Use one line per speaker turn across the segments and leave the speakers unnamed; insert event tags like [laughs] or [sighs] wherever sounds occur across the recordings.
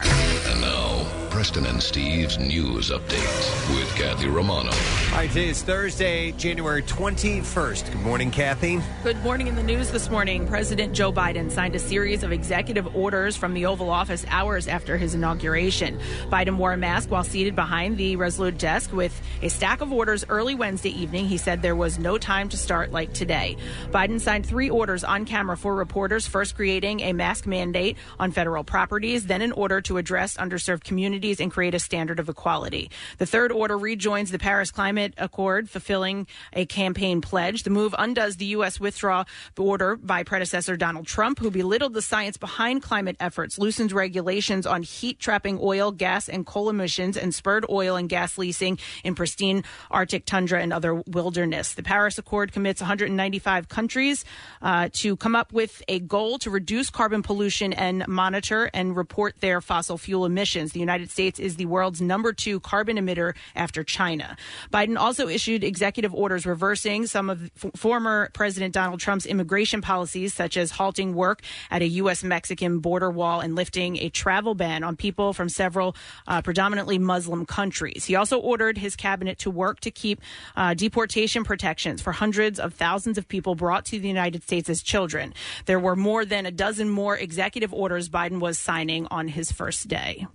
And now, Preston and Steve's news update with Kathy Romano.
All right, today is Thursday, January 21st. Good morning, Kathy.
Good morning. In the news this morning, President Joe Biden signed a series of executive orders from the Oval Office hours after his inauguration. Biden wore a mask while seated behind the Resolute desk with a stack of orders early Wednesday evening. He said there was no time to start like today. Biden signed three orders on camera for reporters, first creating a mask mandate on federal properties, then an order to address underserved communities and create a standard of equality. The third order rejoins the Paris Climate Accord, fulfilling a campaign pledge. The move undoes the U.S. withdrawal order by predecessor Donald Trump, who belittled the science behind climate efforts, loosens regulations on heat trapping oil, gas, and coal emissions, and spurred oil and gas leasing in pristine Arctic tundra and other wilderness. The Paris Accord commits 195 countries uh, to come up with a goal to reduce carbon pollution and monitor and report their fossil fuel emissions. The United States is the world's number two carbon emitter after China. Biden also issued executive orders reversing some of f- former President Donald Trump's immigration policies, such as halting work at a U.S. Mexican border wall and lifting a travel ban on people from several uh, predominantly Muslim countries. He also ordered his cabinet to work to keep uh, deportation protections for hundreds of thousands of people brought to the United States as children. There were more than a dozen more executive orders Biden was signing on his first day.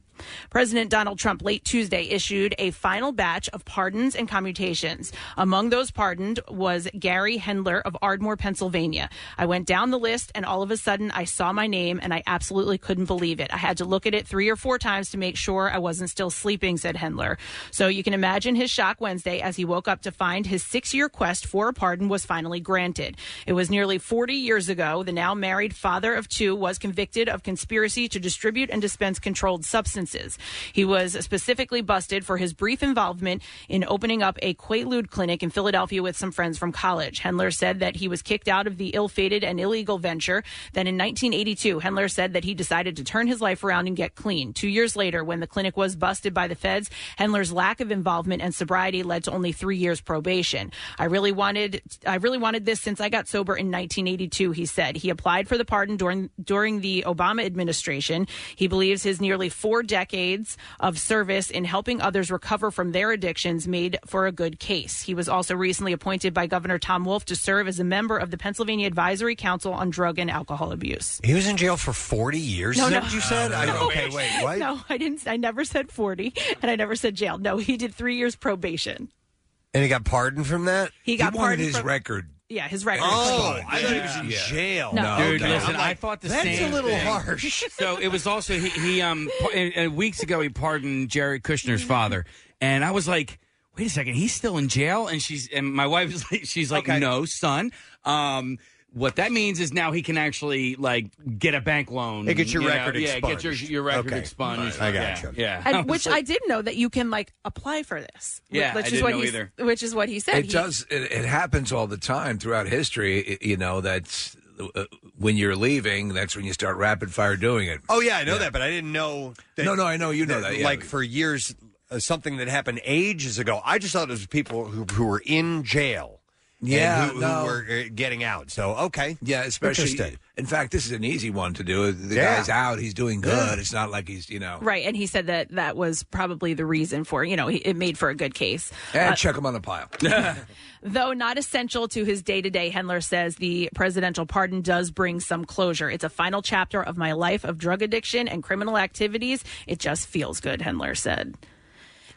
President Donald Trump late Tuesday issued a final batch of pardons and commutations. Among those pardoned was Gary Hendler of Ardmore, Pennsylvania. I went down the list and all of a sudden I saw my name and I absolutely couldn't believe it. I had to look at it three or four times to make sure I wasn't still sleeping, said Hendler. So you can imagine his shock Wednesday as he woke up to find his six year quest for a pardon was finally granted. It was nearly 40 years ago. The now married father of two was convicted of conspiracy to distribute and dispense controlled substances substances. He was specifically busted for his brief involvement in opening up a Quaalude clinic in Philadelphia with some friends from college. Hendler said that he was kicked out of the ill-fated and illegal venture. Then in 1982, Hendler said that he decided to turn his life around and get clean. Two years later, when the clinic was busted by the feds, Hendler's lack of involvement and sobriety led to only three years probation. I really wanted, I really wanted this since I got sober in 1982. He said he applied for the pardon during during the Obama administration. He believes his nearly four decades of service in helping others recover from their addictions made for a good case. He was also recently appointed by Governor Tom Wolf to serve as a member of the Pennsylvania Advisory Council on Drug and Alcohol Abuse.
He was in jail for 40 years.
No,
is that
no.
what you said? I-
No.
okay,
[laughs]
wait, what?
No, I didn't. I never said 40, and I never said jail. No, he did three years probation.
And he got pardoned from that?
He got
wanted
pardoned
his
from-
record.
Yeah, his record.
Oh, I thought he was in jail.
No.
Dude, listen,
Oh, I'm like,
I thought the
That's
same
a little
thing.
harsh.
[laughs] So it was also he, he um par- and, and weeks ago he pardoned Jerry
Mm-hmm.
Kushner's father, and I was like, wait a second, he's still in jail, and she's and my wife is like, she's like,
Okay.
no, son, um. What that means is now he can actually like get a bank loan.
And get your
you
record
yeah, get your
expunged.
your record
Okay.
expunged.
All right, I gotcha.
Yeah, [laughs] yeah.
And, which I did know that you can like apply for this.
Yeah,
which
I
is
didn't
what
know
he's-
either.
Which is what he said.
It
He-
does. It, it happens all the time throughout history. i you know, that's uh, when you're leaving. That's when you start rapid fire doing it.
Oh, yeah, I know that, but I didn't know. That,
No, no, I know you know that, yeah.
Like for years, uh, something that happened ages ago. I just thought it was people who, who were in jail. and
Yeah,
who,
no.
who were uh, getting out. So okay,
Yeah, especially.
Interesting.
In fact, this is an easy one to do. The
Yeah.
guy's out. He's doing good. It's not like he's you know.
Right, and he said that that was probably the reason for you know he- it made for a good case. Uh,
And check him on the [laughs] pile.
Though not essential to his day to day, Hendler says the presidential pardon does bring some closure. It's a final chapter of my life of drug addiction and criminal activities. It just feels good, Hendler said.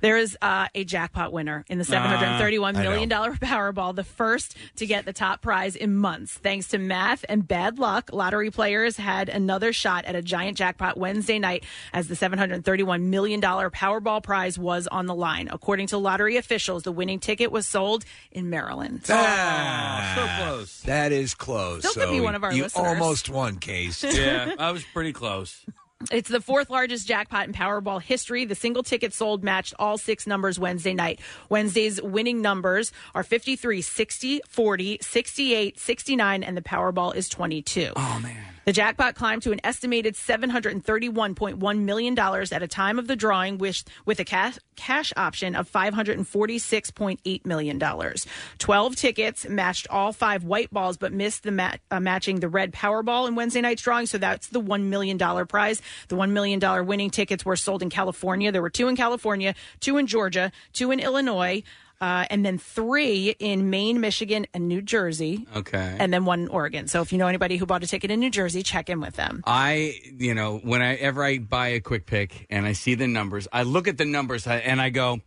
There is uh, a jackpot winner in the seven hundred thirty-one million dollar [laughs] Powerball, the first to get the top prize in months. Thanks to math and bad luck, lottery players had another shot at a giant jackpot Wednesday night as the seven hundred thirty-one million dollar Powerball prize was on the line. According to lottery officials, the winning ticket was sold in Maryland.
Ah,
so close.
That is close.
Still could
so
be one of our
you
listeners.
almost won, Case.
yeah,
[laughs]
I was pretty close.
It's the fourth largest jackpot in Powerball history. The single ticket sold matched all six numbers Wednesday night. Wednesday's winning numbers are 53, 60, 40, 68, 69, and the Powerball is 22.
Oh man.
The jackpot climbed to an estimated $731.1 million at a time of the drawing, which, with a cash, cash option of $546.8 million. 12 tickets matched all five white balls, but missed the ma- uh, matching the red Powerball in Wednesday night's drawing. So that's the $1 million prize. The $1 million winning tickets were sold in California. There were two in California, two in Georgia, two in Illinois. Uh, and then three in Maine, Michigan, and New Jersey
Okay.
and then one in Oregon. So if you know anybody who bought a ticket in New Jersey, check in with them.
I, you know, whenever I buy a quick pick and I see the numbers, I look at the numbers and I go,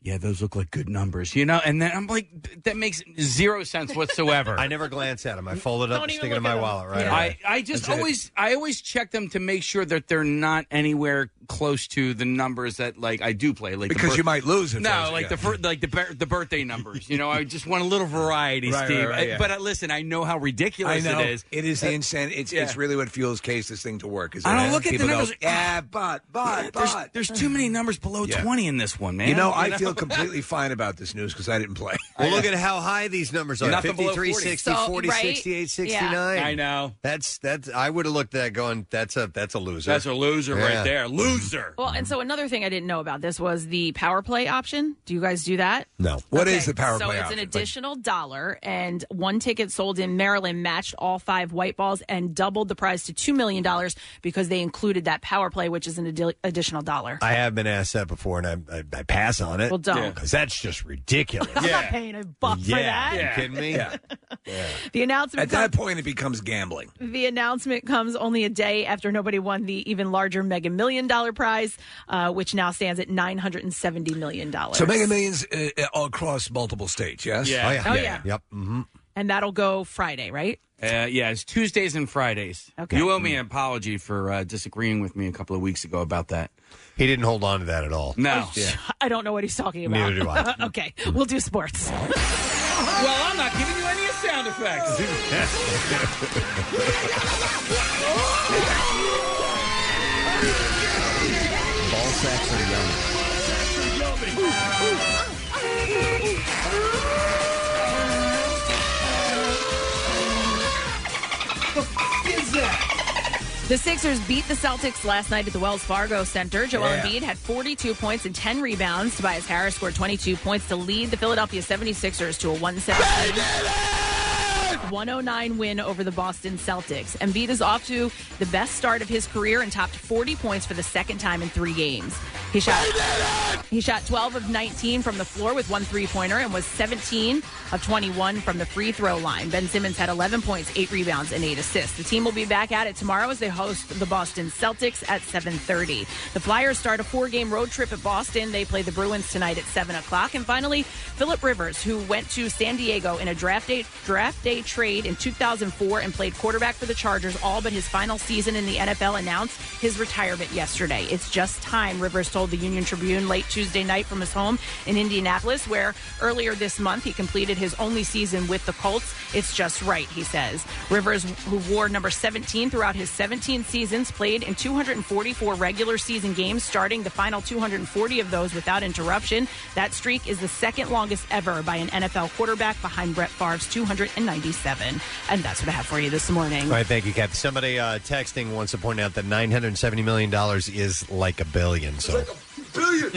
yeah, those look like good numbers, you know? And then I'm like, that makes zero sense
[laughs]
whatsoever.
I never glance at them. I fold it up
Don't
and
even
stick it in
look
my
at them.
wallet right away.
I, I just
That's it.
always I always check them to make sure that they're not anywhere close to the numbers that like I do play like the
Because you might lose if
no
those-
like
yeah.
the fir- like the bir- the birthday numbers you know I just want a little
[laughs]
variety
Right, right,
Steve
right,
I-
yeah.
but uh, listen I know how
I
ridiculous
know
it is Uh,
It is the incentive. It's, it's
Yeah.
really what fuels Case this thing to work. Is
I don't
that
look at the
people
numbers.
Go, yeah, but but
there's,
but
there's too many numbers below
Yeah.
twenty in this one man
You know, I feel completely fine about this news because I didn't play.
Well, look at how high these numbers are.
Nothing below
53,
40.
60,
So,
40,
right?
68, 69.
Yeah. I know.
That's that's I would have looked at that going, that's a that's a loser.
That's a loser
Yeah.
right there loser
Well, and so another thing I didn't know about this was the power play option. Do you guys do that?
No.
What is the power
so
play
it's
option?
an additional dollar, and one ticket sold in Maryland matched all five white balls and doubled the prize to $2 million because they included that power play, which is an addi- additional dollar.
I have been asked that before, and I I, I pass on it.
Well, don't.
because that's just ridiculous.
[laughs] I'm not paying a buck for that.
you kidding me?
[laughs] The announcement
At that point, it becomes gambling.
The announcement comes only a day after nobody won the even larger Mega Million Dollar prize, uh, which now stands at nine hundred and seventy million dollars.
So Mega Millions uh, uh, across multiple states. Yes.
Yeah. Mm-hmm.
Oh yeah. [laughs]
Oh, yeah.
Yep. hmm
and that'll go Friday, right?
Uh, yeah, it's Tuesdays and Fridays.
Okay.
You owe me an apology for uh, disagreeing with me a couple of weeks ago about that.
He didn't hold on to that at all.
No.
I don't know what he's talking about.
Neither do I.
[laughs] okay, we'll do sports.
Well, I'm not giving you any sound effects.
Ball sacks are yummy.
[laughs] The Sixers beat the Celtics last night at the Wells Fargo Center. Joel
Yeah.
Embiid had 42 points and 10 rebounds. Tobias Harris scored 22 points to lead the Philadelphia 76ers to a 117. 109 win over the Boston Celtics. Embiid is off to the best start of his career and topped 40 points for the second time in three games. He shot he shot 12 of 19 from the floor with one three pointer and was 17 of 21 from the free throw line. Ben Simmons had 11 points, eight rebounds, and eight assists. The team will be back at it tomorrow as they host the Boston Celtics at 7:30. The Flyers start a four-game road trip at Boston. They play the Bruins tonight at 7 o'clock. And finally, Philip Rivers, who went to San Diego in a draft day draft day trade in 2004 and played quarterback for the Chargers all but his final season in the NFL, announced his retirement yesterday. It's just time, Rivers told the Union Tribune late Tuesday night from his home in Indianapolis, where earlier this month he completed his only season with the Colts. It's just right, he says. Rivers, who wore number 17 throughout his 17 seasons, played in 244 regular season games, starting the final 240 of those without interruption. That streak is the second longest ever by an NFL quarterback behind Brett Favre's 297. And that's what I have for you this morning.
All right, thank you, Kathy. Somebody uh, texting wants to point out that nine hundred and seventy million dollars is like a billion. So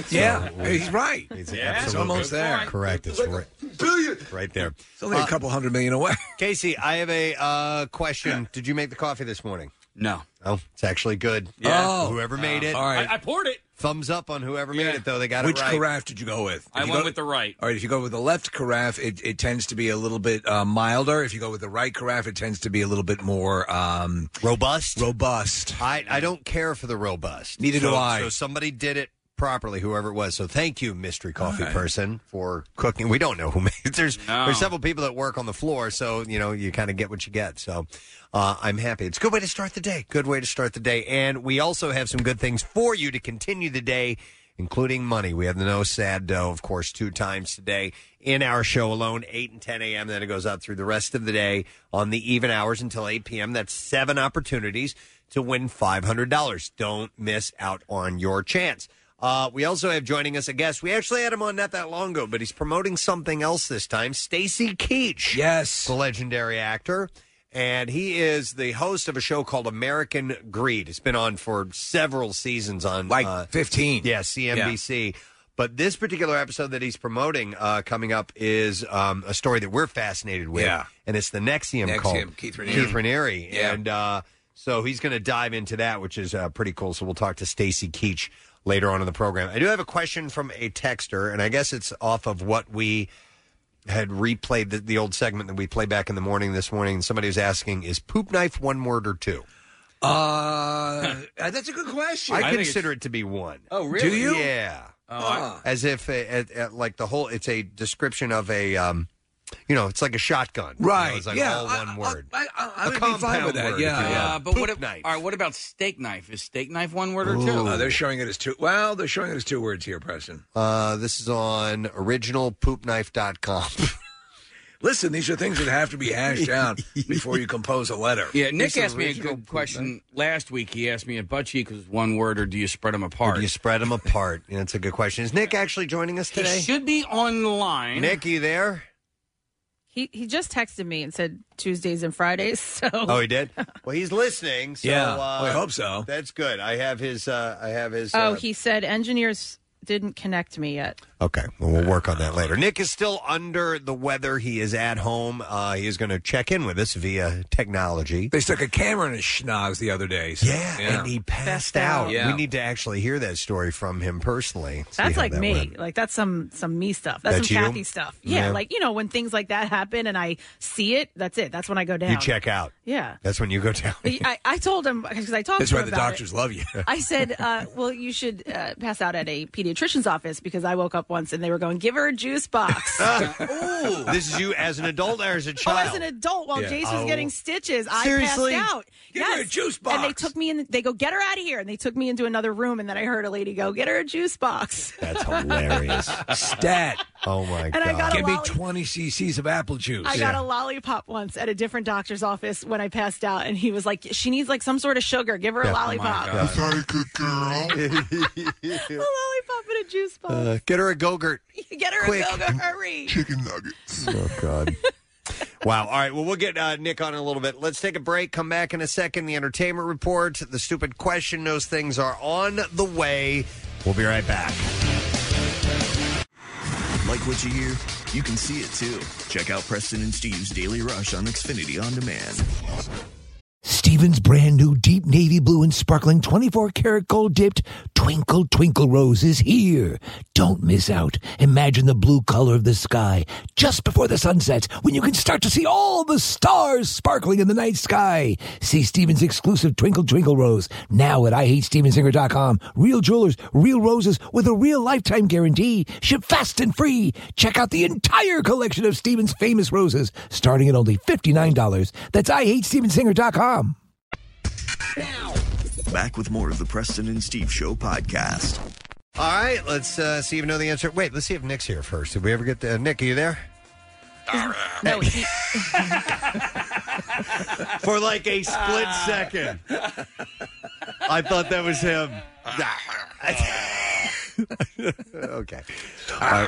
Yeah. He's right.
it's
It's
absolutely
almost there.
Correct. It's right,
Billion.
right there.
It's only a couple hundred
[laughs]
million away.
Casey, I have a uh, question. Did you make the coffee this morning?
No.
Oh, it's actually good.
Yeah.
Oh.
whoever made it.
All right.
I, I poured it.
Thumbs up on whoever made
Yeah.
it, though. They got
Which
it right.
carafe did you go with? Did
I
you
went
go-
with the right.
All right, if you go with the left carafe, it, it tends to be a little bit uh, milder. If you go with the right carafe, it tends to be a little bit more um,
Robust.
robust.
I, I don't care for the robust.
Neither do
So-
I.
So somebody did it properly, whoever it was. So thank you, mystery coffee person, for cooking. We don't know who [laughs] made it. There's
No.
there's several people that work on the floor, so you know you kind of get what you get. So uh, I'm happy. It's a good way to start the day. Good way to start the day. And we also have some good things for you to continue the day. Including money. We have the No Sad Dough, of course, two times today in our show alone, 8 and 10 a.m. Then it goes out through the rest of the day on the even hours until 8 p.m. That's seven opportunities to win $500. Don't miss out on your chance. Uh, we also have joining us a guest. We actually had him on not that long ago, but he's promoting something else this time. Stacy Keach,
Yes.
the legendary actor, and he is the host of a show called American Greed. It's been on for several seasons on like
15.
Yeah, CNBC. But this particular episode that he's promoting uh, coming up is um, a story that we're fascinated with.
Yeah.
And it's the Nexium,
Nexium,
cult.
Keith Raniere.
Keith Raniere.
Yeah.
And uh, so he's going to dive into that, which is uh, pretty cool. So we'll talk to Stacy Keach later on in the program. I do have a question from a texter, and I guess it's off of what we had replayed the, the old segment that we play back in the morning this morning. Somebody was asking, is poop knife one word or two?
Uh, [laughs] that's a good question.
I, consider it to be one.
Oh, really?
Do you? Yeah.
Oh, I-
As if uh, at, at, like the whole, it's a description of a, um, you know, it's like a shotgun. You know,
Right.
it's like
Yeah,
all
I-
one word.
I, I, I
A
would be fine
compound
with that.
word,
Yeah.
if you will.
Uh, but what, if- All right, what about steak knife? Is steak knife one word or two?
Uh, they're showing it as two. Well, they're showing it as two words here, Preston.
Uh, this is on
[laughs]
originalpoopknife.com.
Listen, these are things that have to be hashed
[laughs]
out before you compose a letter.
Yeah, Nick
It's an
asked me a
original
good question last week. He asked me if butt cheek was one word or do you spread them apart?
You spread them
[laughs]
apart. Yeah, that's a good question. Is Nick actually joining us
He
today?
should be online.
Nick, you there?
He he just texted me and said Tuesdays and Fridays. [laughs] So
Oh, he
[laughs]
did. Well, he's listening. So,
Yeah.
uh,
Well, I hope so.
That's good. I have his. Uh, I have his.
Oh,
uh,
he said engineers didn't connect me yet.
Okay, well, we'll work on that later. Nick is still under the weather. He is at home. Uh, he is going to check in with us via technology.
They stuck a camera in his schnoz the other day. so-
yeah, and he passed out.
Yeah.
[laughs]
We need to actually hear that story from him personally. See
That's
how
like
that
me.
went.
Like that's some some me stuff. That's,
That's
some
you?
Kathy stuff. Yeah,
Yeah.
like you know when things like that happen and I see it. That's it. That's when I go down.
You check out.
Yeah.
That's when you go [laughs] down.
I, I told him because I talked
That's
to
why
him
the
about
doctors
it.
love you.
[laughs]
I said, [laughs] uh, "Well, you should uh, pass out at a pediatrician's office because I woke up once and they were going, give her a
[laughs]
juice box.'
this is you as an adult or as a
Oh,
child? [laughs]
as an adult, while
Yeah.
Jace was
Oh.
getting stitches, I
Seriously?
passed out.
Give her a juice
And they
box.
took me in. They go, get her out of here. And they took me into another room. And then I heard a lady go, get her a juice box. [laughs]
That's hilarious.
Stat.
oh my
And I
god!
got a
Give me
lolly-
20 cc's of apple juice.
I got a lollipop once at a different doctor's office when I passed out, and he was like, "She needs like some sort of sugar. Give her a lollipop, a [laughs] lollipop and a juice box.
Uh, get her a go-gurt.
[laughs] Get her
quick.
a go.
[laughs]
Hurry!"
Chicken nuggets.
Oh
[laughs]
God. wow. All right. Well, we'll get uh, Nick on in a little bit. Let's take a break. Come back in a second. The entertainment report, the stupid question, those things are on the way. We'll be right back.
Like what you hear? You can see it too. Check out Preston and Steve's Daily Rush on Xfinity On Demand.
Steven's brand new deep navy blue and sparkling 24 karat gold dipped Twinkle Twinkle Rose is here. Don't miss out. Imagine the blue color of the sky just before the sun sets when you can start to see all the stars sparkling in the night sky. See Steven's exclusive Twinkle Twinkle Rose now at IHateStevensinger.com. Real jewelers, real roses with a real lifetime guarantee. Ship fast and free. Check out the entire collection of Steven's famous roses starting at only $59. That's IHateStevensinger.com.
Back with more of the Preston and Steve Show podcast.
All right. Let's uh, see if you know the answer. Wait, let's see if Nick's here first. Did we ever get the. uh, Nick, are you there?
No, he,
For like a split second. I thought that was him. [laughs] okay. Uh,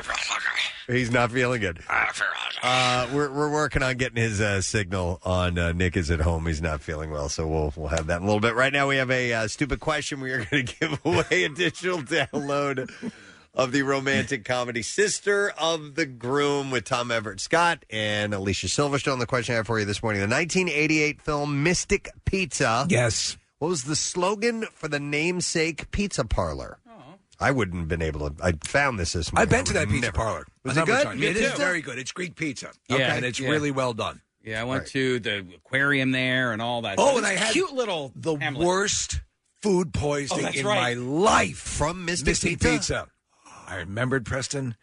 he's not feeling good. Uh, we're we're working on getting his uh, signal on. Uh, Nick is at home; he's not feeling well, so we'll we'll have that in a little bit. Right now, we have a uh, stupid question. We are going to [laughs] give away additional download of the romantic comedy "Sister of the Groom" with Tom Everett Scott and Alicia Silverstone. The question I have for you this morning: the 1988 film Mystic Pizza.
Yes.
What was the slogan for the namesake pizza parlor?
Oh.
I wouldn't have been able to. I found this this morning.
I've been to
I would
that pizza
never-
parlor.
Was it
a number of
good?
times.
Me
It is
too.
very good. It's Greek pizza.
Yeah,
Okay, and it's
yeah.
really well done.
Yeah, I went to the aquarium there and all that.
Oh,
stuff.
and
It's
I had
cute little
the
Hamlet.
worst food poisoning
Oh, that's
in my
right.
life
From Mystic
Mystic
Pizza?
Pizza. I remembered Preston.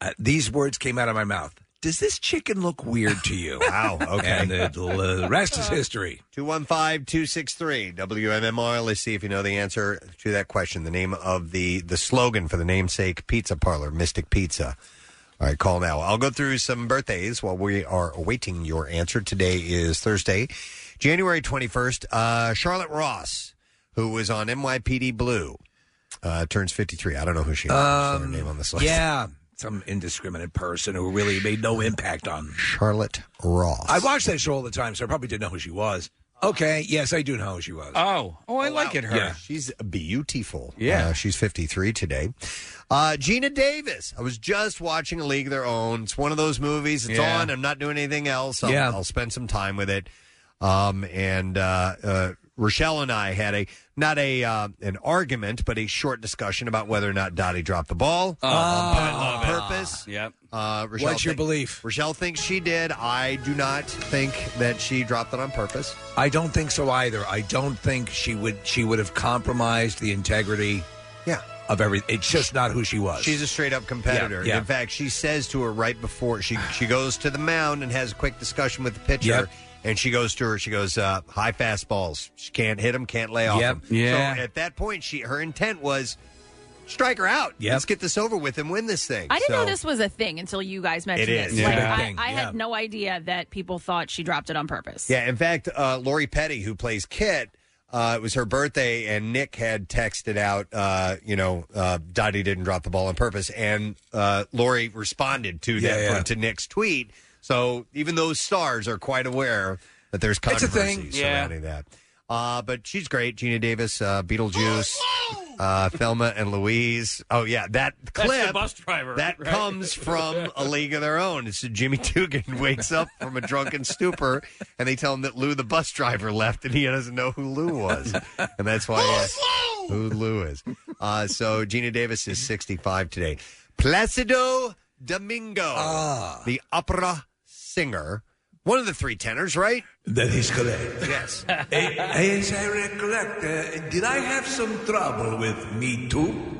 Uh, these words came out of my mouth. Does this chicken look weird to you?
Wow. Okay.
And the, the rest is
[laughs]
history.
215-263 WMMR. Let's see if you know the answer to that question. The name of the the slogan for the namesake pizza parlor, Mystic Pizza. All right, call now. I'll go through some birthdays while we are awaiting your answer. Today is Thursday, January 21st. Uh, Charlotte Ross, who was on
Um,
NYPD Blue, uh, turns 53. I don't know who she is. I saw her name on this list.
Um, Yeah, some indiscriminate person who really made no impact on.
Charlotte Ross.
I watched that show all the time, so I probably didn't know who she was. Okay, yes, I do know who she was.
Uh,
Oh, oh, I like it. Her.
Yeah.
She's beautiful.
Yeah.
Uh, she's 53 today. Uh, Gina Davis. I was just watching A League of Their Own. It's one of those movies. It's
Yeah.
on. I'm not doing anything else. I'll,
Yeah.
I'll spend some time with it. Um, and uh, uh, Rochelle and I had a not a uh, an argument, but a short discussion about whether or not Dottie dropped the ball
Oh,
on purpose.
Yep.
Uh, Rochelle
What's your
thi-
belief?
Rochelle thinks she did. I do not think that she dropped it on purpose.
I don't think so either. I don't think she would she would have compromised the integrity
Yeah.
of every it's just not who she was.
She's a straight up competitor.
Yeah, yeah.
In fact, she says to her right before she she goes to the mound and has a quick discussion with the pitcher.
Yep.
And she goes to her. She goes uh, high fastballs. She can't hit them. Can't lay off
Yep.
'em."
Yeah.
So at that point, she her intent was strike her out.
Yep.
Let's get this over with and win this thing.
I didn't know
So-
this was a thing until you guys mentioned
It is.
this.
Yeah.
Like,
It's a
I,
big thing.
I
Yeah.
had no idea that people thought she dropped it on purpose.
Yeah, in fact, uh, Lori Petty, who plays Kit, uh, it was her birthday, and Nick had texted out, uh, you know, uh, Dottie didn't drop the ball on purpose, and uh, Lori responded to that
Yeah, yeah.
to Nick's tweet. So even those stars are quite aware that there's
It's a
controversy
thing, yeah.
surrounding that. Uh, but she's great, Gina Davis, uh, Beetlejuice, uh, Thelma and Louise. Oh yeah, that clip
bus driver,
that
right?
comes from a league of their own. It's Jimmy Dugan [laughs] wakes up from a drunken stupor, and they tell him that Lou, the bus driver, left, and he doesn't know who Lou was, and that's why uh, who Lou is. Uh, so Gina Davis is 65 today. Placido Domingo, the opera singer, one of the three tenors, right?
That is correct.
Yes.
As I recollect, uh, did I have some trouble with Me Too?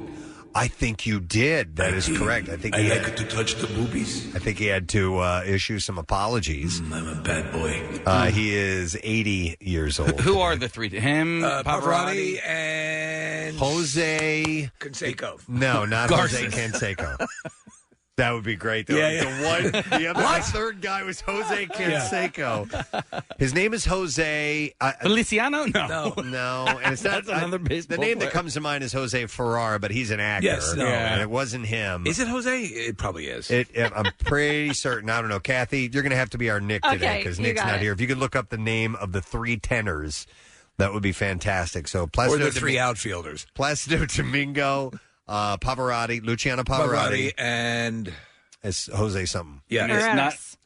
I think you did. That is correct. I think
I
he
like
had,
to touch the boobies. Mm,
I think he had to uh, issue some apologies.
I'm a bad boy.
Uh, he is 80 years old.
Who are the three? Him,
Uh,
Pavarotti.
Pavarotti and
Jose?
Canseco.
No, not
Garces.
Jose Canseco. That would be great. though.
Yeah, yeah.
The one,
[laughs]
the other, the third guy was Jose Canseco. His name is Jose. I, I-
Feliciano? No.
no, and
[laughs]
it's not
That's another baseball
The name
player.
that comes to mind is Jose Ferrara, but he's an actor.
Yes, no.
Yeah.
and it wasn't him.
Is it Jose? It probably is.
It, it- I'm
[laughs]
pretty certain. I don't know, Kathy. You're going to have to be our Nick today
Okay,
because
you
Nick's
got
not
it.
here. If you could look up the name of the three tenors, that would be fantastic. So
or
Placido,
the three
Domi-
outfielders.
Placido [laughs] Domingo, uh, Pavarotti, Luciano Pavarotti,
Pavarotti and
as Jose something.
yeah,
It's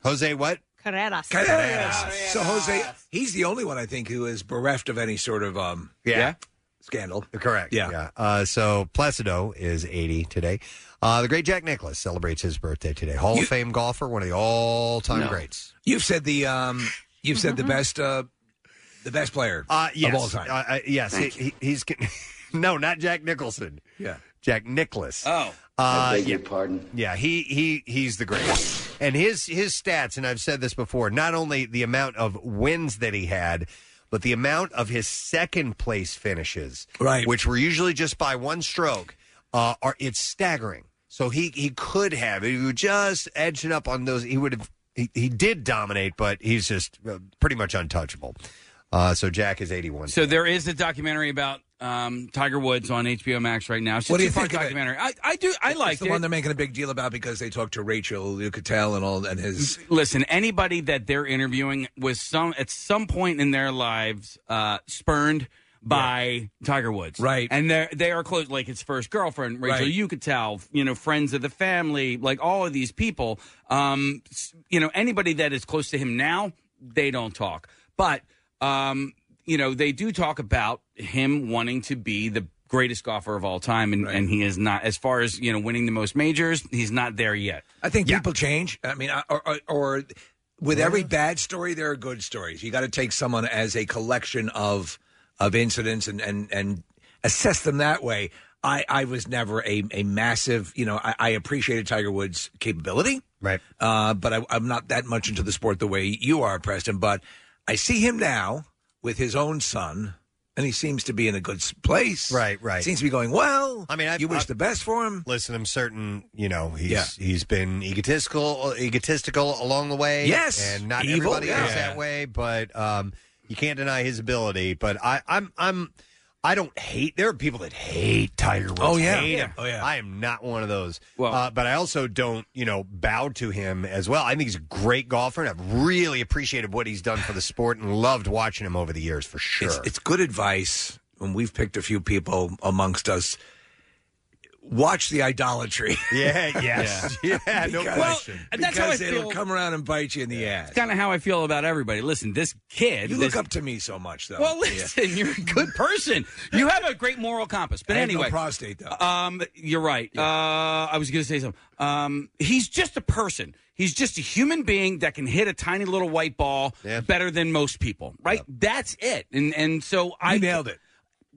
not.
Jose what?
Carreras.
Carreras. So Jose, he's the only one I think who is bereft of any sort of um
Yeah.
scandal.
Correct.
Yeah.
Uh, so Placido is 80 today. Uh, the great Jack Nicklaus celebrates his birthday today. Hall
You-
of Fame golfer, one of the all-time
No.
greats.
You've said the um you've said the best uh the best player
Mm-hmm. Uh, yes.
of all time.
Uh, uh, yes. He, he, he's con- [laughs] no, not Jack Nicholson.
yeah.
Jack Nicklaus.
Oh.
Uh,
your pardon.
Yeah, he he he's the greatest. And his his stats, and I've said this before, not only the amount of wins that he had, but the amount of his second place finishes,
Right.
which were usually just by one stroke, uh, are it's staggering. So he he could have if he would just edge it up on those. He would have he, he did dominate, but he's just uh, pretty much untouchable. Uh, so Jack is eighty one.
So there is a documentary about um, Tiger Woods on HBO Max right now. It's a
What do you
two-part
think of it?
documentary. I, I do. I
Like
like
the
it.
one they're making a big deal about because they talked to Rachel Lucatel and all
Mm-hmm.
and his
Listen, anybody that they're interviewing was some at some point in their lives uh, spurned by Tiger Woods,
Right.
And they they are close, like his first girlfriend, Rachel.
Right.
You could tell, you know, friends of the family, like all of these people. Um, s- you know, anybody that is close to him now, they don't talk, but um, you know, they do talk about him wanting to be the greatest golfer of all time, and, and he is not as far as you know winning the most majors. He's not there yet.
I think people change. I mean, I- or, or, or with every bad story, there are good stories. You got to take someone as a collection of of incidents and and and assess them that way. I, I was never a, a massive, you know, I, I appreciated Tiger Woods' capability,
right.
uh, but I, I'm not that much into the sport the way you are, Preston. But I see him now with his own son, and he seems to be in a good s- place.
Right, right.
Seems to be going well.
I mean, I've-
you wish
I've-
the best for him.
Listen, I'm certain you know he's he's been egotistical egotistical along the way.
Yes.
and not
Evil,
everybody
yeah.
is that way, but um, you can't deny his ability. But I, I'm I'm I don't hate. There are people that hate Tiger Woods.
Oh, yeah.
hate him.
Oh, yeah.
I am not one of those. uh, but I also don't, you know, bow to him as well. I think he's a great golfer, and I've really appreciated what he's done for the sport and loved watching him over the years for sure.
It's, it's good advice. When we've picked a few people amongst us, watch the idolatry.
[laughs]
[laughs]
Yeah,
[laughs]
yes. Yeah, no question.
and that's how
Because
I
it'll
feel-
come around and bite you in the ass.
It's kind of how I feel about everybody. Listen, this kid.
You
this-
look up to me so much, though.
Well,
Yeah.
listen, you're a good person. You have a great moral compass. But
I have no
anyway,
prostate, though.
Um, you're right. Uh, I was going to say something. Um, he's just a person. He's just a human being that can hit a tiny little white ball better than most people. Right? That's it. And and so I
nailed it.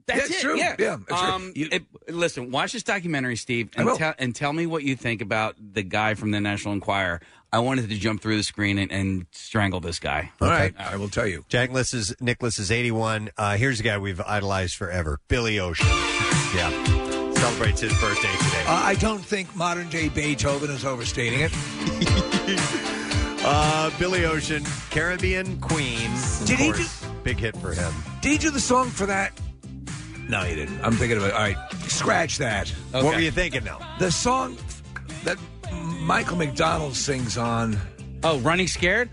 That's,
That's
it.
true.
Yeah.
Yeah, that's true.
um, it- listen, watch this documentary, Steve, and tell and tell me what you think about the guy from the National Enquirer. I wanted to jump through the screen and, and strangle this guy.
All right.
I will tell you.
Jack Nicholas is, Nicholas is 81. Uh, here's a guy we've idolized forever, Billy Ocean. Yeah. Celebrates his birthday today.
Uh, I don't think modern day Beethoven is overstating [laughs] it.
Uh, Billy Ocean, Caribbean Queen. of
Did he
course. Big hit for him.
Did you do the song for that? No, you didn't. I'm thinking of it. All right, scratch that.
What were you thinking, though?
The song that Michael McDonald sings on.
Oh, Running Scared?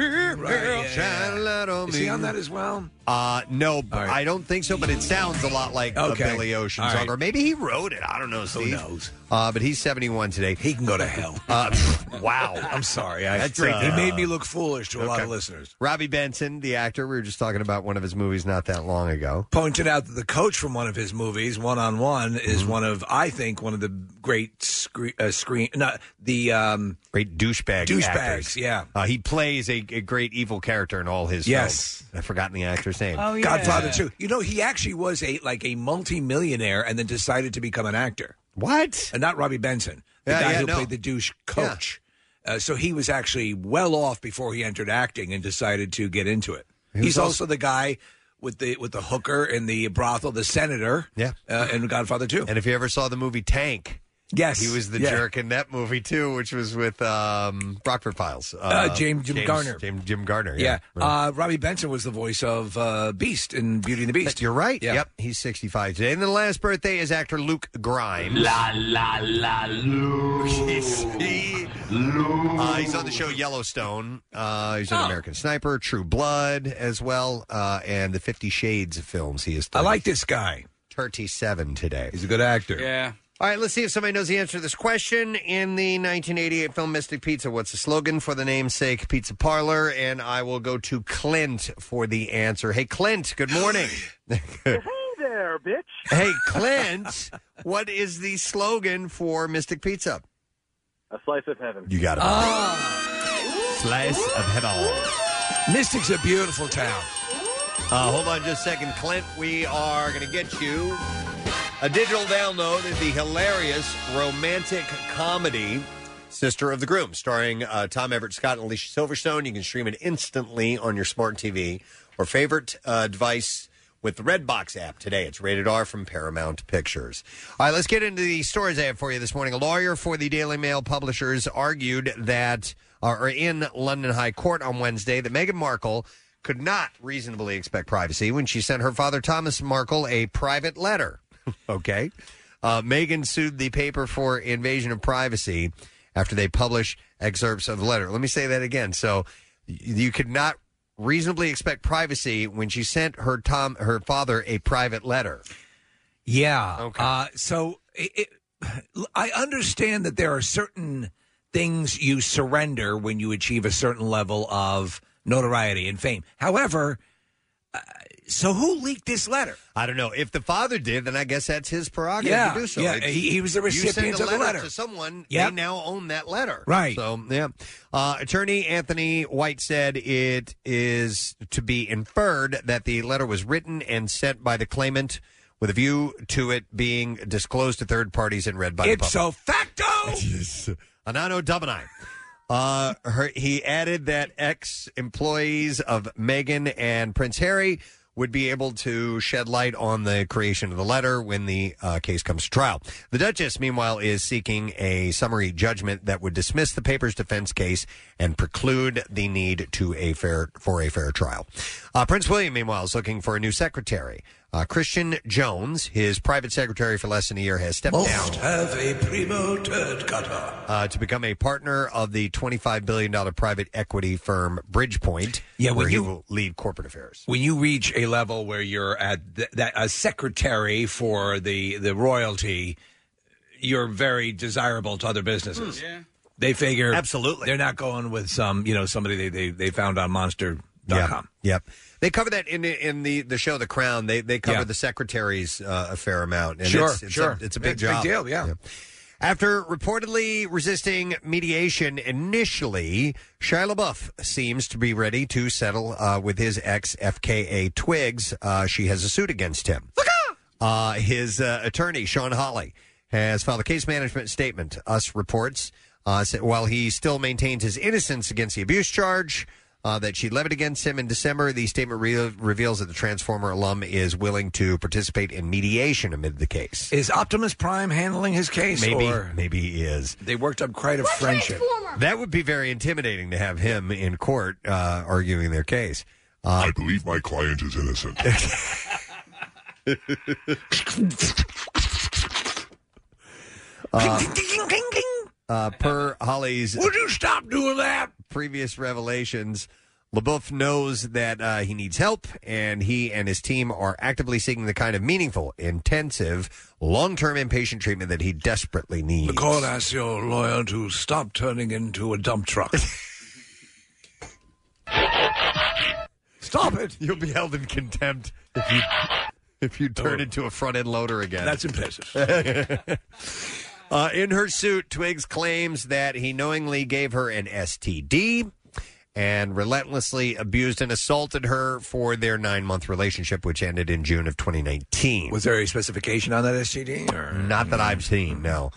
Shine a light on Is he
me.
on that as well?
Uh, no, but I don't think so, but it sounds a lot like
Okay.
a Billy Ocean
All
song,
right.
or maybe he wrote it. I don't know,
Oh.
Steve.
knows?
Uh, but he's 71 today.
He can go to hell.
Uh, wow.
[laughs] I'm sorry.
[laughs]
I,
That's,
he
uh,
made me look foolish to a lot of
okay.
listeners.
Robbie Benson, the actor, we were just talking about one of his movies not that long ago.
Pointed out that the coach from one of his movies, One on One, is
Mm-hmm.
one of I think one of the great screen, uh, screen not the um,
Great douchebag
douchebags.
actors.
Yeah,
Uh, he plays a, a great evil character in all his
Yes.
films. I've forgotten the actor's name.
Oh, yeah.
Godfather Two. You know, he actually was a like a multimillionaire and then decided to become an actor.
What?
And not Robbie Benson, the
Yeah,
guy
yeah,
who
no.
played the douche coach. Uh, so he was actually well off before he entered acting and decided to get into it.
He was
He's
also-
also the guy with the with the hooker in the brothel, the senator.
Yeah.
uh, in Godfather Two.
And if you ever saw the movie Tank,
Yes,
he was the
yeah.
jerk in that movie too, which was with um, Rockford Files. Uh,
James- Jim Garner.
James Jim Garner.
Yeah,
Yeah.
Uh, Robbie Benson was the voice of uh, Beast in Beauty and the Beast.
You're right.
Yeah.
Yep. He's 65 today. And then the last birthday is actor Luke Grimes.
la la
Yes. He- Uh, he's on the show Yellowstone. Uh, he's
Oh.
an American Sniper, True Blood as well, uh, and the Fifty Shades films. He is. 30,
I like this guy.
37 today.
He's a good actor.
Yeah.
All right, let's see if somebody knows the answer to this question. In the 1988 film Mystic Pizza, what's the slogan for the namesake pizza parlor? And I will go to Clint for the answer. Hey, Clint, good
[gasps]
morning.
there, bitch.
hey, Clint, what is the slogan for Mystic Pizza?
A slice of heaven.
You got it. Ah. Slice of heaven.
Mystic's a beautiful town.
Uh, hold on just a second, Clint. We are going to get you a digital download of the hilarious romantic comedy Sister of the Groom, starring uh, Tom Everett Scott and Alicia Silverstone. You can stream it instantly on your smart TV or favorite uh, device with the Redbox app today. It's rated R from Paramount Pictures. All right, let's get into the stories I have for you this morning. A lawyer for the Daily Mail publishers argued that, uh, or in London High Court on Wednesday, that Meghan Markle could not reasonably expect privacy when she sent her father, Thomas Markle, a private letter. [laughs] okay. Uh, Megan sued the paper for invasion of privacy after they publish excerpts of the letter. Let me say that again. So y- you could not reasonably expect privacy when she sent her Tom her father a private letter.
Yeah. Okay. Uh, so it, it, I understand that there are certain things you surrender when you achieve a certain level of notoriety and fame. However, uh, so who leaked this letter?
I don't know if the father did, then I guess that's his prerogative
Yeah,
to do so.
yeah,
It's-
he- he was the
you send
recipient
a
of the letter.
to someone.
Yep.
They now own that letter,
Right.
So yeah, uh, attorney Anthony White said it is to be inferred that the letter was written and sent by the claimant with a view to it being disclosed to third parties and read by the public.
Ipso facto.
[laughs] Anano Dubini. Uh, her, he added that ex employees of Meghan and Prince Harry would be able to shed light on the creation of the letter when the uh, case comes to trial. The Duchess, meanwhile, is seeking a summary judgment that would dismiss the paper's defense case and preclude the need to a fair for a fair trial. Uh, Prince William, meanwhile, is looking for a new secretary. Uh, Christian Jones, his private secretary for less than a year, has stepped down
Must have a primo turd cutter.
uh, to become a partner of the $25 billion private equity firm Bridgepoint,
Yeah, when
where
you-
he will lead corporate affairs.
When you reach a level where you're at th- that a secretary for the the royalty, you're very desirable to other businesses.
Yeah.
They figure
Absolutely.
they're not going with some you know somebody they they, they found on Monster.com.
Yep. Yep. They cover that in the, in the, the show The Crown. They they cover the secretaries uh, a fair amount. And
Sure,
it's, it's
sure.
A, it's a big
It's a big
job.
deal, yeah.
After reportedly resisting mediation initially, Shia LaBeouf seems to be ready to settle uh, with his ex FKA Twigs. Uh, she has a suit against him. Uh, his uh, attorney, Sean Hawley, has filed a case management statement. Us reports uh, said while he still maintains his innocence against the abuse charge uh, that she levied against him in December, the statement re- reveals that the Transformer alum is willing to participate in mediation amid the case.
Is Optimus Prime handling his case?
Maybe,
or
maybe he is.
they worked up quite a friendship.
That would be very intimidating to have him in court uh, arguing their case. Uh, I
believe my client is innocent.
[laughs] Uh, uh, per Holly's
Would you stop doing that?
Previous revelations. LaBeouf knows that uh, he needs help, and he and his team are actively seeking the kind of meaningful, intensive, long term inpatient treatment that he desperately needs.
Call asked your lawyer to stop turning into a
[laughs]
dump truck. Stop it!
You'll be held in contempt if you if you turn into a front end loader again.
Oh. That's impressive.
[laughs] Uh, in her suit, Twigs claims that he knowingly gave her an STD and relentlessly abused and assaulted her for their nine month relationship, which ended in June of 2019.
Was there a specification on that STD? Or? Hmm.
Not that I've seen, no.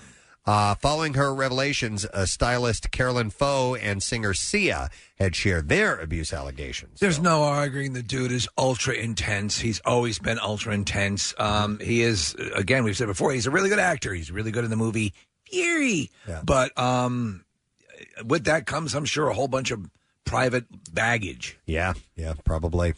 Uh, following her revelations, uh, stylist Carolyn Foe and singer Sia had shared their abuse allegations.
There's no arguing. The dude is ultra intense. He's always been ultra intense. Um, he is, again, we've said before, he's a really good actor. He's really good in the movie Fury. But um, with that comes, I'm sure, a whole bunch of private baggage.
Yeah, yeah, probably.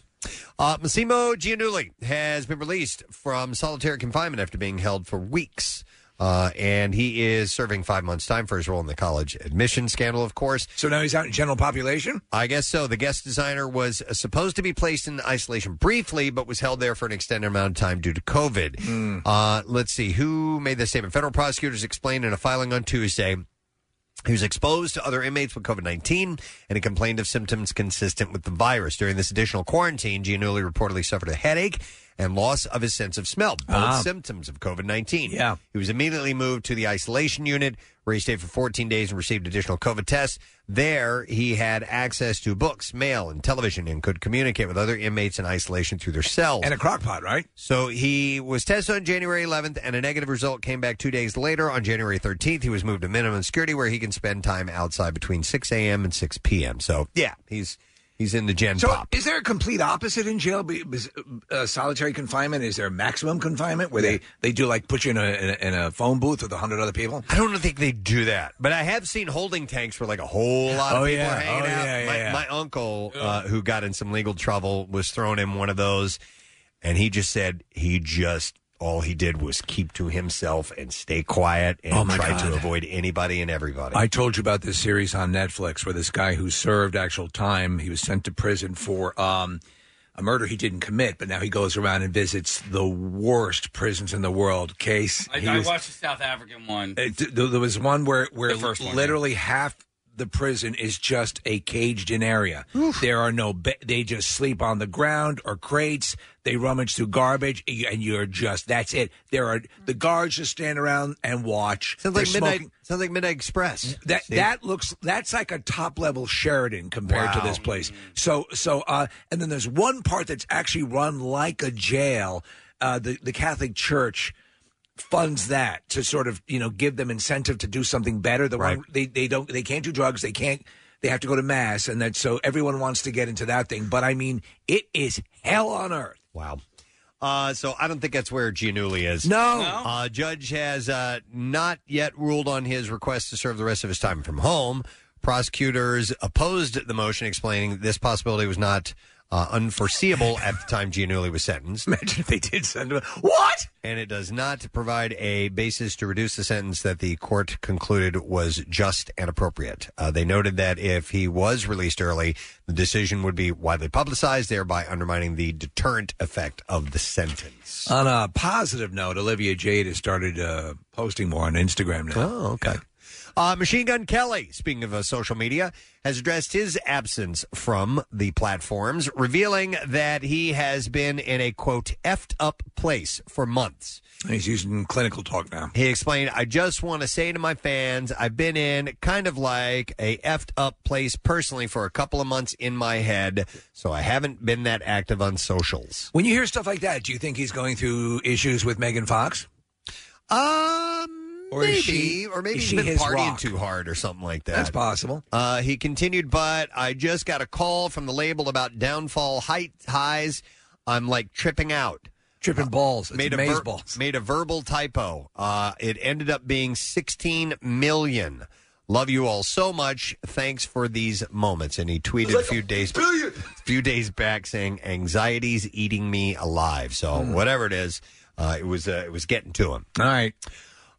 Uh, Massimo Gianulli has been released from solitary confinement after being held for weeks. Uh, and he is serving five months' time for his role in the college admission scandal, of course.
So now he's out in general population?
I guess so. The guest designer was supposed to be placed in isolation briefly, but was held there for an extended amount of time due to COVID.
Hmm.
Uh, let's see who made the statement. Federal prosecutors explained in a filing on Tuesday he was exposed to other inmates with COVID 19 and he complained of symptoms consistent with the virus. During this additional quarantine, Gianulli reportedly suffered a headache and loss of his sense of smell, both
Ah.
symptoms of COVID 19.
Yeah.
He was immediately moved to the isolation unit where he stayed for 14 days and received additional COVID tests. There, he had access to books, mail, and television and could communicate with other inmates in isolation through their cells.
And a crock pot, right?
So he was tested on January 11th, and a negative result came back two days later. On January 13th, he was moved to minimum security, where he can spend time outside between 6 a.m. and 6 p.m. So yeah, he's he's in the gen
So
pop.
is there a complete opposite in jail? Be- bes- Uh, solitary confinement? Is there maximum confinement where they, they do like put you in a, in a, in a phone booth with 100 other people?
I don't think they do that, but I have seen holding tanks where like a whole lot of
Oh,
people
yeah.
are hanging
Oh,
out.
yeah, yeah,
my,
yeah.
my uncle, uh, who got in some legal trouble, was thrown in one of those, and he just said he just all he did was keep to himself and stay quiet and
Oh, my
try to
God.
avoid anybody and everybody.
I told you about this series on Netflix where this guy who served actual time, he was sent to prison for um, a murder he didn't commit, but now he goes around and visits the worst prisons in the world. Case
I,
he
I
was-
watched the South African one.
it- th- there was one where where
The first one, yeah.
literally half the prison is just a caged in area. There are no be- they just sleep on the ground or crates. They rummage through garbage y- and you're just that's it. There are the guards just stand around and watch.
sounds like
They're
midnight.
smoking-
Sounds like midnight express.
that
See?
that looks that's like a top level Sheridan compared to
Wow.
this place. So so uh, and then there's one part that's actually run like a jail. Uh, the the Catholic Church funds that to sort of you know give them incentive to do something better. The
Right.
one they they don't they can't do drugs. They can't. They have to go to mass, and that so everyone wants to get into that thing. But I mean, it is hell on earth.
Wow. Uh, so I don't think that's where Gianulli is.
No.
Uh, judge has uh, not yet ruled on his request to serve the rest of his time from home. Prosecutors opposed the motion, explaining that this possibility was not uh, unforeseeable at the time Gianulli was sentenced. Imagine if they did send him.
What?
And it does not provide a basis to reduce the sentence that the court concluded was just and appropriate. Uh, they noted that if he was released early, the decision would be widely publicized, thereby undermining the deterrent effect of the sentence.
On a positive note, Olivia Jade has started uh, posting more on Instagram now.
Oh, okay. Uh, Machine Gun Kelly, speaking of uh, social media, has addressed his absence from the platforms, revealing that he has been in a quote effed up place for months.
He's using clinical talk now.
He explained, "I just want to say to my fans, I've been in kind of like a effed up place personally for a couple of months in my head, so I haven't been that active on socials."
When you hear stuff like that, do you think he's going through issues with Megan Fox?
Um,
Or
maybe,
is she-
or maybe
is
he's
she
been
his
partying
rock?
too hard or something like that.
That's possible.
Uh, he continued, but I just got a call from the label about downfall height highs. I'm like tripping out. Uh,
Tripping balls. It's
made a
maze balls.
Made a verbal typo. Uh, it ended up being 16 million. Love you all so much. Thanks for these moments. And he tweeted a few days few days back saying anxiety's eating me alive. So whatever it is, uh, it was uh, it was getting to him.
Hmm. All right.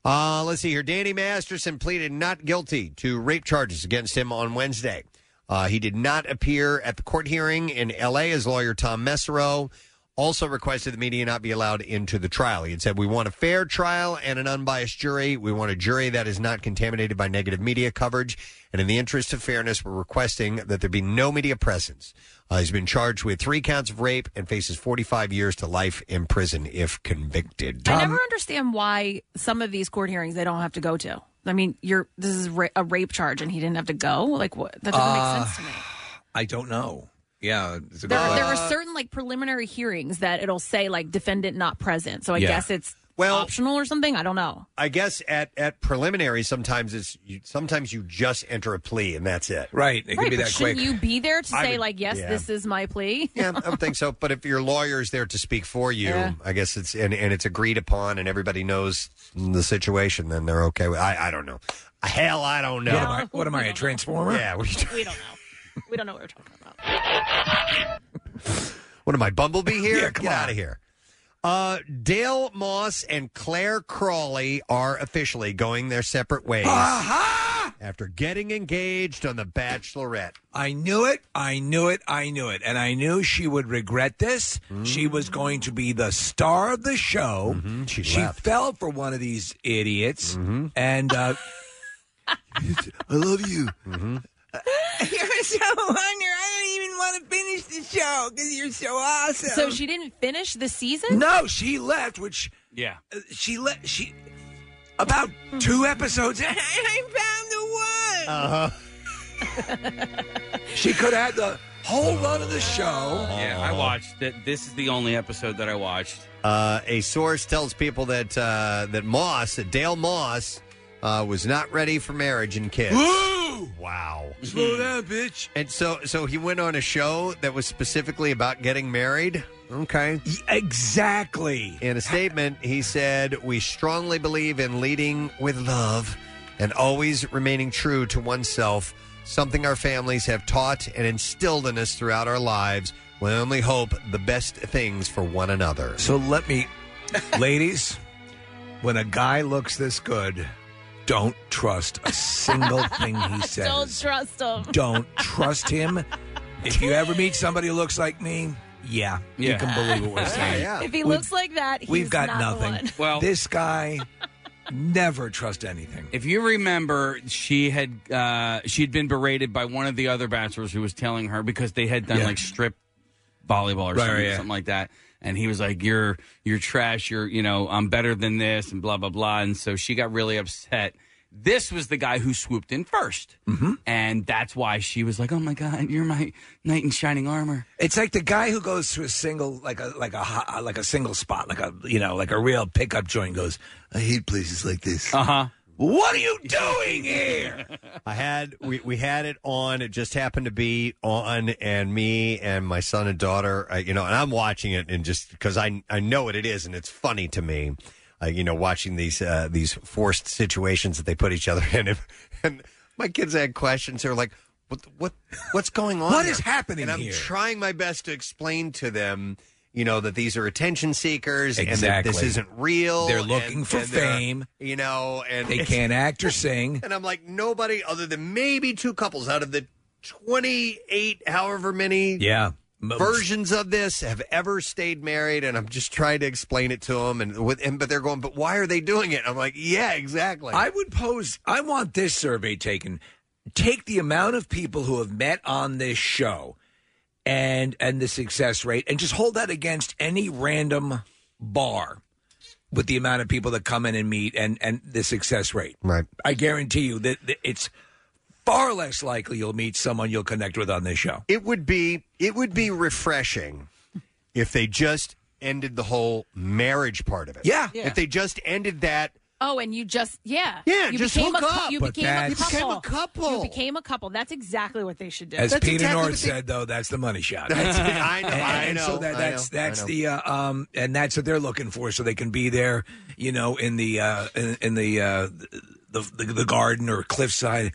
Uh, let's see here. Danny Masterson pleaded not guilty to rape charges against him on Wednesday. Uh, he did not appear at the court hearing in L.A. His lawyer Tom Messero also requested the media not be allowed into the trial. He had said, "We want a fair trial and an unbiased jury. We want a jury that is not contaminated by negative media coverage. And in the interest of fairness, we're requesting that there be no media presence." Uh, he's been charged with three counts of rape and faces 45 years to life in prison if convicted.
I never understand why some of these court hearings they don't have to go to. I mean, you're this is ra- a rape charge, and he didn't have to go. Like, what? That doesn't
Uh,
make sense to me.
I don't know. Yeah, it's a
There,
good
there
question.
are certain like preliminary hearings that it'll say like defendant not present. So I
Yeah.
guess it's optional or something. I don't know.
I guess at at preliminary, sometimes it's you, sometimes you just enter a plea and that's it.
Right, it
right, but shouldn't you be there to
I
say
would-
like, yes,
yeah.
this is my plea?
yeah, I don't think so. But if your lawyer is there to speak for you,
Yeah.
I guess it's and, and it's agreed upon and everybody knows the situation, then they're okay. With, I I don't know. Uh, Hell, I don't know.
What am I, what am I, a transformer?
Yeah, what, are you doing?
[laughs] we don't know. We don't know what we're talking about.
what am I, Bumblebee here?
[laughs] Yeah, come
Get
on.
out of here. Uh, Dale Moss and Claire Crawley are officially going their separate ways after getting engaged on The Bachelorette.
Uh-huh! I knew it. I knew it. I knew it. And I knew she would regret this. She was going to be the star of the show.
Mm-hmm,
She, fell for one of these idiots. And
[laughs]
uh, I love you. Mm-hmm.
You're so
[laughs]
wonder. I don't even want to finish the show because you're so awesome.
So she didn't finish the season?
No, she left, which
yeah,
uh, she left. She about two episodes.
[laughs]
in,
I found the one.
Uh-huh.
Uh-huh. [laughs] she could have had the whole run of the show.
yeah. I watched that. This is the only episode that I watched.
Uh, a source tells people that uh, that Moss, that Dale Moss, uh, was not ready for marriage and kids.
Woo!
Wow.
Slow down, bitch.
And so, so he went on a show that was specifically about getting married. Okay.
Exactly.
In a statement, he said, "We strongly believe in leading with love and always remaining true to oneself, something our families have taught and instilled in us throughout our lives. We only hope the best things for one another."
So let me, [laughs] ladies, when a guy looks this good, don't trust a [laughs] single thing he
[laughs] Don't
says.
[laughs]
trust him.
Don't trust him. If you ever meet somebody who looks like me, yeah, you
Yeah.
can believe
[laughs]
what we're saying.
[laughs] If he
We've-
looks like that, he's
we've got
not the
nothing.
one.
Well-
this guy never trust anything.
If you remember, she had uh, she had been berated by one of the other bachelors who was telling her because they had done
Yeah.
like strip volleyball or
Right,
something,
right, yeah.
something like that, and he was like, "You're you're trash. You're you know I'm better than this," and blah blah blah. And so she got really upset. This was the guy who swooped in 1st
Mm-hmm.
and that's why she was like, "Oh my god, you're my knight in shining armor."
It's like the guy who goes to a single, like a like a ho- like a single spot, like a you know, like a real pickup joint. Goes, I hate places like this.
Uh huh.
What are
[laughs]
you doing here?
I had we, we had it on. It just happened to be on, and me and my son and daughter, uh, you know, and I'm watching it, and just because I I know what it is, and it's funny to me, uh, you know, watching these uh, these forced situations that they put each other in, and my kids had questions. They were like, what, what what's going on?
What
here?
is happening
And I'm
here?
trying my best to explain to them, you know, that these are attention seekers and that
Exactly.
this isn't real.
They're
and-
looking for
and they're-
fame.
you know, and
They can't
[laughs]
act or sing.
And I'm like, nobody other than maybe two couples out of the 28, however many
Yeah.
versions of this have ever stayed married and i'm just trying to explain it to them and with and but they're going but why are they doing it i'm like yeah exactly
I would pose. I want this survey taken. Take the amount of people who have met on this show, and and the success rate, and just hold that against any random bar with the amount of people that come in and meet, and and the success rate.
Right.
I guarantee you that, that it's far less likely you'll meet someone you'll connect with on this show.
It would be it would be refreshing if they just ended the whole marriage part of it.
Yeah.
Yeah.
If they just ended that
Oh, and you just yeah
Yeah,
You
just
became
hook
a,
up,
You
but
became a,
that's- You
couple.
became a
You became a couple. That's exactly what they should do.
As Peter North said, though, [laughs] that's the money shot.
That's it. [laughs] I know,
And,
I
and
know,
so that,
I
that's
know, I
that's
know.
the uh, um, and that's what they're looking for, so they can be there, you know, in the uh, in, in the, uh, the the the garden or cliffside.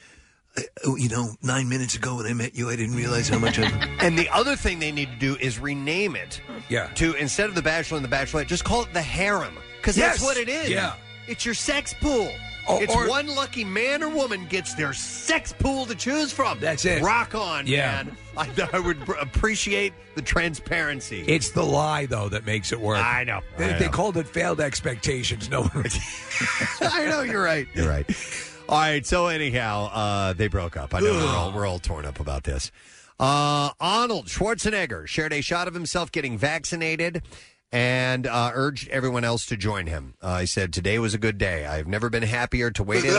Uh, oh, you know, nine minutes ago when I met you, I didn't realize how [laughs] much I.
And the other thing they need to do is rename it.
Yeah.
To instead of the Bachelor and the Bachelorette, just call it the harem because
Yes.
that's what it is.
Yeah.
It's your sex pool.
Or-
it's
or-
one lucky man or woman gets their sex pool to choose from. That's
it.
Rock on,
Yeah.
man. I, I would pr- appreciate the transparency.
It's the lie, though, that makes it work. I
know.
They,
I
they
know.
called it failed expectations. No one.
[laughs] I know you're right. You're right. All right. So anyhow, uh, they broke up. I know we're all we're all torn up about this. Uh, Arnold Schwarzenegger shared a shot of himself getting vaccinated and uh, urged everyone else to join him. Uh, he said, "Today was a good day. I've never been happier to wait [laughs] in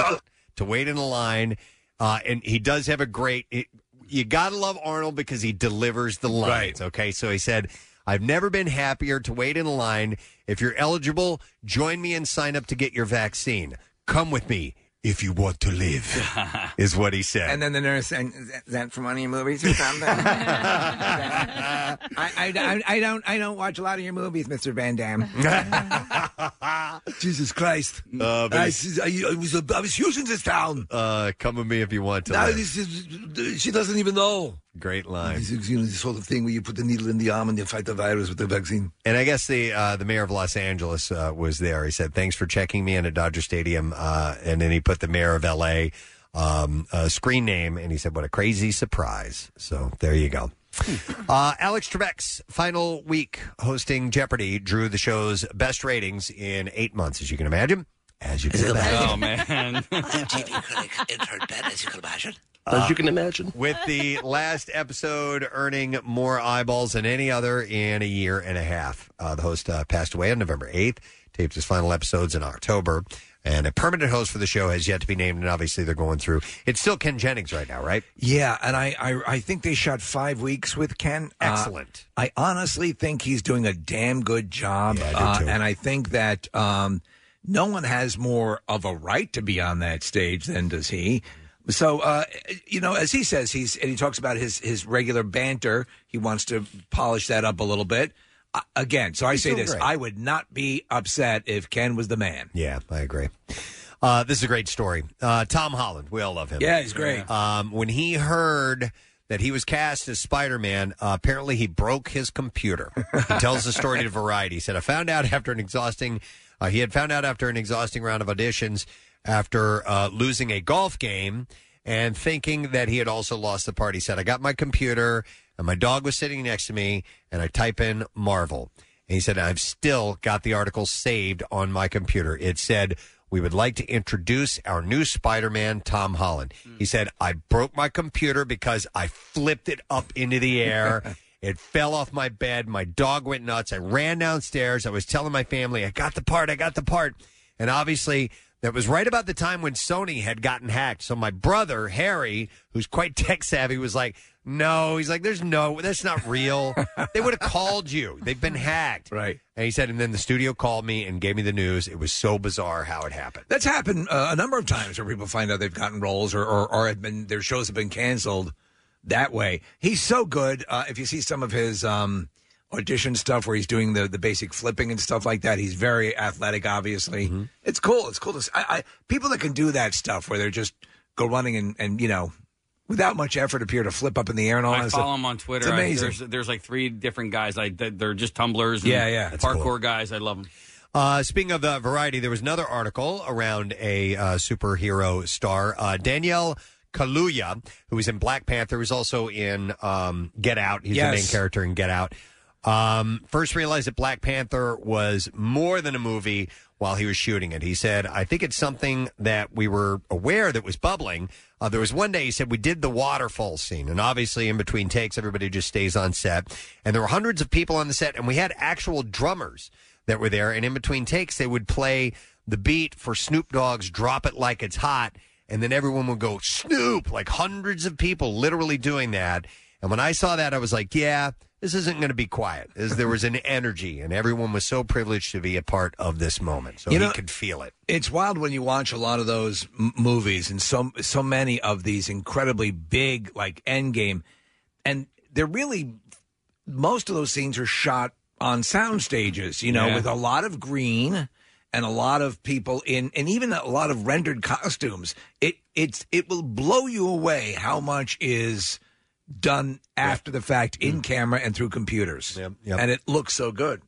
to wait in a line." Uh, and he does have a great. It, you gotta love Arnold because he delivers the lines. Okay, so he said. I've never been happier to wait in line. If you're eligible, join me and sign up to get your vaccine. Come with me if you want to live, is what he said.
And then the nurse, and is that- is that from one of your movies or
[laughs]
something? I, I, I, I don't, I don't watch a lot of your movies, Mister Van
[laughs]
Damme.
[laughs] Jesus Christ!
Uh, but
I,
it's-
I- I was I was huge in this town.
Uh, come with me if you want to.
Now
live.
this is, she doesn't even know.
Great line.
This, is, you know, this sort of thing where you put the needle in the arm and you fight the virus with the vaccine.
And I guess the uh, the mayor of Los Angeles uh, was there. He said, "Thanks for checking me in at Dodger Stadium." Uh, and then he put the mayor of LA um, uh, screen name, and he said, "What a crazy surprise!" So there you go. Uh, Alex Trebek's final week hosting Jeopardy drew the show's best ratings in eight months, as you can imagine. As you can imagine.
Oh man.
Uh, With the last episode earning more eyeballs than any other in a year and a half. Uh, the host uh, passed away on November 8th, taped his final episodes in October, and a permanent host for the show has yet to be named, and obviously they're going through. It's still Ken Jennings right now, right?
Yeah, and I, I, I think they shot five weeks with Ken. Uh,
Excellent.
I honestly think he's doing a damn good job, uh, and I think that um, no one has more of a right to be on that stage than does he. So, uh, you know, as he says, he's and he talks about his his regular banter. He wants to polish that up a little bit. Uh, again, so I
He's
say
doing
this:
great.
I would not be upset if Ken was the man.
Yeah, I agree. Uh, this is a great story. Uh, Tom Holland, we all love him.
Yeah, he's great.
Um, when he heard that he was cast as Spider Man, uh, apparently he broke his computer. He tells the story to Variety. He said, "I found out after an exhausting, uh, he had found out after an exhausting round of auditions after uh, losing a golf game." And thinking that he had also lost the part, he said, I got my computer and my dog was sitting next to me, and I type in Marvel. And he said, I've still got the article saved on my computer. It said, We would like to introduce our new Spider Man, Tom Holland. He said, I broke my computer because I flipped it up into the air. it fell off my bed. My dog went nuts. I ran downstairs. I was telling my family, I got the part. I got the part. And obviously, that was right about the time when Sony had gotten hacked. So my brother, Harry, who's quite [laughs] tech savvy, was like, no, he's like, there's no, that's not real. they would have called you. They've been hacked. Right. And he said, and then the studio called me and gave me the news. It was so bizarre how it happened.
That's happened uh, a number of times where people find out they've gotten roles or or, or have been their shows have been canceled that way. He's so good. Uh, if you see some of his um, audition stuff where he's doing the the basic flipping and stuff like that, he's very athletic. Obviously,
Mm-hmm.
it's cool. It's cool to see. I, I, people that can do that stuff where they're just go running and and you know without much effort, appear to flip up in the air and all
I
that
follow
stuff.
him on Twitter.
Oh, It's
I-
amazing.
there's, there's like three different guys. I that- they're just tumblers. and
Yeah, yeah. That's
Parkour
cool.
guys. I love them.
Uh, speaking of uh, variety, there was another article around a uh, superhero star, uh, Danielle Kaluuya, who was in Black Panther, was also in um, Get Out. He's the main
Yes.
character in Get Out. Um, first realized that Black Panther was more than a movie while he was shooting it. He said, I think it's something that we were aware that was bubbling. Uh, there was one day he said, We did the waterfall scene. And obviously, in between takes, everybody just stays on set. And there were hundreds of people on the set, and we had actual drummers that were there. And in between takes, they would play the beat for Snoop Dogg's Drop It Like It's Hot. And then everyone would go, Snoop! Like hundreds of people literally doing that. And when I saw that, I was like, yeah, this isn't going to be quiet. As there was an energy, and everyone was so privileged to be a part of this moment. So
You
he
know-
could feel it.
It's wild when you watch a lot of those m- movies and so so many of these incredibly big like Endgame, and they're really most of those scenes are shot on sound stages, you know,
Yeah.
with a lot of green and a lot of people in, and even a lot of rendered costumes. It it's it will blow you away how much is done after the fact in
Mm.
camera and through computers, and it looks so good.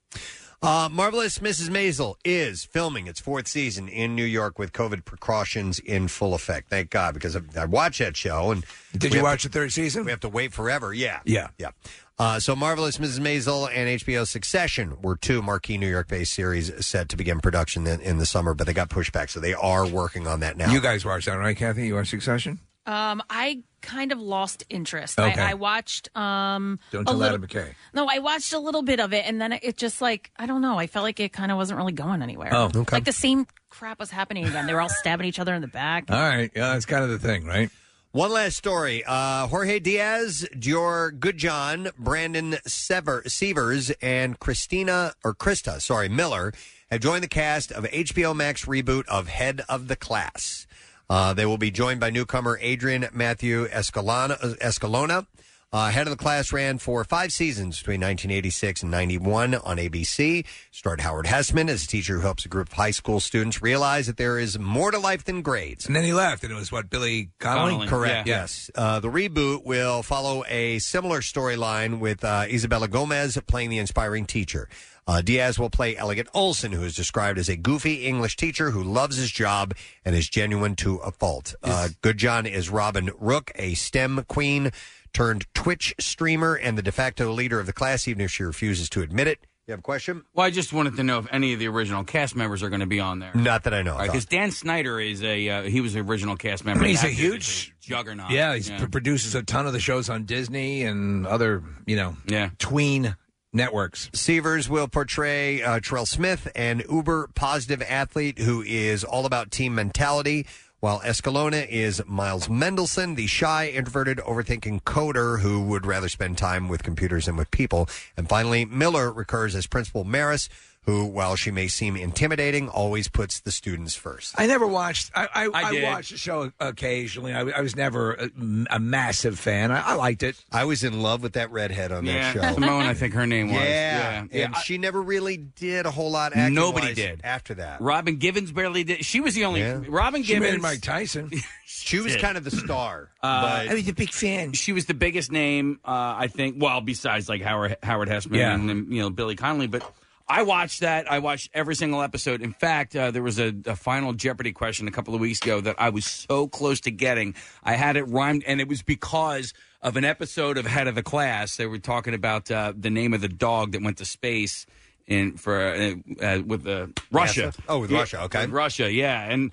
Uh, Marvelous Mrs. Maisel is filming its fourth season in New York with COVID precautions in full effect. Thank God, because I, I watched that show. And
Did
we have
you watch the third season?
We have to wait forever. Yeah.
Yeah.
Yeah. Uh, so, Marvelous Mrs. Maisel and HBO Succession were two marquee New York based series set to begin production in, in the summer, but they got pushed back. So, they are working on that now.
You guys watched that, right, Kathy? You watched Succession?
Um, I kind of lost interest.
Okay.
I, I watched. Um,
Don't
a
tell
little-
Adam McKay.
No, I watched a little bit of it, and then it just like I don't know. I felt like it kind of wasn't really going anywhere.
Oh, okay.
Like the same crap was happening again. They were all stabbing each other in the back.
All right. Yeah, that's kind of the thing, right?
One last story. Uh, Jorge Diaz, Dior Goodjohn, Brandon Sever, Severs, and Christina, or Krista, sorry, Miller, have joined the cast of HBO Max reboot of Head of the Class. Uh, they will be joined by newcomer Adrian Matthew Escalona. Escalona. Uh, Head of the Class ran for five seasons between 1986 and 91 on ABC. Starred Howard Hessman as a teacher who helps a group of high school students realize that there is more to life than grades.
And then he left, and it was what Billy Connolly,
Connelly, Correct. Yes. Uh, the reboot will follow a similar storyline with uh, Isabella Gomez playing the inspiring teacher. Uh, Diaz will play Elegant Olson, who is described as a goofy English teacher who loves his job and is genuine to a fault. Uh, Good John is Robin Rook, a STEM queen turned Twitch streamer and the de facto leader of the class, even if she refuses to admit it. You have a question?
Well, I just wanted to know if any of the original cast members are going to be on there.
Not that I know. of.
Because Dan Snyder is a uh, he was the original cast member.
He's a
That dude is
huge
a juggernaut.
Yeah, he produces a ton of the shows on Disney and other, you know,
yeah.
tween networks.
Severs will portray uh, Terrell Smith, an uber positive athlete who is all about team mentality, while Escalona is Miles Mendelson, the shy, introverted, overthinking coder who would rather spend time with computers than with people. And finally, Miller recurs as Principal Maris, who, while she may seem intimidating, always puts the students first.
I never watched. I I,
I
I,
did.
watched the show occasionally. I, I was never a, a massive fan. I, I liked it.
I was in love with that redhead on that
Yeah,
show.
Simone, I think her name
Yeah,
was. Yeah, yeah,
and
I-
she never really did a whole lot. Acting
Nobody
wise
did.
after that.
Robin Givens barely did. She was the only
Yeah.
Robin
She
Givens.
married Mike
[laughs]
Tyson.
She was kind of the star. but-
was
a big fan.
She was the biggest name, uh, I think. Well, besides like Howard Howard Hessman
Yeah.
and, and you know Billy Connolly, but I watched that. I watched every single episode. In fact, uh, there was a, a final Jeopardy question a couple of weeks ago that I was so close to getting. I had it rhymed, and it was because of an episode of Head of the Class. They were talking about uh, the name of the dog that went to space in for uh, uh, with the Russia.
NASA? Oh, with
Yeah,
Russia, okay.
with Russia, yeah, and.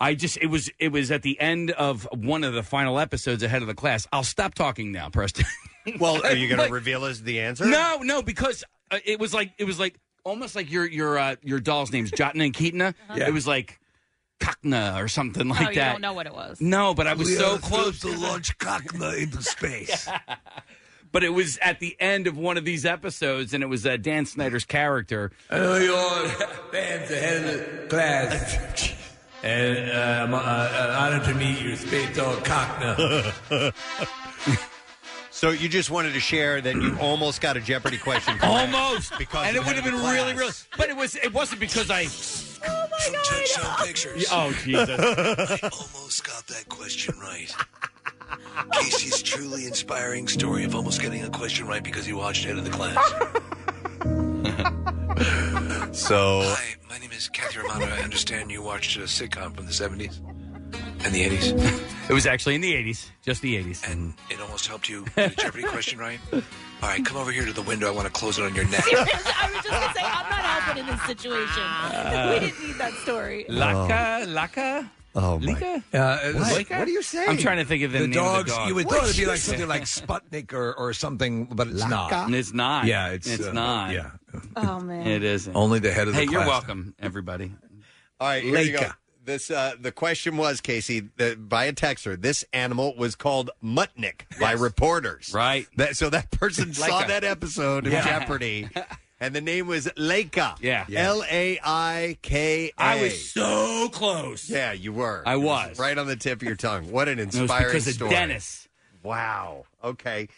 I just it was it was at the end of one of the final episodes ahead of the class. I'll stop talking now, Preston. [laughs]
Well, are you going
Like-
to reveal us the answer?
No, no, because uh, it was like it was like almost like your your uh, your doll's names Jotna and Keatna.
Uh-huh. Yeah.
It was like Cockna or something like
no, you
that.
don't know what it was.
No, but I was
We
so
are
close to
launch Cockna into space.
But it was at the end of one of these episodes, and it was uh, Dan Snyder's character.
I know you're [laughs] fans ahead of the class. [laughs] And uh, I'm uh, uh, honored to meet you, Spade Dog Cockna.
[laughs] So you just wanted to share that you almost got a Jeopardy question. correct
Almost
because
and
of
it would have
head
been
of
really,
class.
really. But it was it wasn't because I.
Oh my god!
Pictures.
Oh Jesus!
almost got that question right.
[laughs] Casey's truly inspiring story of almost getting a question right because he watched Head of
[laughs]
the Class.
So
Hi, my name is Kathy Romano. I understand you watched a sitcom from the 70s and
[laughs]
the 80s.
It was actually in the 80s, just the 80s.
And It almost helped you get a Jeopardy question
[laughs]
right. All right, come over here to the window. I want to close it on your neck.
Seriously, I was just going to say, I'm not helping in this situation. [laughs] we didn't need that story.
Laka, laka.
Oh,
Lika?
Uh,
Lika? I'm trying to think of the,
the
name
dogs.
Of the dog.
You would thought it'd be like something like Sputnik or, or something, but it's not.
It's [laughs] not.
Yeah, it's,
it's
uh,
not.
yeah.
Oh, man.
It isn't.
Only the head of the
Hey, you're
class.
welcome, everybody.
All right, here we go.
Leica.
This uh, the question was Casey that by a texter. This animal was called Muttnik by reporters.
Right.
That, so that person saw
Leica.
that episode of
Yeah. [laughs]
Jeopardy, and the name was Leica.
Yeah.
L A I K A.
I was so close.
Yeah, you were.
I
It
was.
right on the tip of your tongue. What an
was
inspiring
because of
story.
Dennis.
Wow. Okay.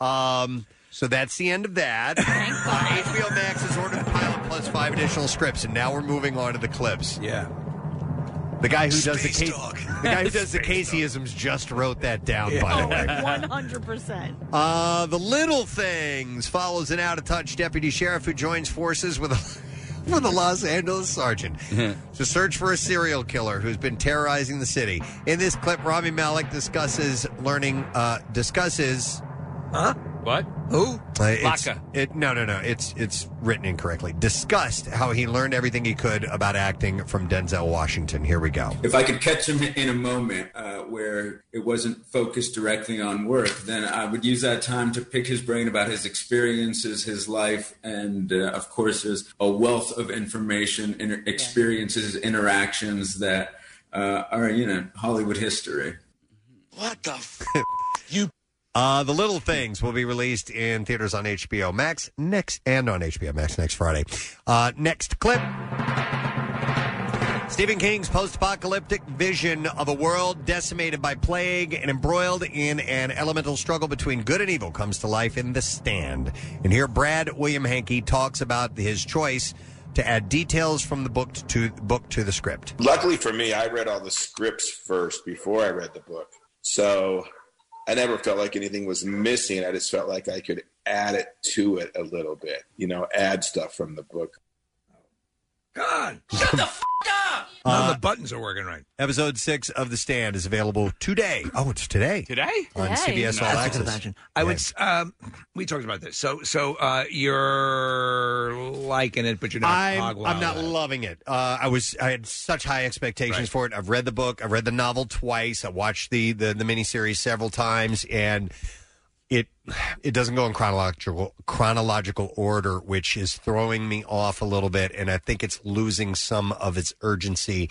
Um. So that's the end of that. Uh, HBO Max has ordered the pilot plus five additional scripts, and now we're moving on to the clips.
Yeah.
The guy who does the
Space
case, the guy who does
[laughs]
the Caseyisms just wrote that down.
Oh,
By the
Oh,
way.
100%.
Uh, the Little Things follows an out of touch deputy sheriff who joins forces with a, [laughs] with a Los Angeles sergeant to search for a serial killer who's been terrorizing the city. In this clip, Rami Malek discusses learning, uh, discusses. Huh?
What?
Who?
Laka.
It, no, no, no. It's it's written incorrectly. Discussed how he learned everything he could about acting from Denzel Washington. Here we go.
If I could catch him in a moment uh, where it wasn't focused directly on work, then I would use that time to pick his brain about his experiences, his life, and uh, of course, there's a wealth of information, inter- experiences, interactions that uh, are, you know, Hollywood history.
What the f-
you. Uh, the Little Things will be released in theaters on HBO Max next and on HBO Max next Friday. Uh, next clip. Stephen King's post apocalyptic vision of a world decimated by plague and embroiled in an elemental struggle between good and evil comes to life in The Stand. And here, Brad William Hankey talks about his choice to add details from the book to, book to the script.
Luckily for me, I read all the scripts first before I read the book. So I never felt like anything was missing. I just felt like I could add it to it a little bit, you know, add stuff from the book.
Uh,
None of the buttons are working right.
Episode six of The Stand is available today. Oh, it's today.
Today?
On CBS All Access.
I would. s- Um, we talked about this. So, so uh, you're liking it, but you're not.
I'm,
hog
I'm not
wild.
loving it. Uh, I was I had such high expectations for it. I've read the book. I've read the novel twice. I watched the the, the miniseries several times, and it it doesn't go in chronological chronological order, which is throwing me off a little bit. And I think it's losing some of its urgency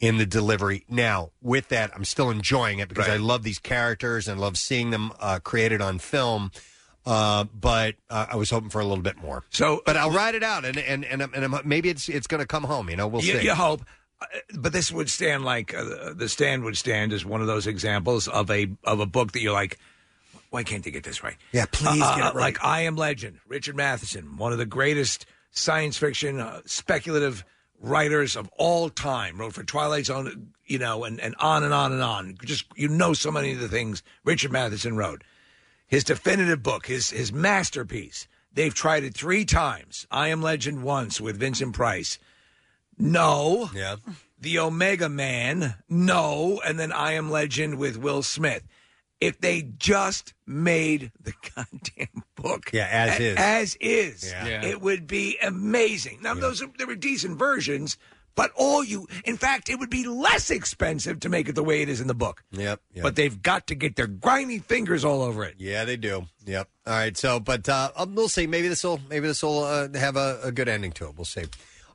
in the delivery. Now, with that, I'm still enjoying it because I love these characters and love seeing them uh, created on film. Uh, but uh, I was hoping for a little bit more.
So,
but I'll ride it out, and and and, I'm- and I'm, maybe it's it's going to come home. You know, we'll
you,
see.
you hope. Uh, But this would stand like uh, the stand would stand as one of those examples of a of a book that you're like, why can't they get this right?
Yeah, please
Uh,
get it
uh, Like I Am Legend, Richard Matheson, one of the greatest science fiction uh, speculative writers of all time, wrote for Twilight Zone, you know, and, and on and on and on. Just you know so many of the things Richard Matheson wrote. His definitive book, his his masterpiece. They've tried it three times. I Am Legend once with Vincent Price. No.
Yeah.
The Omega Man. No. And then I Am Legend with Will Smith. If they just made the goddamn book.
Yeah, as
a-
is.
As is.
Yeah. Yeah.
It would be amazing. Now, those are, there were decent versions, but all you, in fact, it would be less expensive to make it the way it is in the book.
Yep.
But they've got to get their grimy fingers all over it.
Yeah, they do. Yep. All right. So, but uh, um, we'll see. Maybe this will maybe this will uh, have a, a good ending to it. We'll see.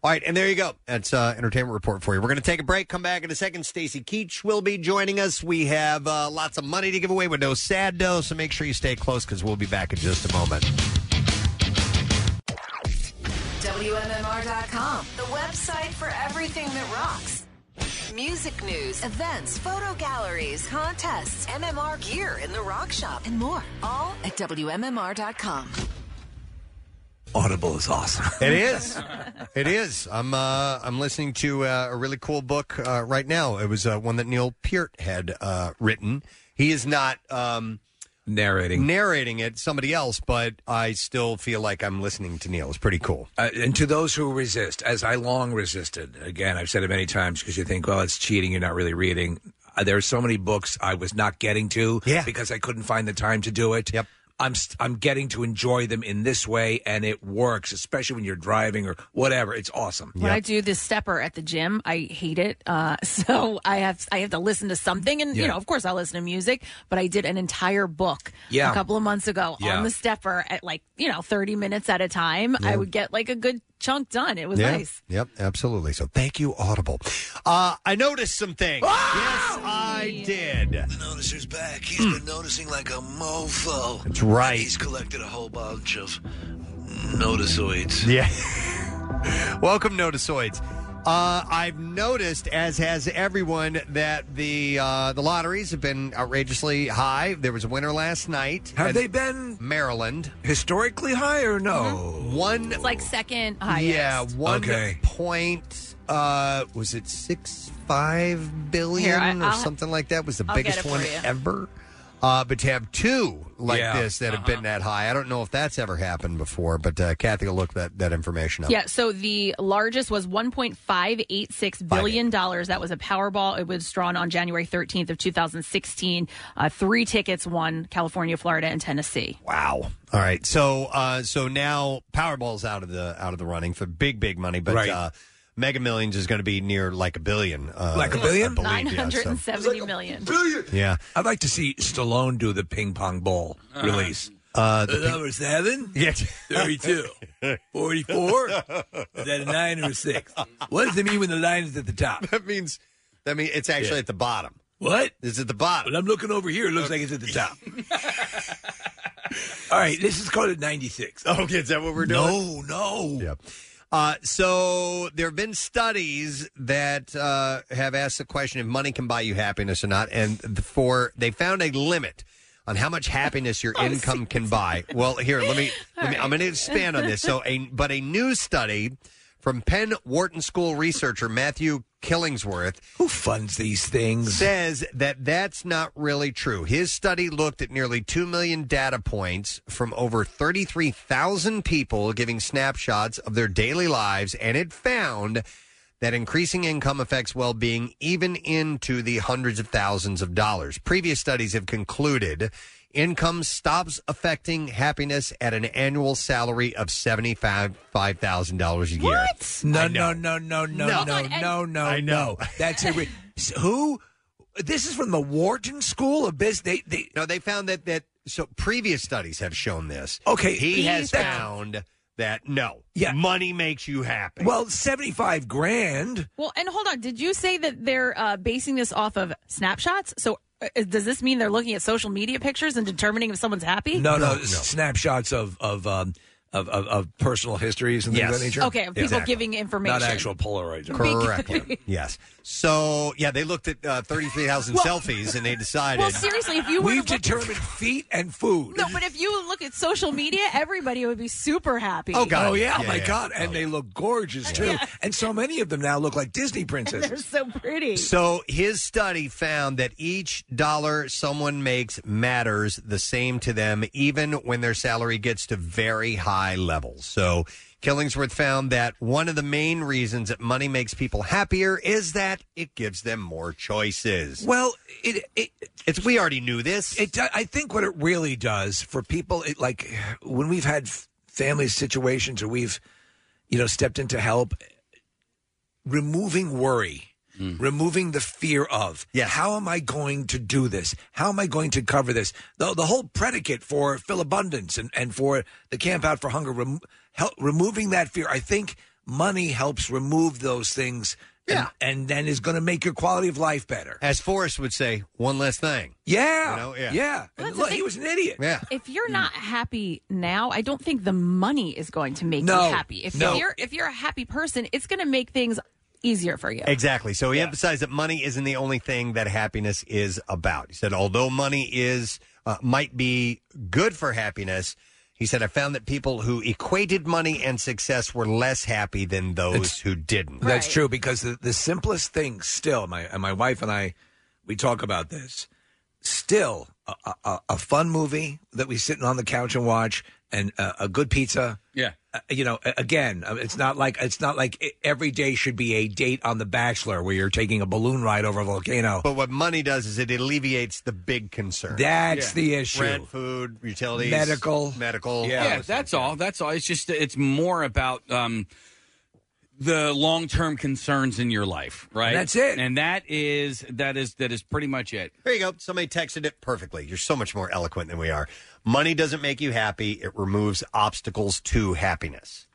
All right, and there you go. That's uh, entertainment report for you. We're going to take a break. Come back in a second. Stacy Keach will be joining us. We have uh, lots of money to give away with no sad dough, so make sure you stay close because we'll be back in just a moment.
WMMR.com, the website for everything that rocks. Music news, events, photo galleries, contests, MMR gear in the rock shop, and more. All at WMMR.com.
Audible is awesome.
[laughs] It is. It is. I'm uh, I'm listening to uh, a really cool book uh, right now. It was uh, one that Neil Peart had uh, written He is not um,
narrating
narrating it. Somebody else, but I still feel like I'm listening to Neil. It's pretty cool.
Uh, and to those who resist, as I long resisted, again, I've said it many times because you think, well, it's cheating. You're not really reading. Uh, there are so many books I was not getting to because I couldn't find the time to do it. Yep. I'm st- I'm getting to enjoy them in this way, and it works, especially when you're driving or whatever. It's awesome.
When I do the stepper at the gym, I hate it. Uh, [laughs] so I have I have to listen to something, and
Yeah.
you know, of course, I listen to music. But I did an entire book
Yeah.
a couple of months ago
Yeah.
on the stepper at like you know thirty minutes at a time.
Yeah.
I would get like a good chunk done. It was
Yeah.
nice.
Yep, absolutely. So thank you, Audible. Uh, I noticed some things.
Ah!
Yes, I did.
The noticer's back. He's been noticing like a mofo.
That's right.
And he's collected a whole bunch of noticeoids.
Yeah. [laughs] Welcome, Notisoids. Uh, I've noticed, as has everyone, that the uh, the lotteries have been outrageously high. There was a winner last night.
Have they
been Maryland Mm-hmm.
historically high or no?
One
It's like second highest.
yeah, one
Okay.
point. Uh, was it six five billion
Here, I-
or
I'll-
something like that? Was the
I'll get
biggest
it
one
for you.
ever. Uh, but to have two like
Yeah.
this that
Uh-huh.
have been that high, I don't know if that's ever happened before. But uh, Kathy will look that that information up.
Yeah, so the largest was 1.586 billion dollars. That was a Powerball. It was drawn on January 13th of 2016. Uh, three tickets won: California, Florida, and Tennessee.
Wow. All right. So uh, so now Powerball's out of the out of the running for big big money, but
Right.
uh, Mega Millions is going to be near like a billion. Uh,
Like a billion?
I believe, yeah, so-
970 million.
Yeah.
I'd like to see Stallone do the ping pong ball release.
Uh,
The number seven?
Yes. [laughs]
32. 44? Is that a nine or
[laughs]
a six? What does it mean when the line is at the top?
That means that means it's actually at the bottom.
What?
It's at the bottom.
But I'm looking over here. It looks like it's at
[laughs]
the top. All right, this is called a 96.
Okay, is that what we're
No,
doing?
no.
Yeah. Uh, so there have been studies that uh, have asked the question if money can buy you happiness or not, and the- for they found a limit on how much happiness
[laughs]
your
Oh,
income can buy. Well, here let me, let me I'm going to expand on this. So, a but a new study from Penn Wharton School researcher Matthew Killingsworth,
who funds these things,
says that that's not really true. His study looked at nearly 2 million data points from over 33,000 people giving snapshots of their daily lives, and it found that increasing income affects well being even into the hundreds of thousands of dollars. Previous studies have concluded income stops affecting happiness at an annual salary of $75,000 a year. What?
No, no, no, no, no, no, no, no, no.
I know.
[laughs] That's it. Who? This is from the Wharton School of Business. They, they,
no, they found that that so previous studies have shown this.
Okay,
he has
that-
found that no, money makes you happy.
Well, seventy-five grand.
Well, and hold on. Did you say that they're uh, basing this off of snapshots? So uh, does this mean they're looking at social media pictures and determining if someone's happy?
No, no, snapshots of of um of, of, of personal histories and things
Yes.
of that nature.
Okay, of people giving information.
Not actual Polaroids.
Correctly. yes. So yeah, they looked at uh, thirty-three thousand selfies and they decided.
Well, seriously, if you were to look-
feet and food.
No, but if you look at social media, everybody would be super happy.
Oh, God. yeah, my God. And they look gorgeous, too. And so many of them now look like Disney
[laughs] They're
princesses.
so pretty.
So his study found that each dollar someone makes matters the same to them, even when their salary gets to very high levels. So Killingsworth found that one of the main reasons that money makes people happier is that it gives them more choices.
Well, it, it
it's we already knew this.
It, do- I think what it really does for people, it, like when we've had f- family situations or we've, you know, stepped in to help, removing worry, removing the fear of, yeah, how am I going to do this? How am I going to cover this? The, the whole predicate for Phil Abundance and, and for the Camp Out for Hunger, rem, hel- removing that fear. I think money helps remove those things. Yeah. And, and then is going to make your quality of life better.
As Forrest would say, one less thing.
Yeah.
You know, yeah.
Yeah.
Well,
And
that's the
look, he
thing.
was an idiot.
Yeah.
If you're
Mm.
not happy now, I don't think the money is going to make
No.
you happy. If
No.
you're if you're a happy person, it's going to make things easier for you.
Exactly. So he emphasized that money isn't the only thing that happiness is about. He said, although money is uh, might be good for happiness, he said, I found that people who equated money and success were less happy than those who didn't.
That's true because the, the simplest thing still, my and my wife and I, we talk about this. still a, a- a, a fun movie that we sit on the couch and watch, and uh, a good pizza.
Yeah.
Uh, you know, a- again, uh, it's not like it's not like i- every day should be a date on The Bachelor where you're taking a balloon ride over a volcano.
But what money does is it alleviates the big concern.
That's the issue.
Rent, food, utilities,
Medical.
medical.
Yeah, that's all. That's all. It's just it's more about um, the long term concerns in your life, right?
That's it.
and that is that is that is pretty much it.
There you go. Somebody texted it perfectly. You're so much more eloquent than we are. Money doesn't make you happy. It removes obstacles to happiness.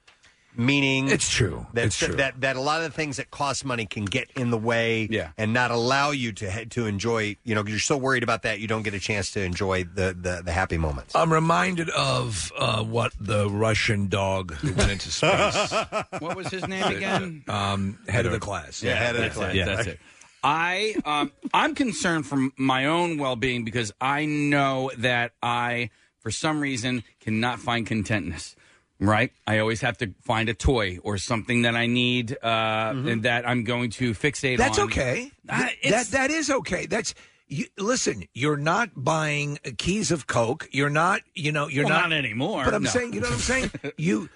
Meaning,
it's true.
That,
It's true.
That that a lot of the things that cost money can get in the way,
Yeah.
and not allow you to ha- to enjoy. You know, you're so worried about that, you don't get a chance to enjoy the the, the happy moments.
I'm reminded of uh, what the Russian dog who went into space.
what was his name again?
Um, head of the class.
Yeah, that's it, that's it. I um, I'm concerned for my own well being because I know that I, for some reason, cannot find contentness. Right, I always have to find a toy or something that I need uh, and that I'm going to fixate
Mm-hmm. That's
on.
okay.
Uh,
that that is okay. That's you, listen. You're not buying uh, keys of Coke. You're not. You know. You're
Well,
not,
not anymore,
But I'm
no.
saying. You know what I'm
[laughs]
saying. you.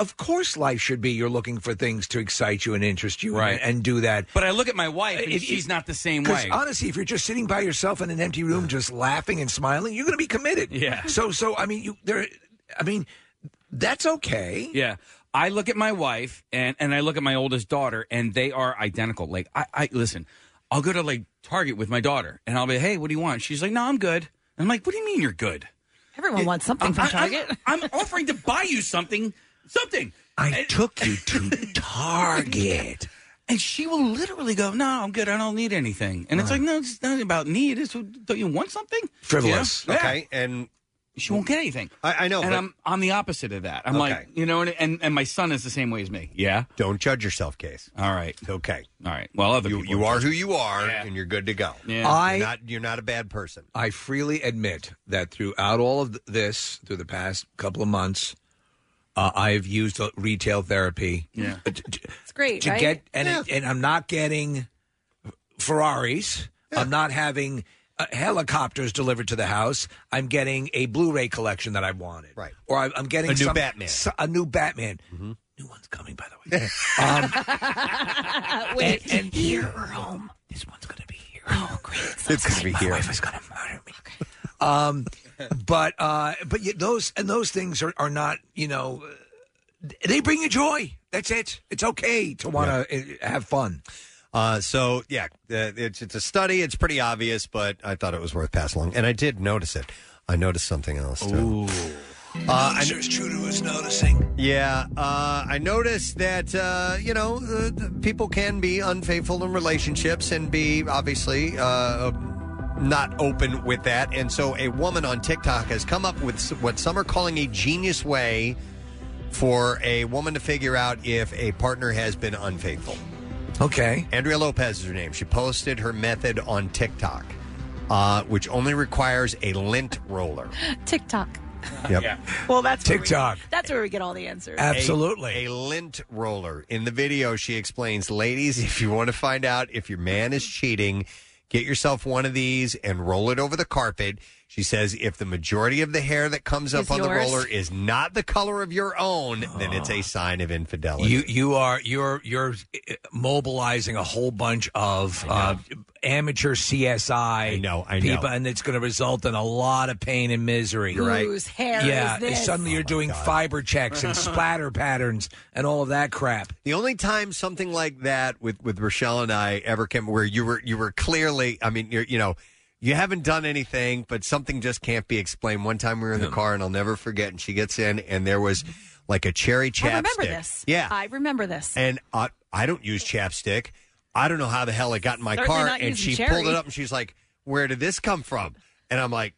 Of course, life should be you're looking for things to excite you and interest you,
Right.
And, and do that.
But I look at my wife, and
Uh, If-
she's
if-
not the same
Because
way.
honestly, if you're just sitting by yourself in an empty room, just laughing and smiling, you're going to be committed.
Yeah.
So, so I mean, you there. I mean, that's okay.
Yeah. I look at my wife and, and I look at my oldest daughter and they are identical. Like I, I listen, I'll go to like Target with my daughter and I'll be, Hey, what do you want? She's like, No, I'm good. And I'm like, What do you mean you're good?
Everyone wants something
I'm-
from
I- I'm-
Target.
I'm, offering to buy you something. Something.
I took you
[laughs]
to Target.
And she will literally go, No, I'm good. I don't need anything. And it's like, No, it's not about need. It's don't you want something?
Frivolous.
You know? Yeah.
Okay, and
She won't get anything.
I, I know.
and
but-
I'm I'm the opposite of that. I'm
Okay.
like, you know, and, and and my son is the same way as me. Yeah.
Don't judge yourself, Case.
All right.
Okay.
All right. Well, other
You,
people
you are who you are, and you're good to go.
Yeah.
I-
you're not, you're not a bad person.
I freely admit that throughout all of th- this, through the past couple of months, uh, I have used uh, retail therapy
Yeah.
t- t-
It's great,
to
right?
get, and it- and I'm not getting Ferraris. I'm not having uh, helicopters delivered to the house. I'm getting a Blu-ray collection that I wanted, right? Or I, I'm getting
A new
some-
Batman.
so- a new Batman. New one's coming, by the way. um,
Wait,
and, and
here or home?
[laughs]
It's gonna be here.
Um, but uh, but yet those and those things are, are not you know uh, they bring you joy. That's it. It's okay to want to uh have fun.
Uh, so yeah, uh, it's it's a study. It's pretty obvious, but I thought it was worth passing along, and I did notice it. I noticed something else too. Uh, I-
Nature's true to us noticing.
yeah, uh, I noticed that uh, you know uh, th- people can be unfaithful in relationships and be obviously uh, not open with that. And so, a woman on TikTok has come up with s- what some are calling a genius way for a woman to figure out if a partner has been unfaithful.
Okay.
Andrea Lopez is her name. She posted her method on TikTok, uh, which only requires a lint
[laughs]
roller.
TikTok.
Yep.
Well, that's where we-
TikTok.
that's where we get all the answers.
A, a lint roller. In the video, she explains, ladies, if you want to find out if your man is cheating, get yourself one of these and roll it over the carpet. She says, if the majority of the hair that comes up
Is
on the
yours.
roller is not the color of your own, then it's a sign of infidelity.
You you are you're you're uh, mobilizing a whole bunch of uh, amateur CSI. I
know, I know.
people, and it's going to result in a lot of pain and misery.
You're right. Whose hair
yeah, eh,
is this?
suddenly you're doing fiber checks and splatter patterns and all of that crap.
The only time something like that with with Rochelle and I ever came where you were you were clearly, I mean, you're, you know, you haven't done anything, but something just can't be explained. One time we were in the car, and I'll never forget. And she gets in, and there was like a cherry chapstick.
I remember this.
Yeah,
I remember this.
and I, I don't use chapstick. I don't know how the hell it got in my
Certainly
car.
not
And
using
she
cherry.
pulled it up and she's like, Where did this come from? And I'm like,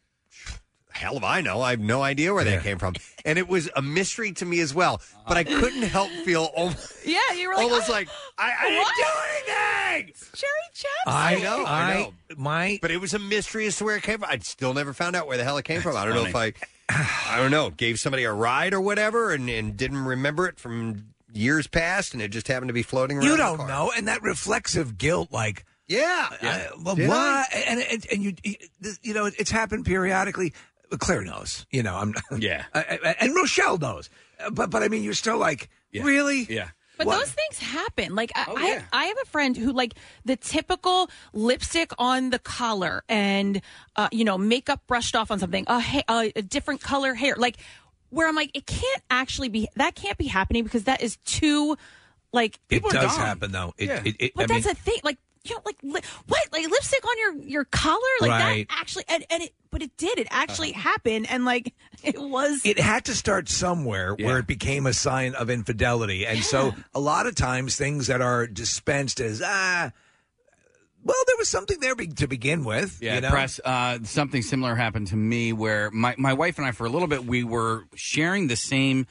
Hell if I know. I have no idea where that came from. And it was a mystery to me as well. But I couldn't help feel almost,
Yeah, you were like,
almost
oh, [gasps]
like, I, I
what?
didn't do anything.
Cherry Chapstick.
I know. I,
I-
know.
my-
But it was a mystery as to where it came from. I still never found out where the hell it came from. I don't know if I, [sighs] I don't know, gave somebody a ride or whatever, and, and didn't remember it from years past, and it just happened to be floating around.
You
in the
don't
car.
know, and that reflexive guilt, like Yeah. I- well,
Did
Uh, why? And, and and you you know it's happened periodically. Claire knows. You know I'm. [laughs]
Yeah.
I, I- and Rochelle knows. Uh, But but I mean, you're still like really.
Yeah.
But those things happen. Like
Oh,
I, I, I have a friend who like the typical lipstick on the collar and uh, you know makeup brushed off on something, a, ha- a, a different color hair. Like where I'm like, it can't actually be. That can't be happening because that is too. Like
It
people are
does
dumb.
happen though. It, it, it,
But
I
that's
mean,
a thing. Like you know, like li- what? Like lipstick on your your collar? Like
Right. Uh-huh.
that actually? And, and it, but it did. It actually happened, and like [laughs] it was.
it had to start somewhere where it became a sign of infidelity. And so a lot of times things that are dispensed as, ah, well, there was something there be- to begin with.
Yeah,
you know?
press. Uh, something similar happened to me where my, my wife and I, for a little bit, we were sharing the same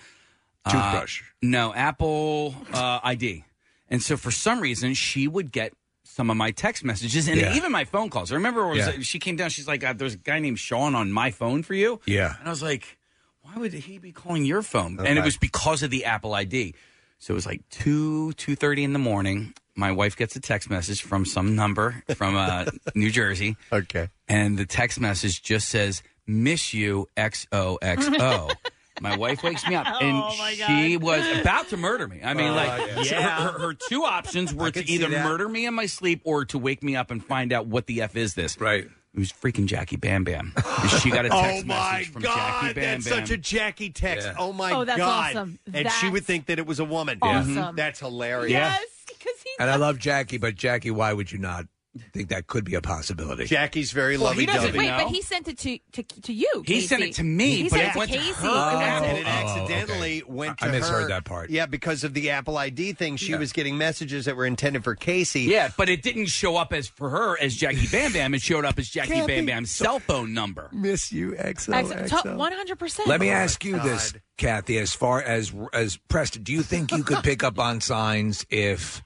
uh,
Toothbrush.
no, Apple uh, ID, and so for some reason she would get some of my text messages and
Yeah.
even my phone calls. I remember it was,
Yeah.
she came down. She's like, uh, "There's a guy named Sean on my phone for you."
Yeah.
and I was like, "Why would he be calling your
Oh
phone?" And it
Okay.
was because of the Apple ID. So it was like two two thirty in the morning. My wife gets a text message from some number from uh, [laughs] New Jersey.
Okay.
And the text message just says, Miss you,
[laughs]
XOXO. my wife wakes me up
[laughs]
and
Oh, my God.
she was about to murder me. I mean,
Oh,
like,
yeah.
so her, her, her two options were to
could see
either
that.
murder me in my sleep or to wake me up and find out what the F is this.
Right.
It was freaking Jackie Bam
[laughs]
Bam. She got a text
oh my
message from
god,
Jackie Bam
that's
Bam.
such a Jackie text.
Yeah.
Oh my
Oh, that's
god!
awesome.
And she would
That's
think that it was a woman.
awesome. Yeah.
That's hilarious.
Yes, because he.
And I love Jackie, but Jackie, why would you not think that could be a possibility?
Jackie's very
well,
he doesn't wait, but he sent it to to, to you.
He sent
Casey.
it to me,
He
but
sent
it
it to
went to
Casey.
her.
It went
and
to-
it
oh,
accidentally went to
I misheard
her-
that part.
Yeah, because of the Apple ID thing, she was getting messages that were intended for Casey.
Yeah, but it didn't show up as for her as Jackie Bam Bam. It showed up as Jackie
Can't be-
Bam Bam's cell phone number.
Miss you,
Ex- to- 100%.
Let me ask you this, Kathy. As far as as Preston, do you think you could pick up on signs if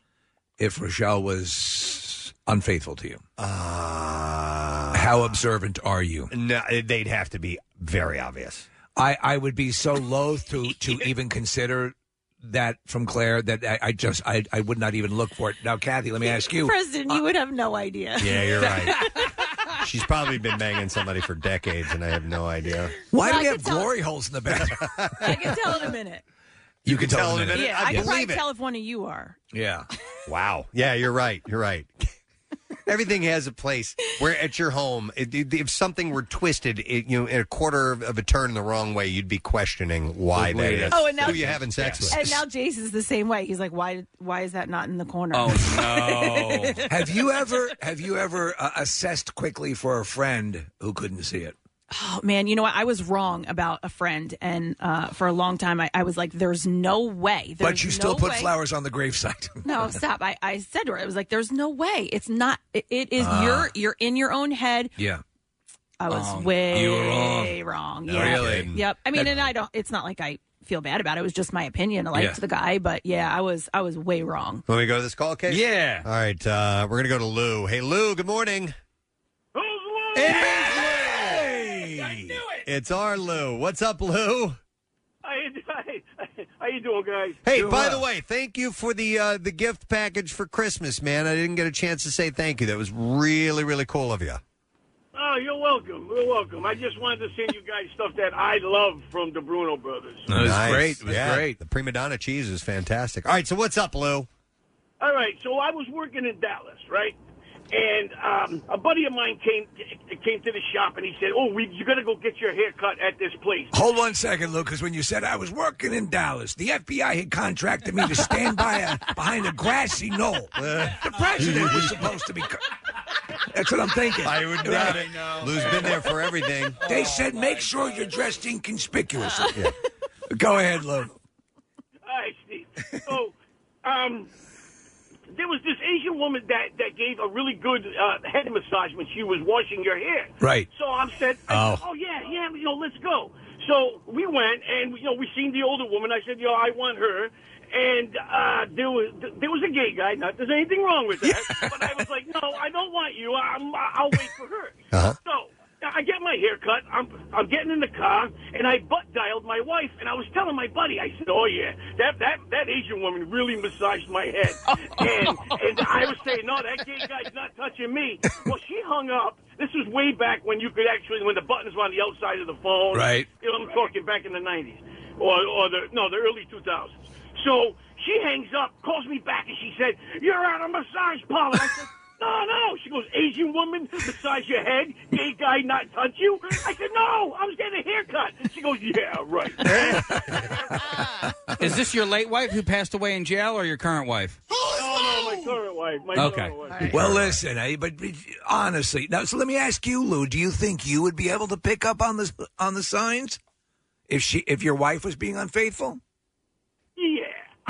if Rochelle was unfaithful to you? How observant are you?
No, they'd have to be very obvious.
I I would be so loath to to even consider that from Claire that I, I just I I would not even look for it. Now, Kathy, let me ask you.
President, you would have
[laughs]
no idea.
Yeah, you're right. She's probably been banging somebody for decades, and I have no idea.
Why
Well,
do we
I
have
could tell-
glory holes in the
[laughs]
bathroom?
[laughs] I can tell in a minute.
You can tell in a minute.
Yeah, I, can probably tell if one of you are.
Yeah.
Wow. Yeah, you're right. You're right. [laughs] Everything has a place. Where at your home, it- it- if something were twisted, it, you know, in a quarter of, of a turn the wrong way, you'd be questioning why that is.
Oh, and now
who you having sex with?
And now Jason's the same way. He's like, why? Why is that not in the corner?
Oh, have you ever have you ever uh, assessed quickly for a friend who couldn't see it?
[laughs] Oh man, you know what? I was wrong about a friend, and uh, for a long time, I, I was like, "There's no way." There's
but you still
no
put
way.
flowers on the gravesite. [laughs]
No, stop. I, I said to her, I was like, "There's no way. It's not. It, it is.
Ah.
you're you're in your own head.
Yeah.
I was
Um,
way
you were wrong.
wrong.
No
yeah.
kidding.
Yep. I mean, and I don't. It's not like I feel bad about it. It was just my opinion. I liked
Yeah.
the guy, but yeah, I was I was way wrong.
Let me go to this call case.
Yeah.
All right. Uh, we're gonna go to Lou. Hey, Lou. Good morning. Hey! It's our Lou. What's up, Lou?
How you, how you doing, guys?
Hey, by the way, thank you for the uh, the gift package for Christmas, man. I didn't get a chance to say thank you. That was really, really cool of you.
Oh, you're welcome. You're welcome. I just wanted to send you guys stuff that I love from the Bruno Brothers.
That
was great. It was
great. The prima donna cheese is fantastic. All right, so what's up, Lou?
All right, so I was working in Dallas, right? And um, a buddy of mine came came to the shop and he said, "Oh, we, you got to go get your hair cut at this place."
Hold one second, Lucas. When you said I was working in Dallas, the FBI had contracted me to stand by a, behind a
[laughs]
grassy knoll.
Uh,
The president was supposed to be. co- That's what I'm thinking. I
would doubt it. Lou's been there for everything.
[laughs] They said make sure you're dressed inconspicuously. Go ahead, Lou.
All right, Steve. So, um, there was this Asian woman that, that gave a really good uh, head massage when she was washing your hair.
Right.
So I'm said, I
Oh.
said, oh yeah, yeah, you know, let's go. So we went and you know we seen the older woman. I said, yo, I want her. And uh, there was there was a gay guy. Not that there's anything wrong with that, but I was like, no, I don't want you. I'm, I'll wait for her. So I get my hair cut. I'm I'm getting in the car, and I butt dialed my wife, and I was telling my buddy, I said, "Oh yeah, that that that Asian woman really massaged my head," and and I was saying, "No, that gay guy's not touching me." Well, she hung up. This was way back when you could actually when the buttons were on the outside of the phone.
Right.
You know, I'm talking back in the '90s, or or the no, the early 2000s. So she hangs up, calls me back, and she said, "You're out of massage parlor." I
[laughs]
said. No, no. She goes, Asian woman, massage your head, gay guy not touch you. I said, no, I was getting a haircut. She goes, yeah, right.
Is this your late wife who passed away in jail or your current wife?
Oh, no, no, my current wife. My
Okay.
current wife.
Well, listen, I, but but honestly, now so let me ask you, Lou. Do you think you would be able to pick up on the on the signs if she if your wife was being unfaithful?
Yeah.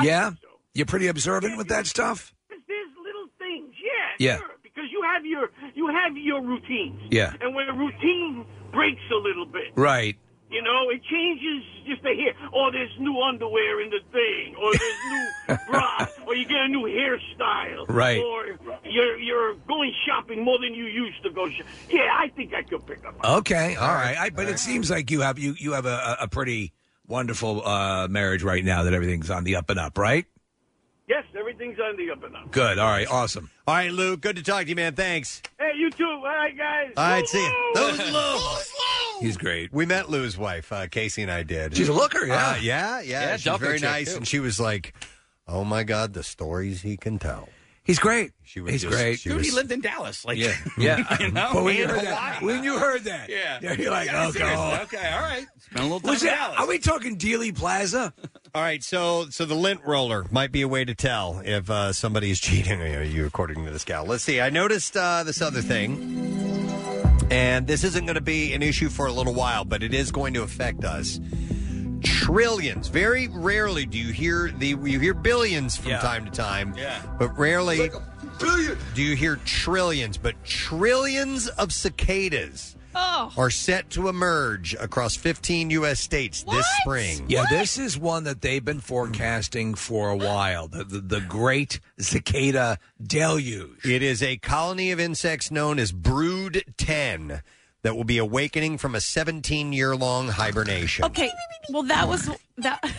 yeah, you're pretty observant with that stuff.
There's, there's little things, yeah.
Yeah.
Sure, because you have your you have your routines.
Yeah.
And when a routine breaks a little bit,
Right.
you know, it changes just a hair. Or oh, there's new underwear in the thing, or there's
[laughs]
new bra, or you get a new hairstyle.
Right.
Or you're you're going shopping more than you used to go. Sh- yeah, I think I could pick up.
Okay, all right. I, but it seems like you have you you have a, a pretty wonderful uh, marriage right now. That everything's on the up and up, right?
Yes, everything's on the up and up.
Good. All right. Awesome.
All right, Lou. Good to
[laughs]
talk to you, man. Thanks.
Hey, you too. All right, guys.
All right, see you.
Woo-hoo!
That was Lou.
He's great.
We met Lou's wife, uh, Casey, and I did.
She's a looker, yeah.
Uh, yeah, yeah.
Yeah,
She's
Dublin
very
chick,
nice,
too.
and she was like, "Oh my God, the stories he can tell."
He's great.
She was
He's
just-
great.
She was,
lived in Dallas. Like,
Yeah, yeah.
[laughs] You know?
But when [laughs] you
And
heard that,
Hawaii.
when you heard that,
Yeah.
you're like,
Yeah,
oh
seriously.
god.
Okay, all right. Spent a little time
Was
in
it-
Dallas.
are we talking Dealey Plaza?
[laughs] All right, so so the lint roller might be a way to tell if uh, somebody is [laughs] cheating on you, according to this gal. Let's see. I noticed uh, this other thing, and this isn't going to be an issue for a little while, but it is going to affect us. Trillions. Very rarely do you hear the you hear billions from time to time,
Yeah.
but rarely do you hear trillions. But trillions of cicadas
Oh.
are set to emerge across 15 U.S. states this spring.
Yeah, this is one that they've been forecasting for a while. The the, the great cicada deluge.
It is a colony of insects known as Brood 10 that will be awakening from a 17 year long hibernation.
Okay. Well, that was that. [laughs]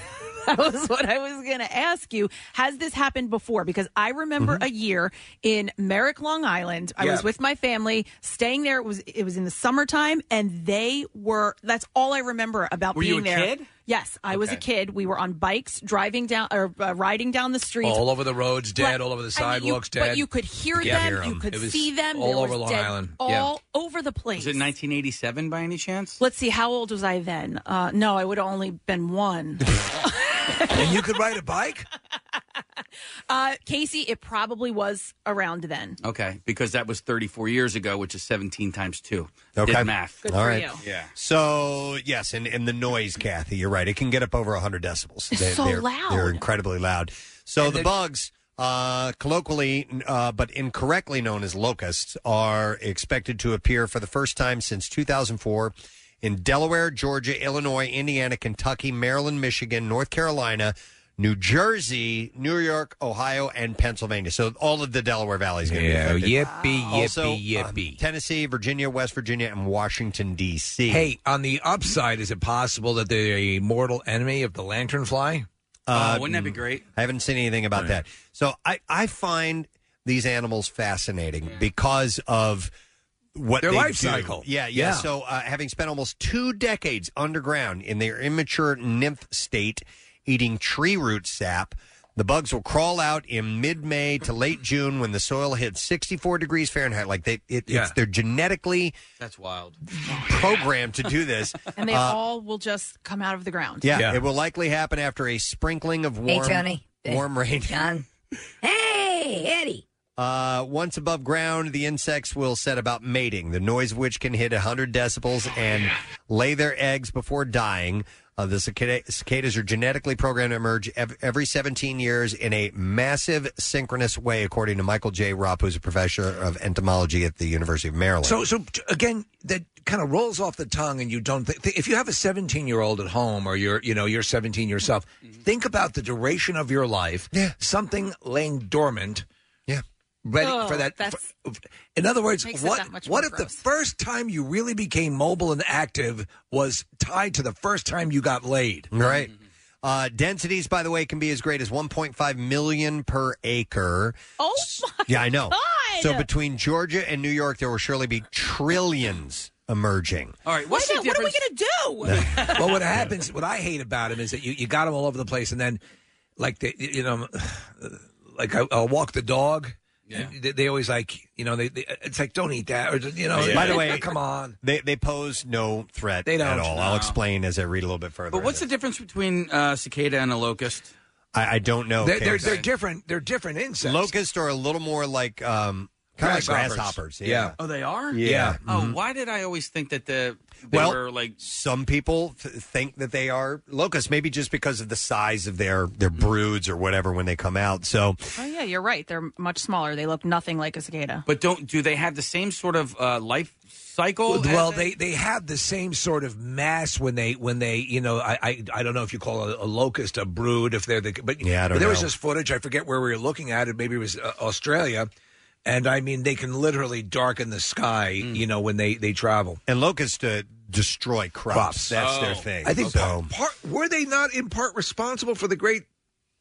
That was what I was going to ask you. Has this happened before? Because I remember
Mm-hmm.
a year in Merrick, Long Island. I
Yeah.
was with my family, staying there. It was it was in the summertime, and they were. That's all I remember about
Were
being
you a
there.
kid?
Yes, I was a
Okay.
kid. We were on bikes, driving down or uh, riding down the streets.
All over the roads, dead. all over the
I mean, you-
sidewalks, dead.
But you could hear
Yeah.
them.
Hear 'em.
You could
um, It was
see them.
all
There
over
was
Long
dead
Island.
All
Yeah.
over the place.
Was it 1987 by any chance?
Let's see. How old was I then? Uh, no, I would have only been one.
and you could ride a bike.
Uh, Casey, it probably was around then.
Okay, because that was 34 years ago, which is 17 times two. Did math.
Good
All
for
right.
you.
Yeah.
So, yes, and, and the noise, Kathy, you're right. It can get up over 100 decibels.
It's so
they're,
loud.
They're incredibly loud. So, the bugs, uh, colloquially uh, but incorrectly known as locusts, are expected to appear for the first time since 2004 in Delaware, Georgia, Illinois, Indiana, Kentucky, Maryland, Michigan, North Carolina, New Jersey, New York, Ohio, and Pennsylvania. So, all of the Delaware Valley is going to
Yeah,
be affected.
yippee, yippee,
Also, um,
yippee.
Tennessee, Virginia, West Virginia, and Washington, D.C.
Hey, on the upside, is it possible that they're a mortal enemy of the lanternfly?
Uh,
Oh, wouldn't that be great?
I haven't seen anything about that. So I, I find these animals fascinating because of what
Their
they
life
do.
cycle.
Yeah, yeah.
Yeah.
So uh, having spent almost two decades underground in their immature nymph state, eating tree root sap. The bugs will crawl out in mid-May to late June when the soil hits 64 degrees Fahrenheit. Like they, it,
Yeah.
it's they're genetically
That's wild.
programmed to do this.
[laughs] And they
Uh,
all will just come out of the ground.
yeah, it will likely happen after a sprinkling of warm,
Tony.
warm rain.
John. Hey, Eddie.
Uh, once above ground, the insects will set about mating, the noise of which can hit 100 decibels and lay their eggs before dying. Uh, the cicada- cicadas are genetically programmed to emerge ev- every 17 years in a massive synchronous way, according to Michael J. Rupp, who's a professor of entomology at the University of Maryland.
So, so t- again, that kind of rolls off the tongue, and you don't think. If you have a 17 year old at home, or you're, you know, you're 17 yourself, think about the duration of your life. Yeah. Something laying dormant.
Yeah.
ready
Oh,
for that.
that's-
for- in other words,
Makes it
what
that much
what
more
if the first time you really became mobile and active was tied to the first time you got laid?
Right. Uh, densities, by the way, can be as great as 1.5 million per acre.
Oh, my
Yeah, I know.
God.
So between Georgia and New York, there will surely be trillions emerging.
All right,
what's
Why
the
not? What are we going to do?
[laughs] well, what happens? What I hate about him is that you, you got him all over the place, and then like the you know, like I, I'll walk the dog. Yeah. They, they always like you know they, they it's like don't eat that or you know
By the way,
come on
They, they pose no threat
They don't,
at all. I'll
no.
explain as I read a little bit further.
But what's the difference between uh, cicada and a locust?
I, I don't know.
they're,
Cam.
they're, they're different they're different insects
Locusts are a little more like um, kind of like grasshoppers.
Grasshoppers. Yeah. Mm-hmm.
Oh, they are.
Yeah. Yeah.
Oh,
Mhm.
why did I always think that the they
Well-
were like
Some people th- think that they are locusts, maybe just because of the size of their their broods or whatever when they come out. So
Oh yeah, you're right. They're much smaller. They look nothing like a cicada.
But don't do they have the same sort of uh, life cycle? as
well
a-
they they have the same sort of mass when they when they you know i i, I don't know if you call a, a locust a brood if they're the but
Yeah, I don't
but there was
know.
this footage i forget where we were looking at it maybe it was uh, australia and i mean they can literally darken the sky you know when they they travel
and locusts uh, destroy crops. That's their thing.
I think
so.
part, part- were they not in part responsible for the Great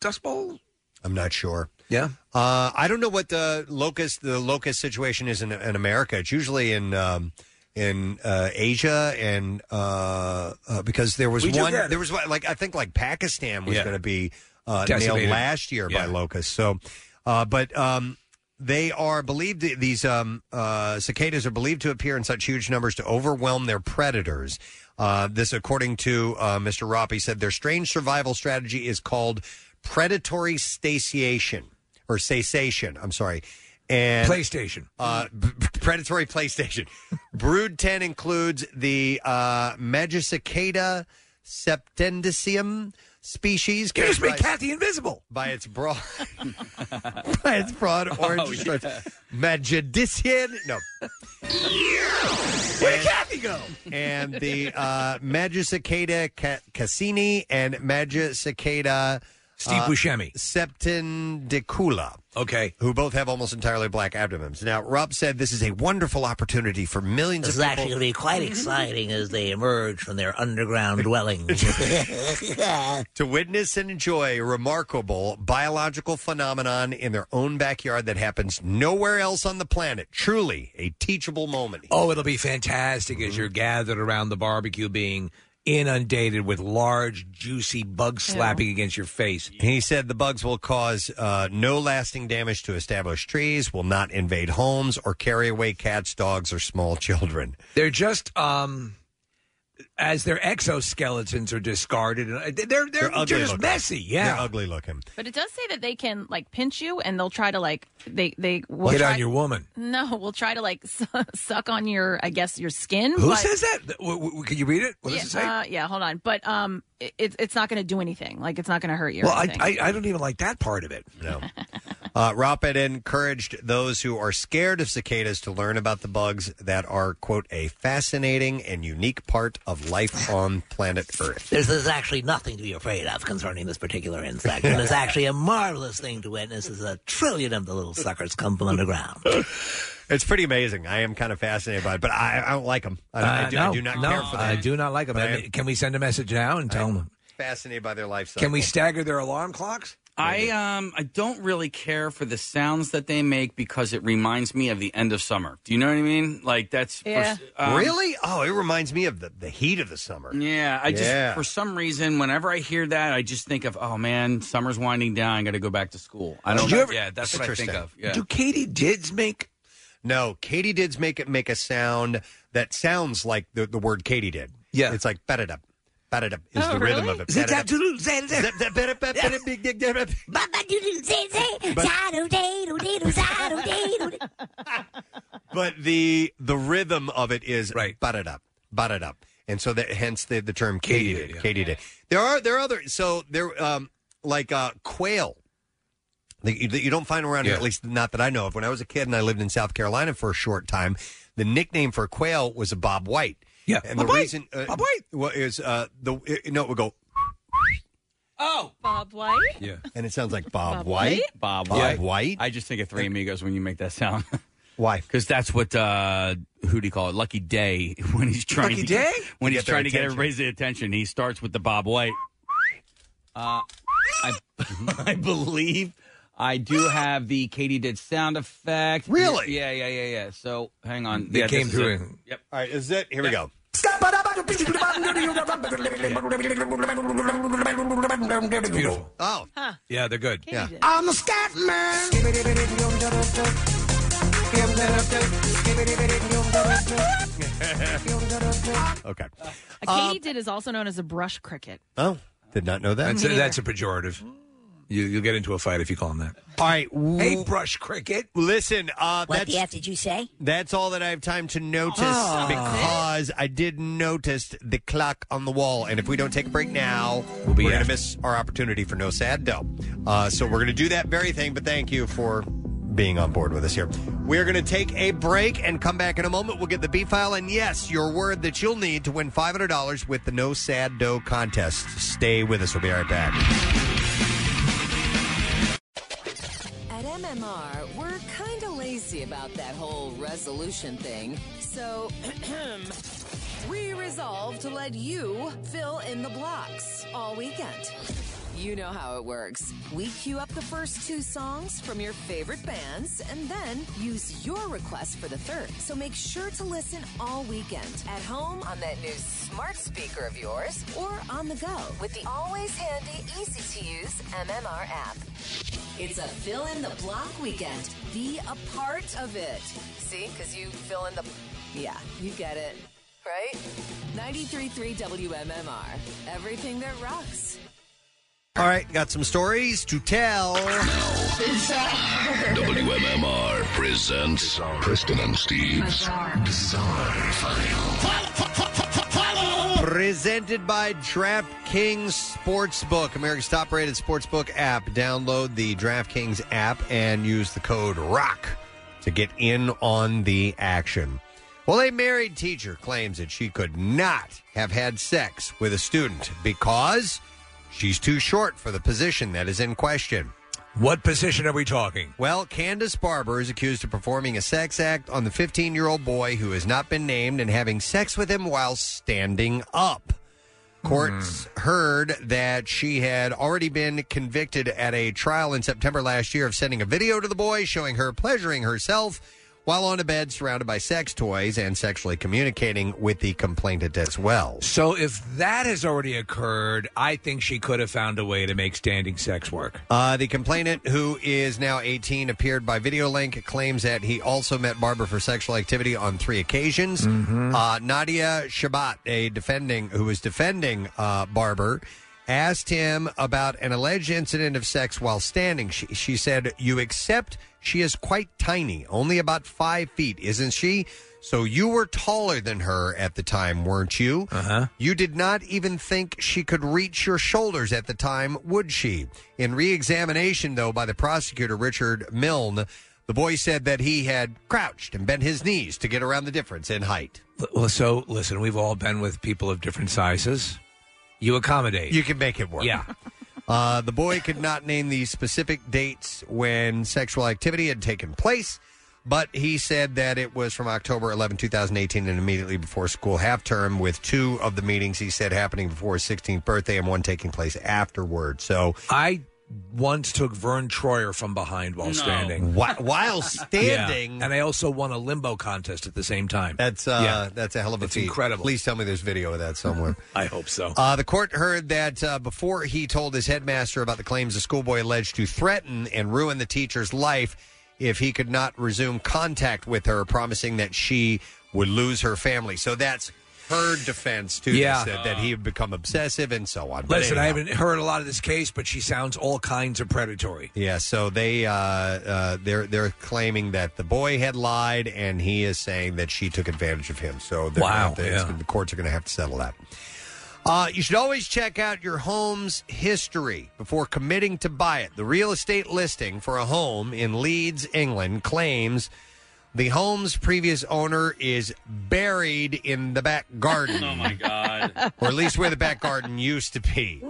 Dust Bowl?
I'm not sure.
Yeah.
Uh, I don't know what the locust the locust situation is in, in America. It's usually in um, in uh, Asia and uh, uh, because there was
We do
one
get it.
there was one- like I think like Pakistan was
Yeah.
going to be uh, nailed
Decimated.
last year by
Yeah.
locusts. So, uh, but um, they are believed these um, uh, cicadas are believed to appear in such huge numbers to overwhelm their predators. Uh, this, according to uh, Mr. Ropp, he said their strange survival strategy is called predatory satiation or cessation. I'm sorry. And
PlayStation.
Uh, b- b- predatory
[laughs]
PlayStation. Brood 10 includes the uh, Magicicada septendicium species.
Excuse me,
characterized-
Cat the Invisible. Oh,
by its
[laughs]
broad by its broad orange stripes. Magidician no
Where did Kathy go?
and the uh Magicicada ca- Cassini and Magicicada
Steve
uh,
Buscemi.
Septendicula.
Okay.
Who both have almost entirely black abdomens. Now, Rob said this is a wonderful opportunity for millions
This is
of
actually
people.
going to be quite exciting as they emerge from their
[laughs]
underground dwellings.
[laughs] to witness and enjoy a remarkable biological phenomenon in their own backyard that happens nowhere else on the planet. Truly a teachable moment.
Oh, it'll be fantastic as you're gathered around the barbecue being inundated with large, juicy bugs slapping against your face.
He said the bugs will cause uh, no lasting damage to established trees, will not invade homes, or carry away cats, dogs, or small children. [laughs]
They're just um as their exoskeletons are discarded and they're they're, they're,
ugly
just
looking.
messy, yeah.
They're ugly looking.
But it does say that they can like pinch you, and they'll try to like they they will
Get
try,
on your woman.
No, we'll try to like [laughs] su- suck on your I guess your skin.
Who
but,
says that? Th- w- w- Can you read it? What
yeah,
does it say?
uh, yeah, hold on. But um, it, it's- it's not going to do anything. Like it's not going to hurt you. or
well, I,
anything.
I I don't even like that part of it.
No. Uh, Rapid encouraged those who are scared of cicadas to learn about the bugs that are, quote, a fascinating and unique part of life on planet Earth.
There's, there's actually nothing to be afraid of concerning this particular
[laughs]
insect. And it's actually a marvelous thing to witness as a trillion of the little suckers come from underground.
[laughs] It's pretty amazing. I am kind of fascinated by it, but I, I don't like them. I, I
Uh,
do, I do not
no,
care for them.
I do not like them.
But I
And Can we send a message now and tell them?
fascinated by their life.
Can we stagger their alarm clocks?
I um I don't really care for the sounds that they make because it reminds me of the end of summer. Do you know what I mean? Like that's for-
Yeah.
um,
really? Oh, it reminds me of the, the heat of the summer.
Yeah, I just
Yeah.
for some reason whenever I hear that, I just think of oh man, summer's winding down. I got to go back to school. I don't.
Did you
know.
ever-
yeah, that's what I think of. Yeah.
Do
Katie Dids make?
No, Katie Dids make it make a sound that sounds like the, the word Katie did. Yeah, it's like bat it up, bat it up is
Oh,
the rhythm of
really?
it.
Zip, zap,
Ba-da-da.
doodle, zap, zap.
Zap, zap, ba-da, ba, ba-da, big, dig, dig, ba-
Baba doodle, zay, zay.
But-
Zado, dado, dado, zado, dado, dado.
But the the rhythm of it is right. bat it up, bat it up, and so that hence the the term Katie, did. Katie did. There are there are other so there um like uh quail that you, that you don't find around here, at least not that I know of. When I was a kid and I lived in South Carolina for a short time, the nickname for quail was a Bob White. Yeah, and
Bob
the
White!
reason uh, Bob White well, is uh, the it, no it would go.
Oh,
Bob White.
Yeah.
And it sounds like
[laughs]
Bob, White.
Bob
Bob
White.
White?
I just think of Three Amigos when you make that sound. [laughs]
Why?
Because that's what uh, who do you call it? Lucky Day [laughs] when he's trying
Lucky
to
Day?
Get, when
To
he's
get their
trying to get
attention.
everybody's attention. He starts with the Bob White. Uh,
[laughs]
I, I believe I do have the Katie did sound effect.
Really?
Yeah, yeah, yeah, yeah. So hang on.
It
yeah,
came
this is
through
it.
and-
Yep.
All right, is it? Here we go.
It's beautiful.
Oh.
[laughs] Yeah, they're good. Yeah.
I'm a scat
[laughs]
man.
Okay.
A
uh,
katydid Uh, is also known as a brush cricket.
Oh, did not know that.
That's a, that's a pejorative. You, you'll get into a fight if you call him that.
All right.
Hey, brush cricket.
Listen, uh,
What
that's,
the F
did you say? That's all that I have time to notice
Oh.
because I did notice the clock on the wall. And if we don't take a break now, we'll
be
are going
after.
to miss our opportunity for no sad dough. Uh, so we're going to do that very thing. But thank you for being on board with us here. We're going to take a break and come back in a moment. We'll get the B file and yes, your word that you'll need to win $500 with the no sad dough contest. Stay with us. We'll be right back.
At MMR, we're kind of lazy about that whole resolution thing. So, [clears throat] we resolve to let you fill in the blocks all weekend. You know how it works. We queue up the first two songs from your favorite bands and then use your request for the third. So make sure to listen all weekend at home on that new smart speaker of yours or on the go with the always handy, easy to use MMR app. It's a fill in the block weekend. Be a part of it. See, because you fill in the. Yeah, you get it. Right? 93.3 WMMR. Everything that rocks.
All right, got some stories to tell.
WMMR presents Preston and Steve's Bizarre File.
Presented by DraftKings Sportsbook, America's top rated sportsbook app. Download the DraftKings app and use the code ROCK to get in on the action. Well, a married teacher claims that she could not have had sex with a student because she's too short for the position that is in question.
What position are we talking?
Well, Candace Barber is accused of performing a sex act on the 15 year old boy who has not been named and having sex with him while standing up. Courts
Hmm.
heard that she had already been convicted at a trial in September last year of sending a video to the boy showing her pleasuring herself while on a bed surrounded by sex toys and sexually communicating with the complainant as well.
So if that has already occurred, I think she could have found a way to make standing sex work.
Uh, the complainant, who is now 18, appeared by video link, claims that he also met Barber for sexual activity on three occasions. Uh, Nadia Shabat, a defending who was defending uh, Barber, asked him about an alleged incident of sex while standing. She, she said, "You accept she is quite tiny, only about five feet, isn't she?" So you were taller than her at the time, weren't you? Uh-huh. You did not even think she could reach your shoulders at the time, would she? In re-examination, though, by the prosecutor Richard Milne, the boy said that he had crouched and bent his knees to get around the difference in height.
Well, so listen, we've all been with people of different sizes. You accommodate.
You can make it work.
Yeah.
[laughs] Uh, the boy could not name the specific dates when sexual activity had taken place, but he said that it was from October 11, 2018, and immediately before school half term, with two of the meetings he said happening before his 16th birthday and one taking place afterward. So
I once took Vern Troyer from behind while
No.
standing.
Whi-
[laughs]
while standing?
Yeah. And I also won a limbo contest at the same time.
That's uh, that's a hell of a
It's
feat.
incredible.
Please tell me there's video of that somewhere.
[laughs] I hope so.
Uh, the court heard that uh, before he told his headmaster about the claims the schoolboy alleged to threaten and ruin the teacher's life if he could not resume contact with her, promising that she would lose her family. So that's her defense to
Yeah.
this, that, that he had become obsessive and so on. But
Listen, I
anyhow.
haven't heard a lot of this case, but she sounds all kinds of predatory.
Yeah, so they uh, uh, they're they're claiming that the boy had lied, and he is saying that she took advantage of him. So they're gonna
Wow,
have to- it's
yeah.
gonna- the courts are going to have to settle that. Uh, you should always check out your home's history before committing to buy it. The real estate listing for a home in Leeds, England, claims the home's previous owner is buried in the back garden,
Oh my God.
or at least where the back garden used to be.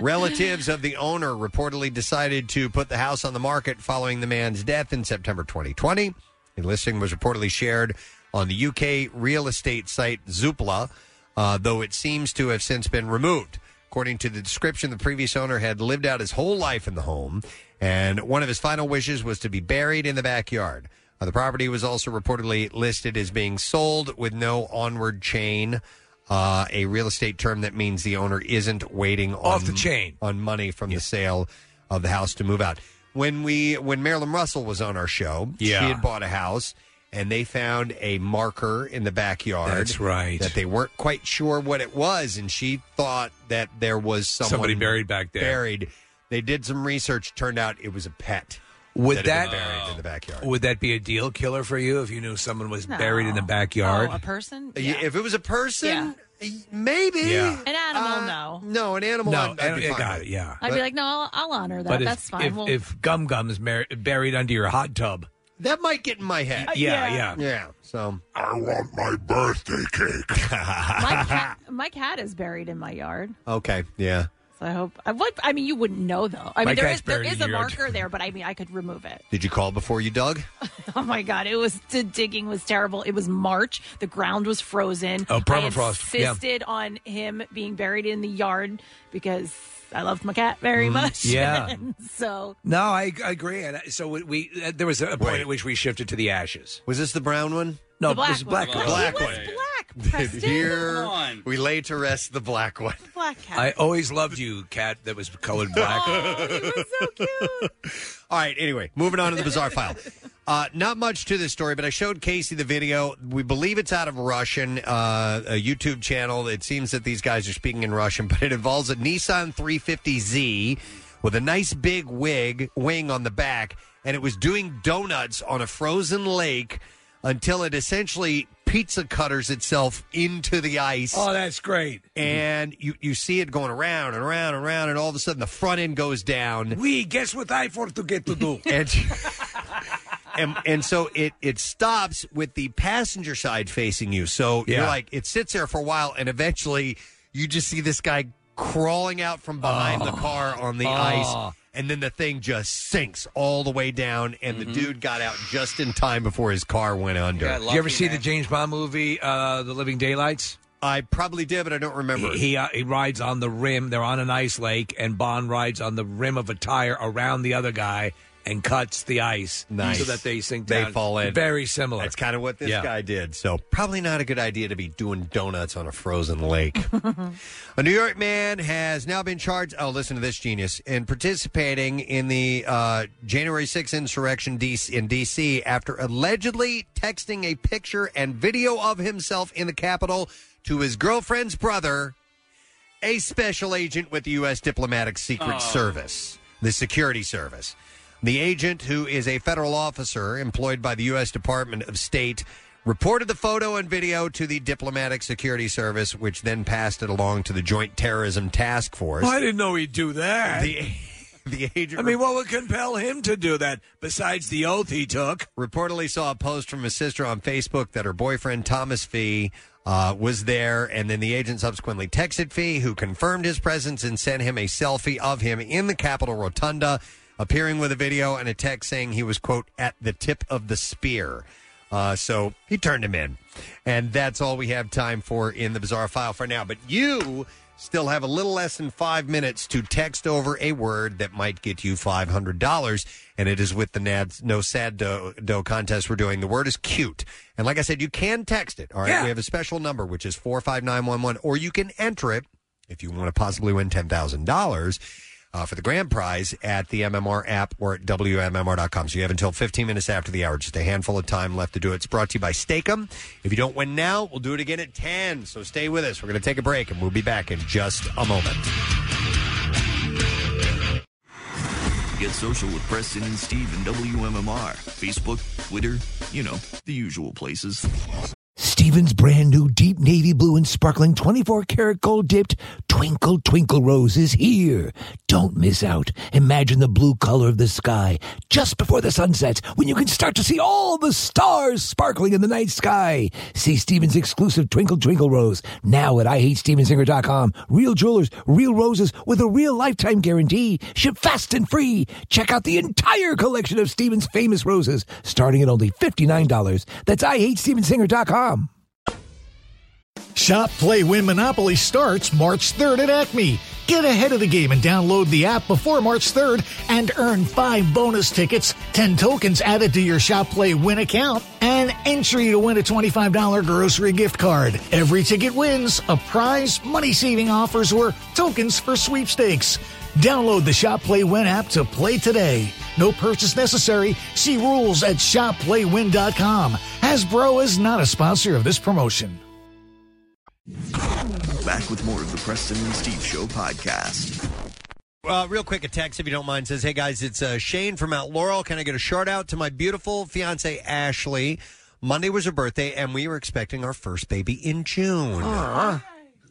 Relatives of the owner reportedly decided to put the house on the market following the man's death in September 2020. The listing was reportedly shared on the UK real estate site Zoopla, uh, though it seems to have since been removed. According to the description, the previous owner had lived out his whole life in the home, and one of his final wishes was to be buried in the backyard. Uh, the property was also reportedly listed as being sold with no onward chain, uh, a real estate term that means the owner isn't waiting on, off the chain on money from the sale of the house to move out. When we when Marilyn Russell was on our show, she
Yeah.
had bought a house. And they found a marker in the backyard.
That's right.
That they weren't quite sure what it was, and she thought that there was someone
Somebody buried back there.
Buried. They did some research. Turned out it was a pet. that,
Would
had been
that-
buried in the backyard?
Would that be a deal killer for you if you knew someone was buried in the
No.
backyard?
Oh, a person?
Yeah, Uh, If it was a person, maybe. Uh,
Yeah.
An animal, no.
No, an animal.
No,
I'd- I'd
I-
be
I
fine
got
with.
it. Yeah,
I'd be like, no, I'll, I'll um, honor that.
if-
That's fine.
If,
Well-
if Gum Gum's mar- buried under your hot tub,
that might get in my head.
Uh,
yeah,
yeah.
yeah,
yeah. So
I want my birthday
[laughs]
cake. [laughs]
my cat, my cat is buried in my yard.
Okay. Yeah.
So I hope. I, what, I mean, you wouldn't know though. I
My
mean, there
cat's
is there
buried in
is a
your yard.
marker there, but I mean, I could remove it. [laughs]
Did you call before you dug?
Oh my god, it was the digging was terrible. It was March. The ground was frozen.
Oh, permafrost,
I
yeah.
insisted on him being buried in the yard because I loved my cat very
Mm,
much. [laughs]
yeah.
And so
No, I, I agree. And so we, we uh, there was a point at which we shifted to the ashes.
Was this the brown one?
No,
The black
this is black
one.
one.
Black
one. [laughs] Here we lay to rest the black one.
[laughs]
black cat.
I always loved you, cat that was
[laughs]
colored black.
All right. Anyway, moving on to the bizarre file. Uh, not much to this story, but I showed Casey the video. We believe it's out of Russian uh, a YouTube channel. It seems that these guys are speaking in Russian, [laughs] but it involves a Nissan 350Z with a nice big wig wing on the back, and it was doing donuts on a frozen lake until it essentially pizza cutters itself into the ice.
Oh, that's great.
And you, you see it going around and around and around, and all of a sudden the front end goes down.
We guess what I for to get to do.
[laughs] and, and and so it it stops with the passenger side facing you. So you're
Yeah.
like it sits there for a while, and eventually you just see this guy crawling out from behind the car on the
Oh.
ice. And then the thing just sinks all the way down, and
Mm-hmm.
the dude got out just in time before his car went under.
Do you ever see the James Bond movie, uh, The Living Daylights?
I probably did, but I don't remember.
He he, uh, he rides on the rim. They're on an ice lake, and Bond rides on the rim of a tire around the other guy and cuts the ice
Nice.
so that they sink
They
down.
fall in.
Very similar.
That's kind of what this
Yeah.
guy did. So probably not a good idea to be doing donuts on a frozen lake. a New York man has now been charged. Oh, listen to this genius in participating in the uh, January 6th insurrection DC, in D.C. after allegedly texting a picture and video of himself in the Capitol to his girlfriend's brother, a special agent with the U.S. Diplomatic Secret
Oh.
Service, the Security Service. The agent, who is a federal officer employed by the U.S. Department of State, reported the photo and video to the Diplomatic Security Service, which then passed it along to the Joint Terrorism Task Force.
Well, I didn't know he'd do that.
The, [laughs] the agent.
I mean, what would compel him to do that besides the oath he took?
Reportedly saw a post from his sister on Facebook that her boyfriend Thomas Fee uh, was there, and then the agent subsequently texted Fee, who confirmed his presence and sent him a selfie of him in the Capitol Rotunda, appearing with a video and a text saying he was quote at the tip of the spear. Uh, so he turned him in, and that's all we have time for in the bizarre file for now. But you still have a little less than five minutes to text over a word that might get you five hundred dollars, and it is with the Nad No Sad Dough Do contest we're doing. The word is cute, and like I said, you can text it. All right, we have a special number which is four five nine one one, or you can enter it if you want to possibly win ten thousand dollars. Uh, for the grand prize at the MMR app or at WMMR.com. So you have until 15 minutes after the hour, just a handful of time left to do it. It's brought to you by Stakem. If you don't win now, we'll do it again at 10. So stay with us. We're going to take a break and we'll be back in just a moment.
Get social with Preston and Steve and WMMR. Facebook, Twitter, you know, the usual places.
Steven's brand new deep navy blue and
and sparkling 24 karat gold dipped Twinkle Twinkle Rose is here. Don't miss out. Imagine the blue color of the sky just before the sun sets when you can start to see all the stars sparkling in the night sky. See Stevens' exclusive Twinkle Twinkle Rose now at IHateStevensinger.com. Real jewelers, real roses with a real lifetime guarantee. Ship fast and free. Check out the entire collection of Stevens' famous roses starting at only $59. That's IHateStevensinger.com.
Shop, play, win Monopoly starts March 3rd at Acme. Get ahead of the game and download the app before March 3rd and earn five bonus tickets, 10 tokens added to your Shop, play, win account, and entry to win a $25 grocery gift card. Every ticket wins a prize, money saving offers, or tokens for sweepstakes. Download the Shop, play, win app to play today. No purchase necessary. See rules at shopplaywin.com. Hasbro is not a sponsor of this promotion.
Back with more of the Preston and Steve Show podcast.
Uh, real quick, a text, if you don't mind, says, Hey guys, it's uh, Shane from Mount Laurel. Can I get a shout out to my beautiful fiance, Ashley? Monday was her birthday, and we were expecting our first baby in June.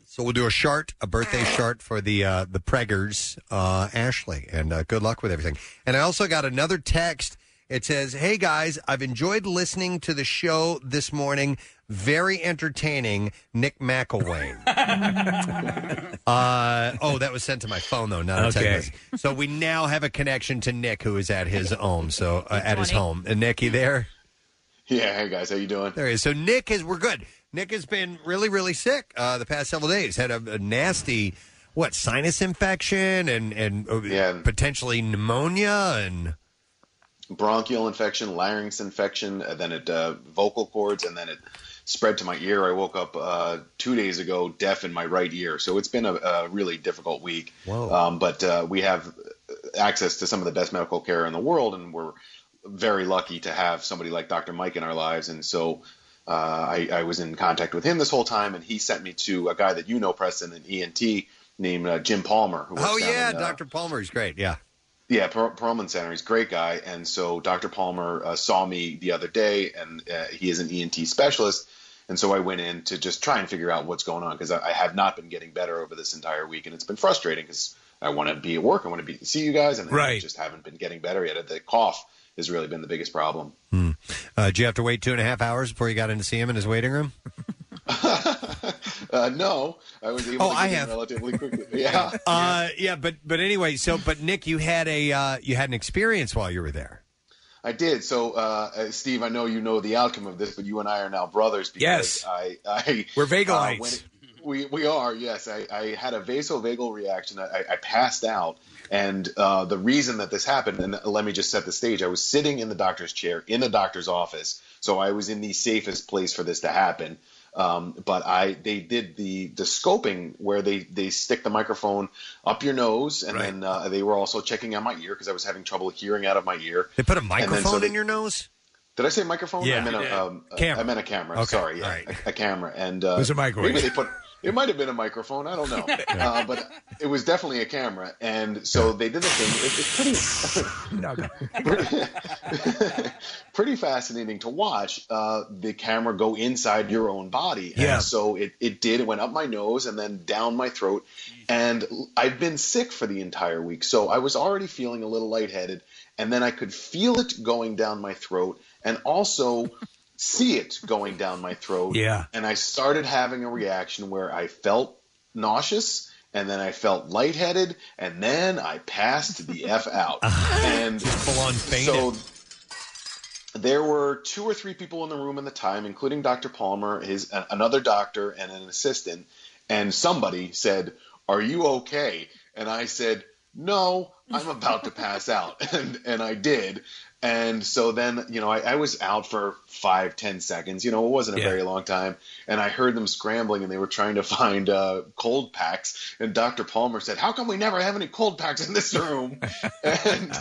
So we'll do a shart, a birthday shart for the uh, the preggers, uh, Ashley, and uh, good luck with everything. And I also got another text. It says, "Hey guys, I've enjoyed listening to the show this morning. Very entertaining, Nick McElwain." uh, oh, that was sent to my phone though, not a
Okay.
text. message. So we now have a connection to Nick, who is at his home. So uh, at his home, and Nick, you there?
Yeah, hey guys, how you doing?
There he is. So Nick is we're good. Nick has been really really sick uh, the past several days. Had a, a nasty what sinus infection and and uh, potentially pneumonia and
bronchial infection, larynx infection, and then it uh, vocal cords, and then it spread to my ear. I woke up uh, two days ago deaf in my right ear, so it's been a, a really difficult week.
Oh.
Whoa.
Um, but uh, we have access to some of the best medical care in the world, and we're very lucky to have somebody like Dr. Mike in our lives, and so. Uh, I, I was in contact with him this whole time, and he sent me to a guy that you know, Preston, an ENT named uh, Jim Palmer. Who works
oh
down
yeah,
in, uh,
Doctor Palmer is great. Yeah.
yeah, Per- Perlman Center. He's a great guy, and so Dr. Palmer uh, saw me the other day, and uh, he is an ENT specialist, and so I went in to just try and figure out what's going on because I, I have not been getting better over this entire week, and it's been frustrating because I want to be at work, I want to be see you guys, and I
Right.
just haven't been getting better yet. The cough has really been the biggest problem.
Uh, did you have to wait two and a half hours before you got in to see him in his waiting room?
Uh, no, I was able
Oh,
to
I
get in
have.
relatively quickly.
[laughs]
Yeah.
Uh, yeah, but but anyway, so but Nick, you had a uh, you had an experience while you were there.
I did. So, uh, uh, Steve, I know you know the outcome of this, but you and I are now brothers because
Yes.
I, I
We're
uh,
vagalites.
when it- we we are yes. I, I had a vasovagal reaction. I, I- I passed out, and uh, the reason that this happened, and let me just set the stage. I was sitting in the doctor's chair in the doctor's office, so I was in the safest place for this to happen. Um, but I they did the the scoping where they they stick the microphone up your nose, and then uh, they were also checking out my ear because I was having trouble hearing out of my ear.
They put a
And then so
microphone
they-
in your nose.
did I say microphone?
Yeah.
I meant
You did.
a, um, a-
Camera.
I meant a camera.
Okay,
Sorry, yeah,
all right.
a, a camera. And uh,
It was a microwave.
Maybe they put. It might have been a microphone. I
[laughs]
don't know, uh, but it was definitely a camera. And so they did the thing. It, it's pretty. [laughs] pretty fascinating to watch uh, the camera go inside your own body. And
Yeah.
so it, it did. It went up my nose and then down my throat. And l- I've been sick for the entire week. So I was already feeling a little lightheaded. And then I could feel it going down my throat and also [laughs] see it going down my throat.
Yeah.
And I started having a reaction where I felt nauseous. And then I felt lightheaded, and then I passed the f out. And full on So there were two or three people in the room at the time, including Dr. Palmer, his a- another doctor, and an assistant. And somebody said, "Are you okay?" And I said, "No, I'm about to pass out," [laughs] and and I did. And so then, you know, I, I was out for five, ten seconds. You know, it wasn't a very long time. And I heard them scrambling, and they were trying to find uh,
[laughs]
cold packs. And Dr. Palmer said, "How come we never have any cold packs in this room?" and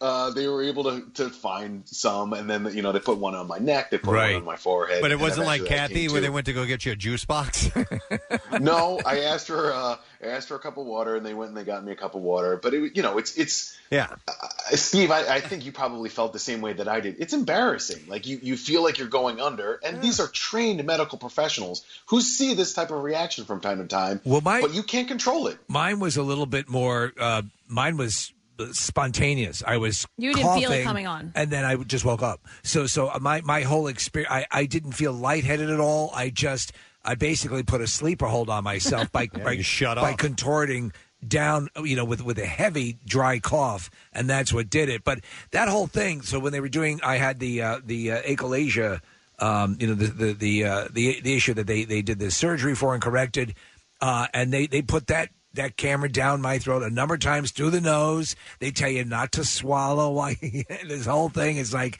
uh, they were able to, to find some, and then you know they put one on my neck, they put
Right.
one on my forehead.
But it
and
wasn't like
eventually I came
Kathy
to.
where they went to go get you a juice box. [laughs]
[laughs] no, I asked her. Uh, I asked her a cup of water, and they went and they got me a cup of water. But it, you know, it's it's
yeah.
uh, Steve. I, I think you probably felt the same way that I did. It's embarrassing. Like you, you feel like you're going under, and these are trained medical professionals who see this type of reaction from time to time.
Well, my-
but you can't control it.
Mine was a little bit more. Uh, mine was uh, spontaneous. I was.
You didn't feel it
coughing,
coming on.
and then I just woke up. So, so uh, my my whole experience, I, I didn't feel lightheaded at all. I just, I basically put a sleeper hold on myself by
[laughs] Yeah,
by,
you shut
by
off.
contorting down, you know, with with a heavy dry cough, and that's what did it. But that whole thing. So when they were doing, I had the uh, the uh, achalasia. Um, you know the the the, uh, the the issue that they they did this surgery for and corrected uh, and they they put that that camera down my throat a number of times through the nose. They tell you not to swallow. [laughs] Like this whole thing is like,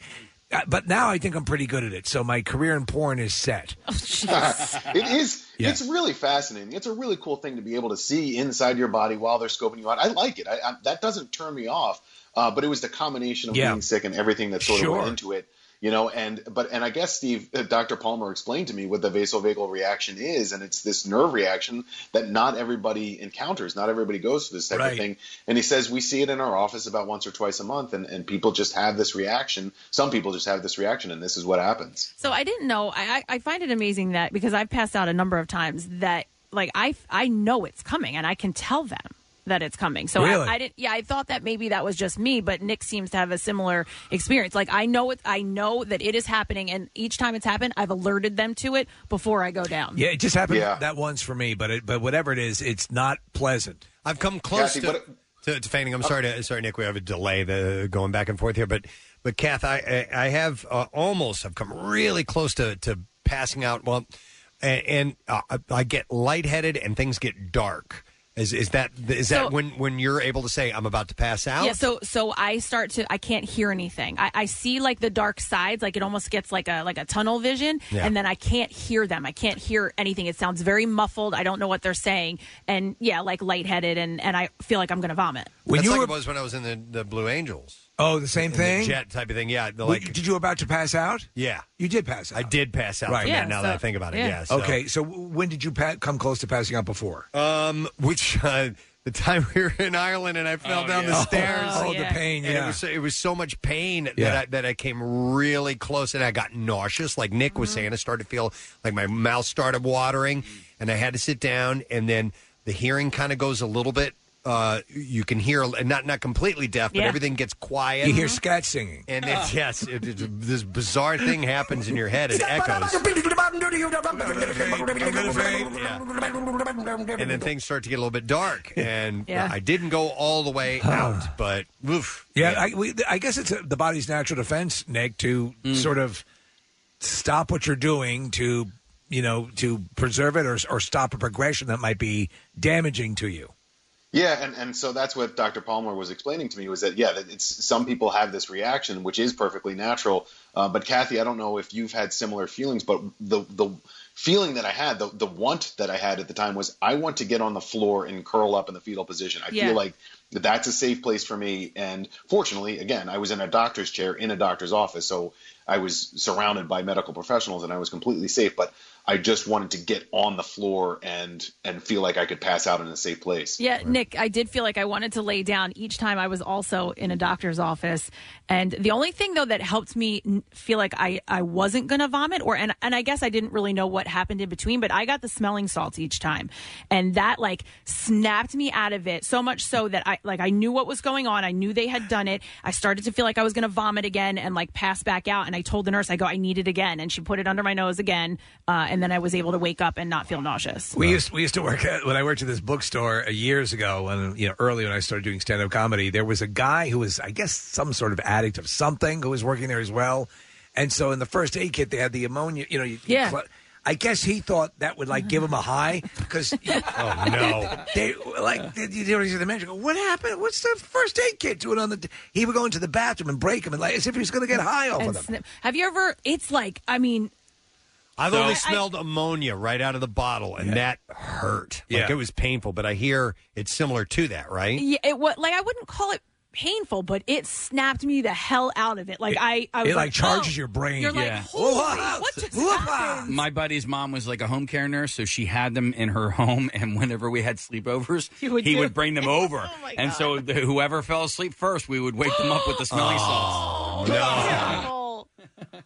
uh, but now I think I'm pretty good at it. So my career in porn is set.
[laughs] it is. It's really fascinating. It's a really cool thing to be able to see inside your body while they're scoping you out. I like it. I, I, that doesn't turn me off. Uh, but it was the combination of
Yeah.
being sick and everything that sort of
Sure.
went into it, you know. And but and I guess Steve, uh, Dr. Palmer explained to me what the vasovagal reaction is, and it's this nerve reaction that not everybody encounters. Not everybody goes through this type
Right.
of thing. And he says we see it in our office about once or twice a month, and, and people just have this reaction. Some people just have this reaction, and this is what happens.
So I didn't know. I, I I find it amazing that because I've passed out a number of times that like I I know it's coming and I can tell them that it's coming. So
Really?
I, I didn't. Yeah, I thought that maybe that was just me, but Nick seems to have a similar experience. Like I know it. I know that it is happening, and each time it's happened, I've alerted them to it before I go down.
Yeah, it just happened that once for me. But it, but whatever it is, it's not pleasant.
I've come close to, to, to fainting. I'm sorry, to, sorry, Nick. We have a delay the going back and forth here, but but Kath, I I I have uh, almost I've come really close to to passing out. Well, and, and uh, I- I get lightheaded and things get dark. Is is that is that
So-
when when you're able to say I'm about to pass out?
Yeah, so so I start to I can't hear anything. I, I see like the dark sides, like it almost gets like a like a tunnel vision,
Yeah.
and then I can't hear them. I can't hear anything. It sounds very muffled. I don't know what they're saying, and yeah, like lightheaded, and and I feel like I'm gonna vomit.
That's like it was when I was in the, the Blue Angels.
Oh, the same
In the
thing.
jet type of thing. Yeah, the,
Were-
like
did you about to pass out?
yeah.
You did pass out.
I did pass out.
Right.
from that, now that I think about it, yeah. so-
Okay. So w- when did you pa- come close to passing out before?
Um, which uh, the time we were in Ireland and I fell
Oh,
down
yeah.
the stairs.
Oh, Oh, the yeah. pain,
And
yeah.
it was it was so much pain that
Yeah.
I, that I came really close and I got nauseous. Like Nick
Mm-hmm.
was saying, I started to feel like my mouth started watering, and I had to sit down. And then the hearing kind of goes a little bit. Uh, you can hear not not completely deaf, but
Yeah.
everything gets quiet.
You hear scat singing,
and
[laughs]
it's, yes, it, it's this bizarre thing happens in your head. It
[laughs]
echoes. [laughs] and then things start to get a little bit dark. And
Yeah.
I didn't go all the way out, but oof.
Yeah, I, we, I guess it's uh the body's natural defense, Nick, to
Mm.
sort of stop what you're doing to you know to preserve it or or stop a progression that might be damaging to you.
Yeah, and, and so that's what Dr. Palmer was explaining to me was that yeah, that it's some people have this reaction which is perfectly natural. Uh, but Kathy, I don't know if you've had similar feelings, but the the feeling that I had, the the want that I had at the time was I want to get on the floor and curl up in the fetal position. I
Yeah.
feel like that that's a safe place for me. And fortunately, again, I was in a doctor's chair in a doctor's office, so I was surrounded by medical professionals and I was completely safe. But I just wanted to get on the floor and and feel like I could pass out in a safe place.
Yeah, Nick, I did feel like I wanted to lay down each time I was also in a doctor's office. And the only thing though that helped me n- feel like I, I wasn't going to vomit or and and I guess I didn't really know what happened in between, but I got the smelling salts each time. And that like snapped me out of it so much so that I like I knew what was going on. I knew they had done it. I started to feel like I was going to vomit again and like pass back out and I told the nurse I go I need it again and she put it under my nose again uh, and then I was able to wake up and not feel nauseous.
We used we used to work at when I worked at this bookstore uh, years ago when you know early when I started doing stand up comedy. There was a guy who was I guess some sort of addict of something who was working there as well, and so in the first aid kit they had the ammonia. You know, you, you
Yeah.
cl- I guess he thought that would like give him a high [laughs] because oh
no.
they like they, you know the manager go what happened what's the first aid kit doing on the d-" he would go into the bathroom and break him and like as if he was going to get high off
And
of them
snip- Have you ever? It's like I mean,
I've
So-
only
I-
smelled ammonia right out of the bottle, and that hurt. Like
Yeah.
it was painful, but I hear it's similar to that, right?
Hmm?
yeah, it was like I wouldn't call it painful, but it snapped me the hell out of it. Like I, I was
it like charges
oh.
your brain.
You're like,
Yeah.
holy,
Whoa.
what just
Whoa.
happened?
My buddy's mom was like a home care nurse, so she had them in her home. And whenever we had sleepovers,
[laughs] You would
he
do- Oh
would bring them over.
my
and so the, whoever fell asleep first, we would wake them up with the smelling salts.
Oh,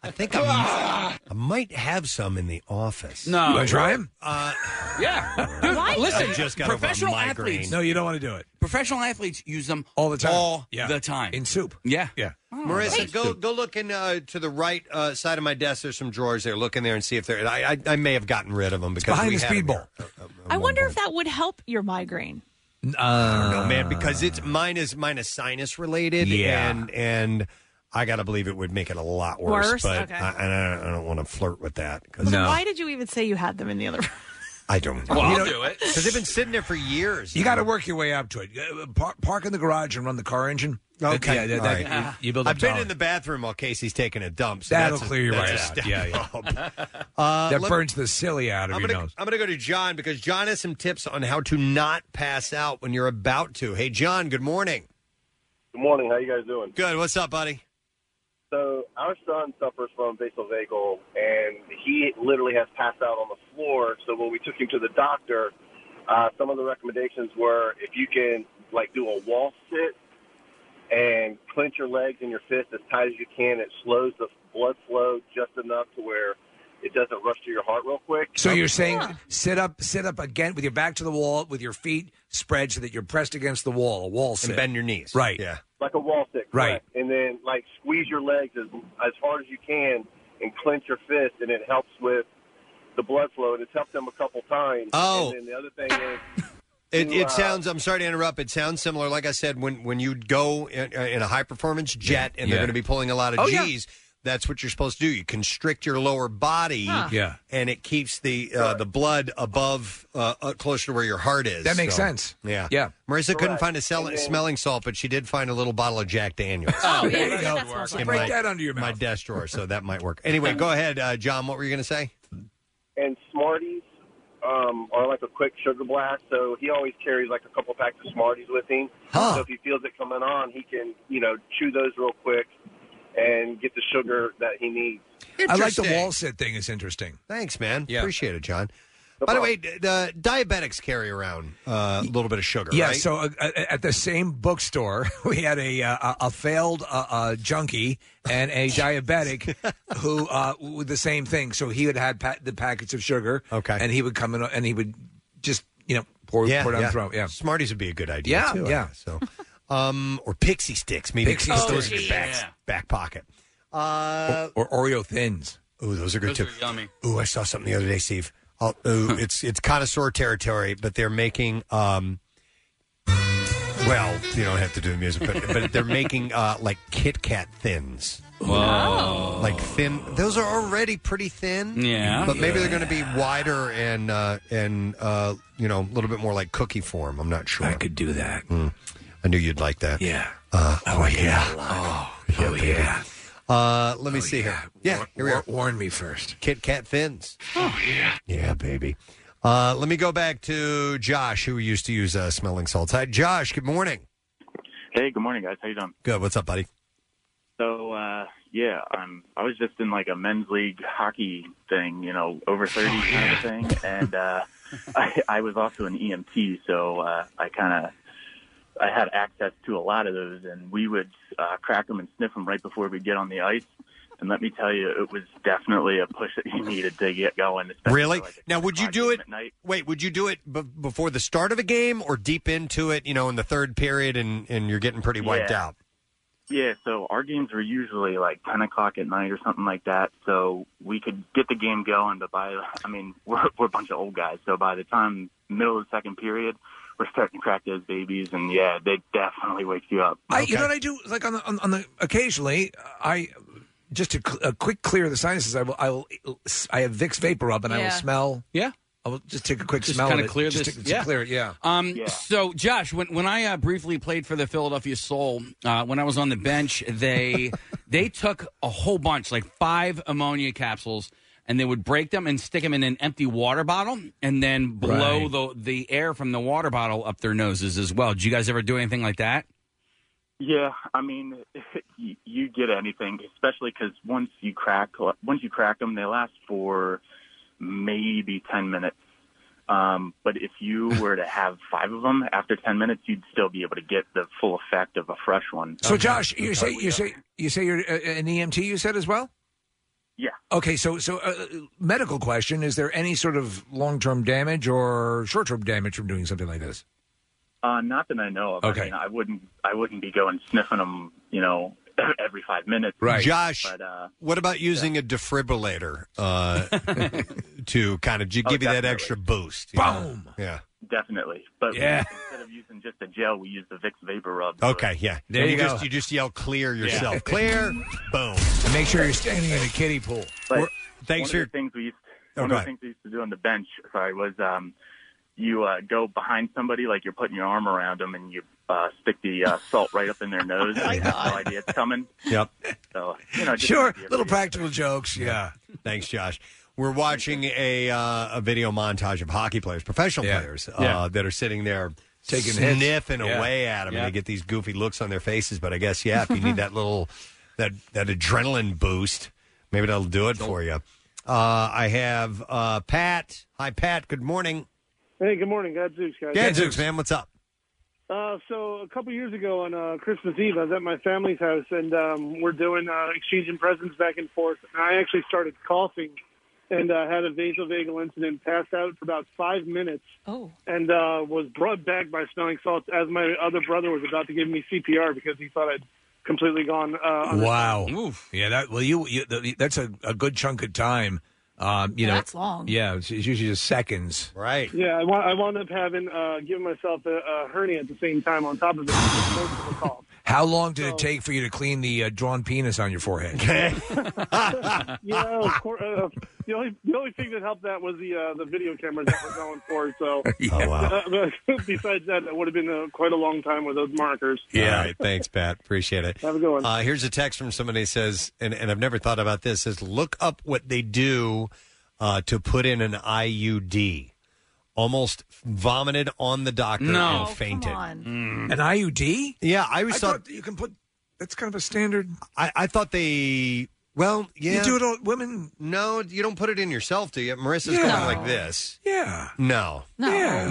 I think I'm, I might have some in the office.
No. You wanna try
'em?
Uh,
[laughs]
Yeah. Dude,
Why?
Listen,
I just got over a
professional
migraine.
athletes.
No, you don't want to do it
Professional athletes use them
all the time.
All
yeah.
the time.
in soup.
yeah.
Yeah.
Marissa, go go look in uh, to the right uh, side of my desk. There's some drawers there. Look in there and see if they're. I I, I may have gotten rid of them because
Behind
we
the
had 'em
speedball.
here.
I wonder if that would help your migraine.
I don't know, man, because it's mine is mine is sinus related.
Uh. Yeah.
and and I gotta believe it would make it a lot worse.
Worse?
But
Okay.
I, and I don't, I don't want to flirt with that because
But Why did you even say you had them in the other room?
I don't.
Well,
You
I'll
know-
do it.
Because they've been sitting there for years.
You got to work your way up to it. Uh, Park, park in the garage and run the car engine.
Okay,
Yeah, that-
all
that-
right.
you, you build up
I've been
tolerance.
in the bathroom while Casey's taking a dump. So
That'll
that's a-
clear you
that's
right
a
out.
step
Yeah, yeah.
up.
[laughs]
Uh,
that
let-
burns the cilia out of
I'm
your
gonna,
nose.
I'm gonna go to John because John has some tips on how to not pass out when you're about to. Hey, John. Good morning.
Good morning. How you guys doing?
Good. What's up, buddy?
So our son suffers from vasovagal, and he literally has passed out on the floor. So when we took him to the doctor, uh, some of the recommendations were if you can like do a wall sit and clench your legs and your fists as tight as you can, it slows the blood flow just enough to where it doesn't rush to your heart real quick.
So you're saying
Yeah.
sit up, sit up again with your back to the wall, with your feet spread so that you're pressed against the wall. A wall sit.
And bend your knees.
Right.
Yeah.
like a wall stick, correct.
Right.
And then like squeeze your legs as as hard as you can and clench your fist, and it helps with the blood flow. And it's helped him a couple times.
Oh.
And then the other thing is,
It,
You,
it
uh,
sounds. I'm sorry to interrupt. It sounds similar. Like I said, when when you go in, uh, in a high performance jet and they're
Yeah.
going to be pulling a lot of
Oh, yeah.
G's, that's what you're supposed to do. You constrict your lower body,
Yeah.
and it keeps the uh, the blood above uh, uh, closer to where your heart is.
That makes
So,
sense.
Yeah,
Yeah.
Marissa couldn't
Correct.
find a sell-
And then-
smelling salt, but she did find a little bottle of Jack
[laughs]
Daniels.
Oh, yeah,
you
yeah,
go.
that's what I'm saying.
in
Break
my-
that under your
my
mouth.
desk drawer, so that might
[laughs]
work. Anyway, go ahead, uh, John. What were you going to say?
and Smarties um, are like a quick sugar blast. So he always carries like a couple packs of Smarties with him.
Huh.
So if he feels it coming on, he can you know chew those real quick and get the sugar that he needs.
I like the
Interesting.
wall sit thing. is interesting.
Thanks, man.
Yeah.
Appreciate it, John.
No
By the
problem.
way, d- the diabetics carry around uh, a little bit of sugar.
Yeah.
right?
So uh, uh, at the same bookstore, [laughs] we had a uh, a- a failed uh, uh, junkie and a
[laughs]
diabetic who uh, with the same thing. So he had had pa- the packets of sugar.
Okay.
And he would come in uh, and he would just you know pour
yeah,
pour down
yeah.
the throat. Yeah.
Smarties would be a good idea.
Yeah,
too, I
yeah.
guess. So, um, or pixie sticks, maybe
Pixie
put those in
sticks.
your back,
Oh, Yeah.
back pocket. Uh,
Or Oreo thins.
ooh, those are good
Those
too.
are yummy.
Ooh, I saw something the other day, Steve. I'll, ooh, it's it's connoisseur territory, but they're making. Um, well, you don't have to do the music, but, but they're making uh, like Kit Kat thins.
Oh.
like thin. Those are already pretty thin.
Yeah.
but maybe they're going to be wider and uh, and uh, you know a little bit more like cookie form. I'm not sure. I,
could do that.
knew you'd like that.
Yeah.
Uh, oh yeah.
Oh, yeah.
Uh, let me see here. Yeah, here we are.
Warn me first.
Kit Kat thins. Oh yeah. Yeah, baby. Uh, let me go back to Josh, who used to use uh, smelling salts. Hi, Josh. Good morning.
Hey, good morning, guys. How you doing?
Good. What's up, buddy?
So, uh, yeah, I'm. I was just in like a men's league hockey thing, you know, over thirty kind of thing, and uh, I, I was also an EMT, so uh, I kind of I had access to a lot of those, and we would uh, crack them and sniff them right before we get on the ice. And let me tell you, it was definitely a push that you needed to get going. especially
Really?
for, like, a
Now, would you
five
do
game
it-
at night.
Wait, would you do it b- before the start of a game or deep into it? You know, in the third period, and and you're getting pretty wiped
Yeah.
out.
Yeah, so our games were usually like ten o'clock at night or something like that. So we could get the game going, but by I mean [laughs] we're we're a bunch of old guys. So by the time middle of the second period, we're starting to crack those babies, and yeah, they definitely wake you up.
I, you know what I do? Like on the on, on the occasionally, I just to cl- a quick clear of the sinuses. I will I will I have Vicks vapor up and I
Yeah.
will smell.
Yeah.
I will just take a quick
Just
smell.
kinda
of it,
clear
just
this-
To, to
yeah.
clear it. Yeah.
Um,
Yeah.
So, Josh, when when I uh, briefly played for the Philadelphia Soul, uh, when I was on the bench, they [laughs] they took a whole bunch, like five ammonia capsules, and they would break them and stick them in an empty water bottle, and then blow
Right.
the the air from the water bottle up their noses as well. Did you guys ever do anything like that?
Yeah, I mean, [laughs] you, you get anything, especially because once you crack once you crack them, they last for maybe ten minutes. Um, but if
[laughs]
you were to have five of them after ten minutes, you'd still be able to get the full effect of a fresh one.
So, Josh, you say you say you say you're uh, an EMT. You said as well.
Yeah.
Okay. So, so uh, medical question: Is there any sort of long term damage or short term damage from doing something like this?
Uh, not that I know of.
Okay.
I, mean, I wouldn't. I wouldn't be going sniffing them. You know, [laughs] every five minutes.
Josh.
But, uh,
what about using a defibrillator
[laughs]
uh, to kind of ju-
Oh,
give you that
definitely.
extra boost? you
Boom.
know? Yeah.
definitely. But
Yeah.
we, instead of using just a gel, we use the Vicks Vapor Rub.
Okay. Yeah.
There you go.
Just, you just yell clear
Yeah.
yourself.
[laughs]
Clear. Boom.
And make sure you're standing in a kiddie pool.
But
We're- thanks
one
for
of the things we used.
Oh,
one
go
of the
ahead.
things we used to do on the bench. Sorry, was um, you uh, go behind somebody like you're putting your arm around them, and you uh, stick the uh, salt right up in
[laughs]
their nose. and they have no idea it's coming.
Yep.
So you know, just
Sure. Little practical jokes. Yeah.
Thanks, Josh. We're watching a uh, a video montage of hockey players, professional players, uh,
Yeah.
that are sitting there
Taking hits.
sniffing
Yeah.
away at them,
Yeah.
and they get these goofy looks on their faces. But I guess yeah, if you
[laughs]
need that little that that adrenaline boost, maybe that'll do it for you. Uh, I have uh, Pat. Hi, Pat. Good morning.
Hey, good morning, Gadzooks, guys.
Gadzooks, man. What's up?
Uh, so a couple years ago on uh, Christmas Eve, I was at my family's house, and um, we're doing uh, exchanging presents back and forth. And I actually started coughing, and uh, had a vasovagal incident, passed out for about five minutes,
Oh.
and uh, was brought back by smelling salts as my other brother was about to give me CPR because he thought I'd completely gone. Uh, under-
Wow. Yeah. That well, you, you th- that's a, a good chunk of time. Um, you
Yeah,
know,
that's long.
Yeah, it's, it's usually just seconds.
Right.
Yeah, I, wa- I wound up having uh, giving myself a, a hernia at the same time on top of it.
How long did it take for you to clean the uh, drawn penis on your forehead? [laughs]
[laughs] yeah, of course. Uh, the only the only thing that helped that was the uh, the video camera that we're going for.
[laughs]
So,
Oh, wow.
Uh, but [laughs] besides that, that would have been uh, quite a long time with those markers.
All right, thanks, Pat. Appreciate it.
Have a good one.
Uh, here's a text from somebody that says, and, and I've never thought about this, says, look up what they do uh, to put in an IUD. Almost vomited on the doctor
No.
and fainted.
Oh,
An IUD?
Yeah, I always
I
thought,
thought Mm. you can put. That's kind of a standard.
I, I thought they. Well, yeah.
You do it all. Women.
No, you don't put it in yourself, do you? Marissa's
Yeah.
going like this.
Yeah.
No.
No. Yeah.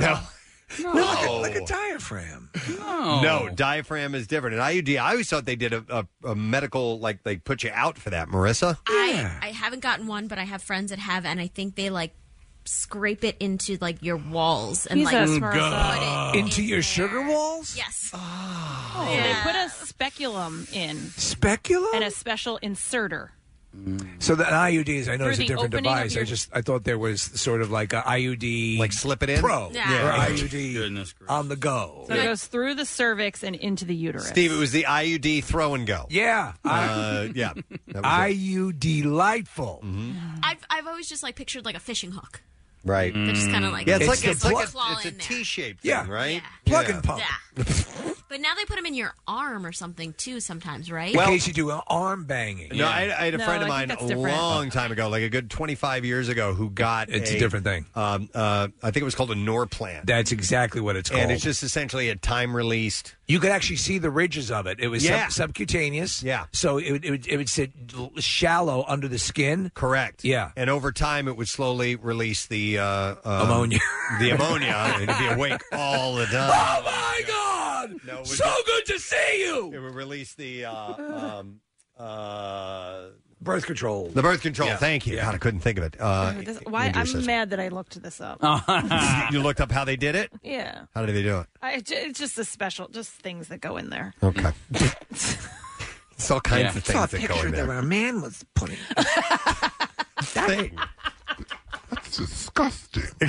No.
No. Like, a, like a diaphragm.
No, diaphragm is different. An IUD, I always thought they did a, a, a medical, like they put you out for that, Marissa.
I, I haven't gotten one, but I have friends that have, and I think they like scrape it into like your walls and like
Mm,
Mm-hmm.
Jesus,
put
Marissa.
it
Into your sugar walls?
Yes.
Oh, They put a speculum in.
Speculum?
And a special inserter.
So the IUDs, I know,
Through
is a
the
different
opening of
device. I
your-
just I thought there was sort of like a IUD, like
slip it in
pro,
Yeah.
or
Yeah.
IUD on the go.
So it goes through the cervix and into the uterus.
Steve, it was the IUD throw and go.
Yeah.
Uh, yeah.
IUD delightful.
Mm-hmm.
I've I've always just like pictured like a fishing hook.
Right.
They're just kinda like-
Yeah, it's,
It's
like, it's
just
like
a claw
a, it's a
in there.
T-shaped
Yeah.
thing, right?
Plug and pump.
Yeah.
[laughs]
but now they put them in your arm or something too sometimes, right?
In case you do an arm banging.
No, I, I had a
No,
friend of
I
mine
think that's
a
different.
long time ago, like a good 25 years ago, who got
It's a different thing.
Um, uh, I think it was called a Norplant.
That's exactly what it's called.
And it's just essentially a time released.
You could actually see the ridges of it. It was
Yeah.
sub- subcutaneous.
Yeah.
So it would, it would it would sit l- shallow under the skin.
Correct.
Yeah.
And over time, it would slowly release the uh, um,
Ammonia.
[laughs] The ammonia. and it'd be awake all the time.
Oh, my God!
No,
so good to see you.
It would release the uh, um, uh,
Birth control.
the birth control.
Yeah.
Thank you.
Yeah.
God, I couldn't think of it.
[laughs]
Uh,
This- why
into your
I'm
system.
mad that I looked this up.
Uh. you looked up how they did it.
Yeah.
How did they
[laughs]
do it?
I, it's ju- it's just a special, just things that go in there. [laughs]
Okay. it's all kinds of
Saw a
things that go
picture
in there.
where a man
[laughs]
was
[laughs]
putting.
Thing.
That's
[laughs]
disgusting. Your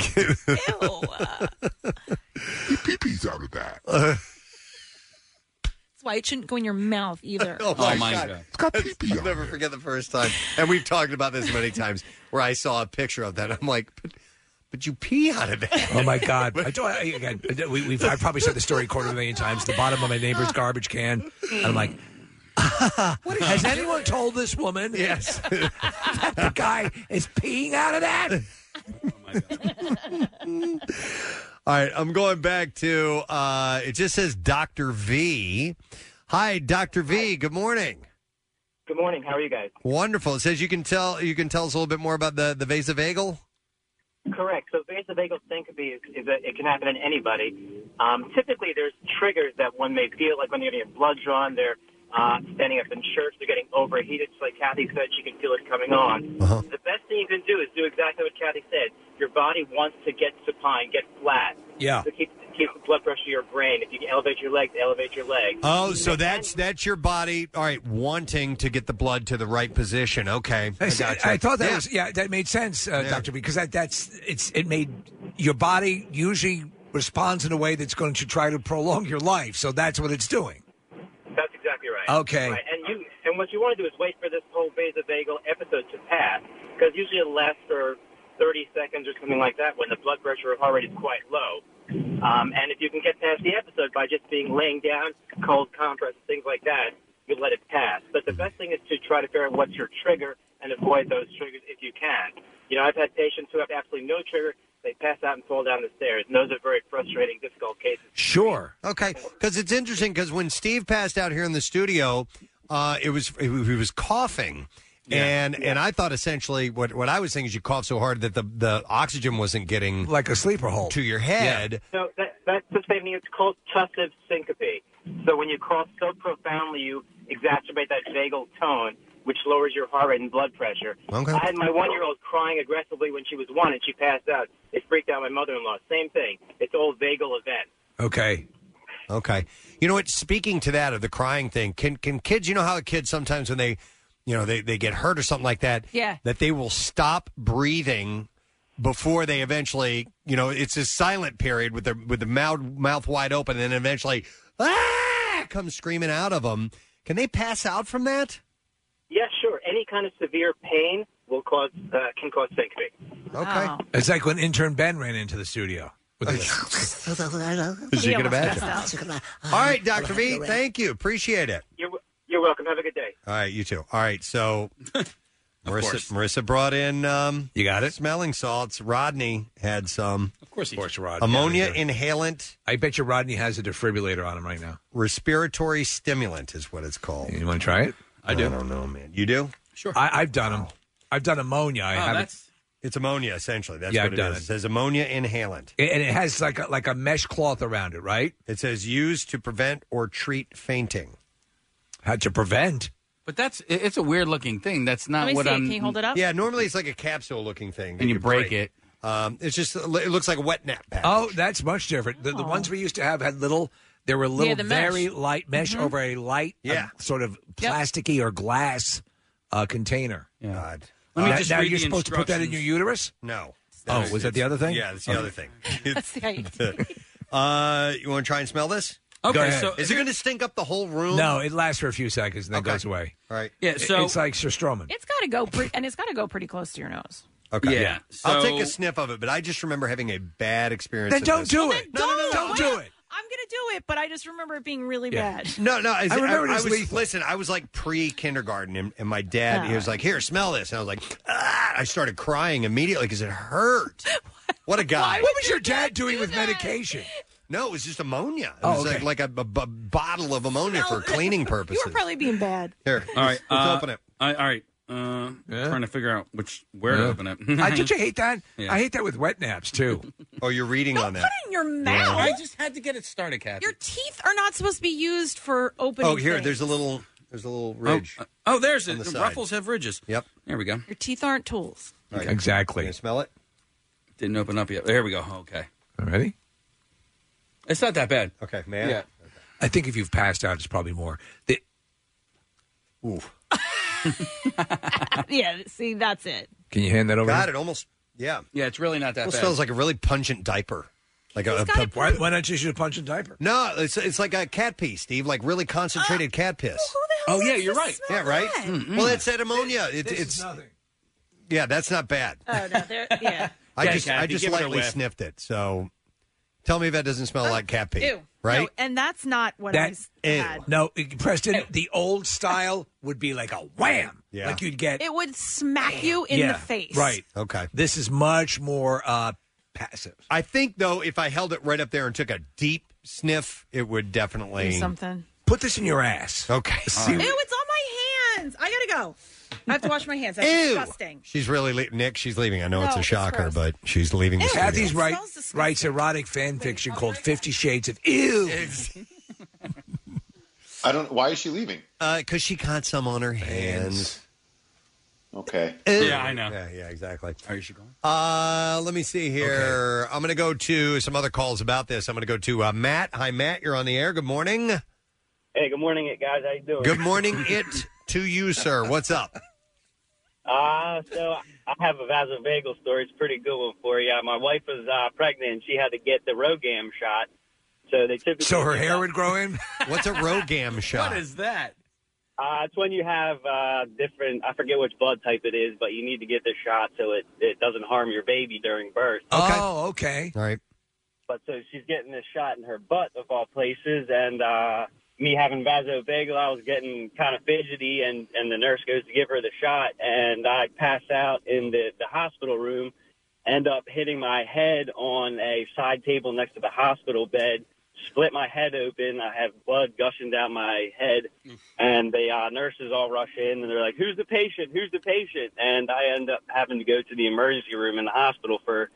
pee-pee's out of that.
That's why it shouldn't go in your mouth
[laughs]
either.
Oh,
Oh,
I'll never forget the first time, and we've talked about this many times, where I saw a picture of that. I'm like, but, but you pee out of that.
Oh my God! I, told- I, again, we, we've, I've probably said the story a quarter of a million times. The bottom of my neighbor's garbage can, and I'm like, [laughs] has anyone told this woman? Yes, [laughs] that the guy is peeing out
[laughs]
of that.
All right, I'm going back to uh, it just says Dr. V. Hi, Doctor V. Good morning.
Good morning. How are you guys?
Wonderful. It says you can tell you can tell us a little bit more about the the vasovagal.
Correct. So vasovagal syncope is, is a, it can happen in anybody. Um, typically, there's triggers that one may feel, like when they're getting their blood drawn, they're uh, standing up in church, they're getting overheated. Just like Kathy said, she can feel it coming on.
Uh-huh.
The best thing you can do is do exactly what Kathy said. Your body wants to get supine, get flat.
Yeah.
To keep, keep the blood pressure to your brain. If you can elevate your legs, elevate your legs.
Oh, so that's that's your body. All right, wanting to get the blood to the right position. Okay,
I, see-
gotcha.
I thought that
Yeah.
was yeah, that made sense, uh,
Yeah.
Doctor, because that that's it's it made your body usually responds in a way that's going to try to prolong your life. So that's what it's doing.
That's exactly right.
Okay.
Right. And you and what you want to do is wait for this whole vasovagal episode to pass because usually it lasts for 30 seconds or something like that when the blood pressure or heart rate is quite low. Um, and if you can get past the episode by just being laying down, cold compress, things like that, you let it pass. But the best thing is to try to figure out what's your trigger and avoid those triggers if you can. You know, I've had patients who have absolutely no trigger. They pass out and fall down the stairs. And those are very frustrating, difficult cases.
Sure.
Okay, because it's interesting because when Steve passed out here in the studio, uh, it was he was coughing. And and I thought essentially what what I was saying is you cough so hard that the, the oxygen wasn't getting
like a sleeper hole
to your head.
No, that, that's the same thing. It's called tussive syncope. So when you cough so profoundly, you exacerbate that vagal tone, which lowers your heart rate and blood pressure.
Okay.
I had my one-year-old crying aggressively when she was one, and she passed out. It freaked out my mother-in-law. Same thing. It's all vagal events.
Okay.
Okay. You know what? Speaking to that of the crying thing, can can kids? You know how kids sometimes when they, you know, they they get hurt or something like that.
Yeah.
That they will stop breathing before they eventually, you know, it's this silent period with their with the mouth mouth wide open, and then eventually, ah, comes screaming out of them. Can they pass out from that?
Yeah, sure. Any kind of severe pain will cause uh, can cause syncope.
Okay.
It's like when intern Ben ran into the studio.
[laughs]
With his-
As you can imagine.
All
All right, Doctor V. Thank you. Appreciate it.
You're, you're welcome. Have a good day.
All right, you too. All right,
[laughs]
so Marissa, Marissa brought in. Um,
you got it.
Smelling salts. Rodney had some.
Of course, of course, Rodney.
Ammonia inhalant.
I bet you Rodney has a defibrillator on him right now.
Respiratory stimulant is what it's called.
You want to try it? I do.
don't know, man. You do?
Sure. I, I've done them. I've done ammonia. I haven't.
It's ammonia, essentially. That's
Yeah,
what
I've done
it is.
it.
It says ammonia inhalant.
It- and it has like a, like a mesh cloth around it, right?
It says used to prevent or treat fainting.
How to prevent?
But that's it- it's a weird looking thing. That's not
Let me
what
see it.
I'm.
Can you hold it up?
Yeah, normally it's like a capsule looking thing. that
And you break
it. Um, it's just, it looks like a wet nap pack.
Oh, that's much different. The,
Oh.
the ones we used to have had little. There were little,
the mesh.
very light mesh
Mm-hmm.
over a light, uh,
Yeah.
sort of plasticky or glass uh, container.
God.
Let me
Uh,
just
now
read
you're
the
supposed to put that in your
instructions.
uterus.
No.
Oh, was that the other thing?
Yeah, that's the
Okay.
other
[laughs]
thing. [laughs] uh, you want to try and smell this?
Okay, Go ahead. so-
is it going to stink up the whole room?
No, it lasts for a few seconds and then goes away.
All right.
Yeah,
It-
so-
it's like Sir Stroman.
It's got to go, pre- and it's got to go pretty close to your nose.
Okay.
Yeah,
I'll
so-
take a sniff of it, but I just remember having a bad experience.
Then
with
don't
this.
do it.
No, no, no,
Don't
do
it. I'm gonna do it, but I just remember it being really
Yeah.
bad.
No, no. I,
I remember it
I
was
was,
lethal.
listen, I was like pre kindergarten, and, and my dad he was like, "Here, smell this," and I was like, ah! I started crying immediately because it hurt. What a guy!
What was your dad doing with medication?
No, it was just ammonia. It
Oh,
was
okay.
like like a, b- b- bottle of ammonia for cleaning purposes.
You were probably being bad.
Here,
All right,
let's
uh,
open it.
I, all right. Uh, Trying to figure out which where to
Yeah.
open it.
I did you hate that?
[laughs] Yeah.
I hate that with wet naps too.
[laughs] Oh, you're reading on that.
In your mouth.
I just had to get it started, Kathy.
Your teeth are not supposed to be used for opening.
Oh, here,
things.
there's a little, there's a little ridge.
Oh, oh, there's
On
it.
the
The
side.
ruffles have ridges.
Yep.
There we go.
Your teeth aren't tools. [laughs]
Exactly.
smell it?
Didn't open up yet. There we go. Okay.
Ready?
It's not that bad.
Okay, man.
Yeah.
I think if you've passed out, it's probably more. The-
yeah, see, that's it.
Can you hand that over?
God, it almost yeah.
Yeah, it's really not that
Almost
bad.
smells like a really pungent diaper. Like a, a-
Why, why not just use a punch and diaper? Uh,
no, it's it's like a cat pee, Steve. Like really concentrated cat piss.
Oh yeah, you're right.
yeah, right. Mm-hmm. Well, that's that ammonia. It, it's yeah, that's not bad.
Oh no, there. Yeah.
[laughs] I
Yeah,
just
Kathy,
I just
give it a
lightly
whiff.
sniffed it. So tell me if that doesn't smell
Uh,
like cat pee,
Ew.
[laughs] right?
No, and that's not what I
That
s-
ew.
had.
no, it- Preston. The old style would be like a wham,
Yeah.
like you'd get
It would smack you in
Yeah,
the face.
Right.
Okay.
This is much more uh, passive.
I think though, if I held it right up there and took a deep sniff, it would definitely
Do something.
Put this in your ass.
Okay.
Ew, it's on my hands. I gotta go. I have to wash my hands. That's
Ew.
disgusting.
She's really le- Nick. She's leaving. I know
No,
it's a
it's
shocker,
gross.
but she's leaving. The studio.
Kathy's right, writes erotic fan fiction called Fifty Shades of Ew.
I don't. Why is she leaving?
Because Uh, she caught some on her hands.
Okay.
Yeah, I know. Yeah, yeah, exactly. Are you going? Uh, let me see here. I'm going to go to some other calls about this. I'm going to go to uh, Matt. Hi, Matt. You're on the air. Good morning.
Hey, good morning, it guys. How you doing?
Good [laughs] morning, it to you, sir. What's up?
[laughs] Uh, so I have a vasovagal story. It's a pretty good one for you. Uh, My wife was uh, pregnant. and She had to get the Rogam shot. So they typically
So her hair would grow in.
What's a Rogam
shot?
is that?
Uh, it's when you have uh, different. I forget which blood type it is, but you need to get this shot so it it doesn't harm your baby during birth.
Oh, okay.
All right.
But so she's getting this shot in her butt of all places, and uh, me having vasovagal, I was getting kind of fidgety, and and the nurse goes to give her the shot, and I pass out in the the hospital room, end up hitting my head on a side table next to the hospital bed, split my head open. I have blood gushing down my head, and the uh, nurses all rush in, and they're like, "Who's the patient? Who's the patient?" And I end up having to go to the emergency room in the hospital for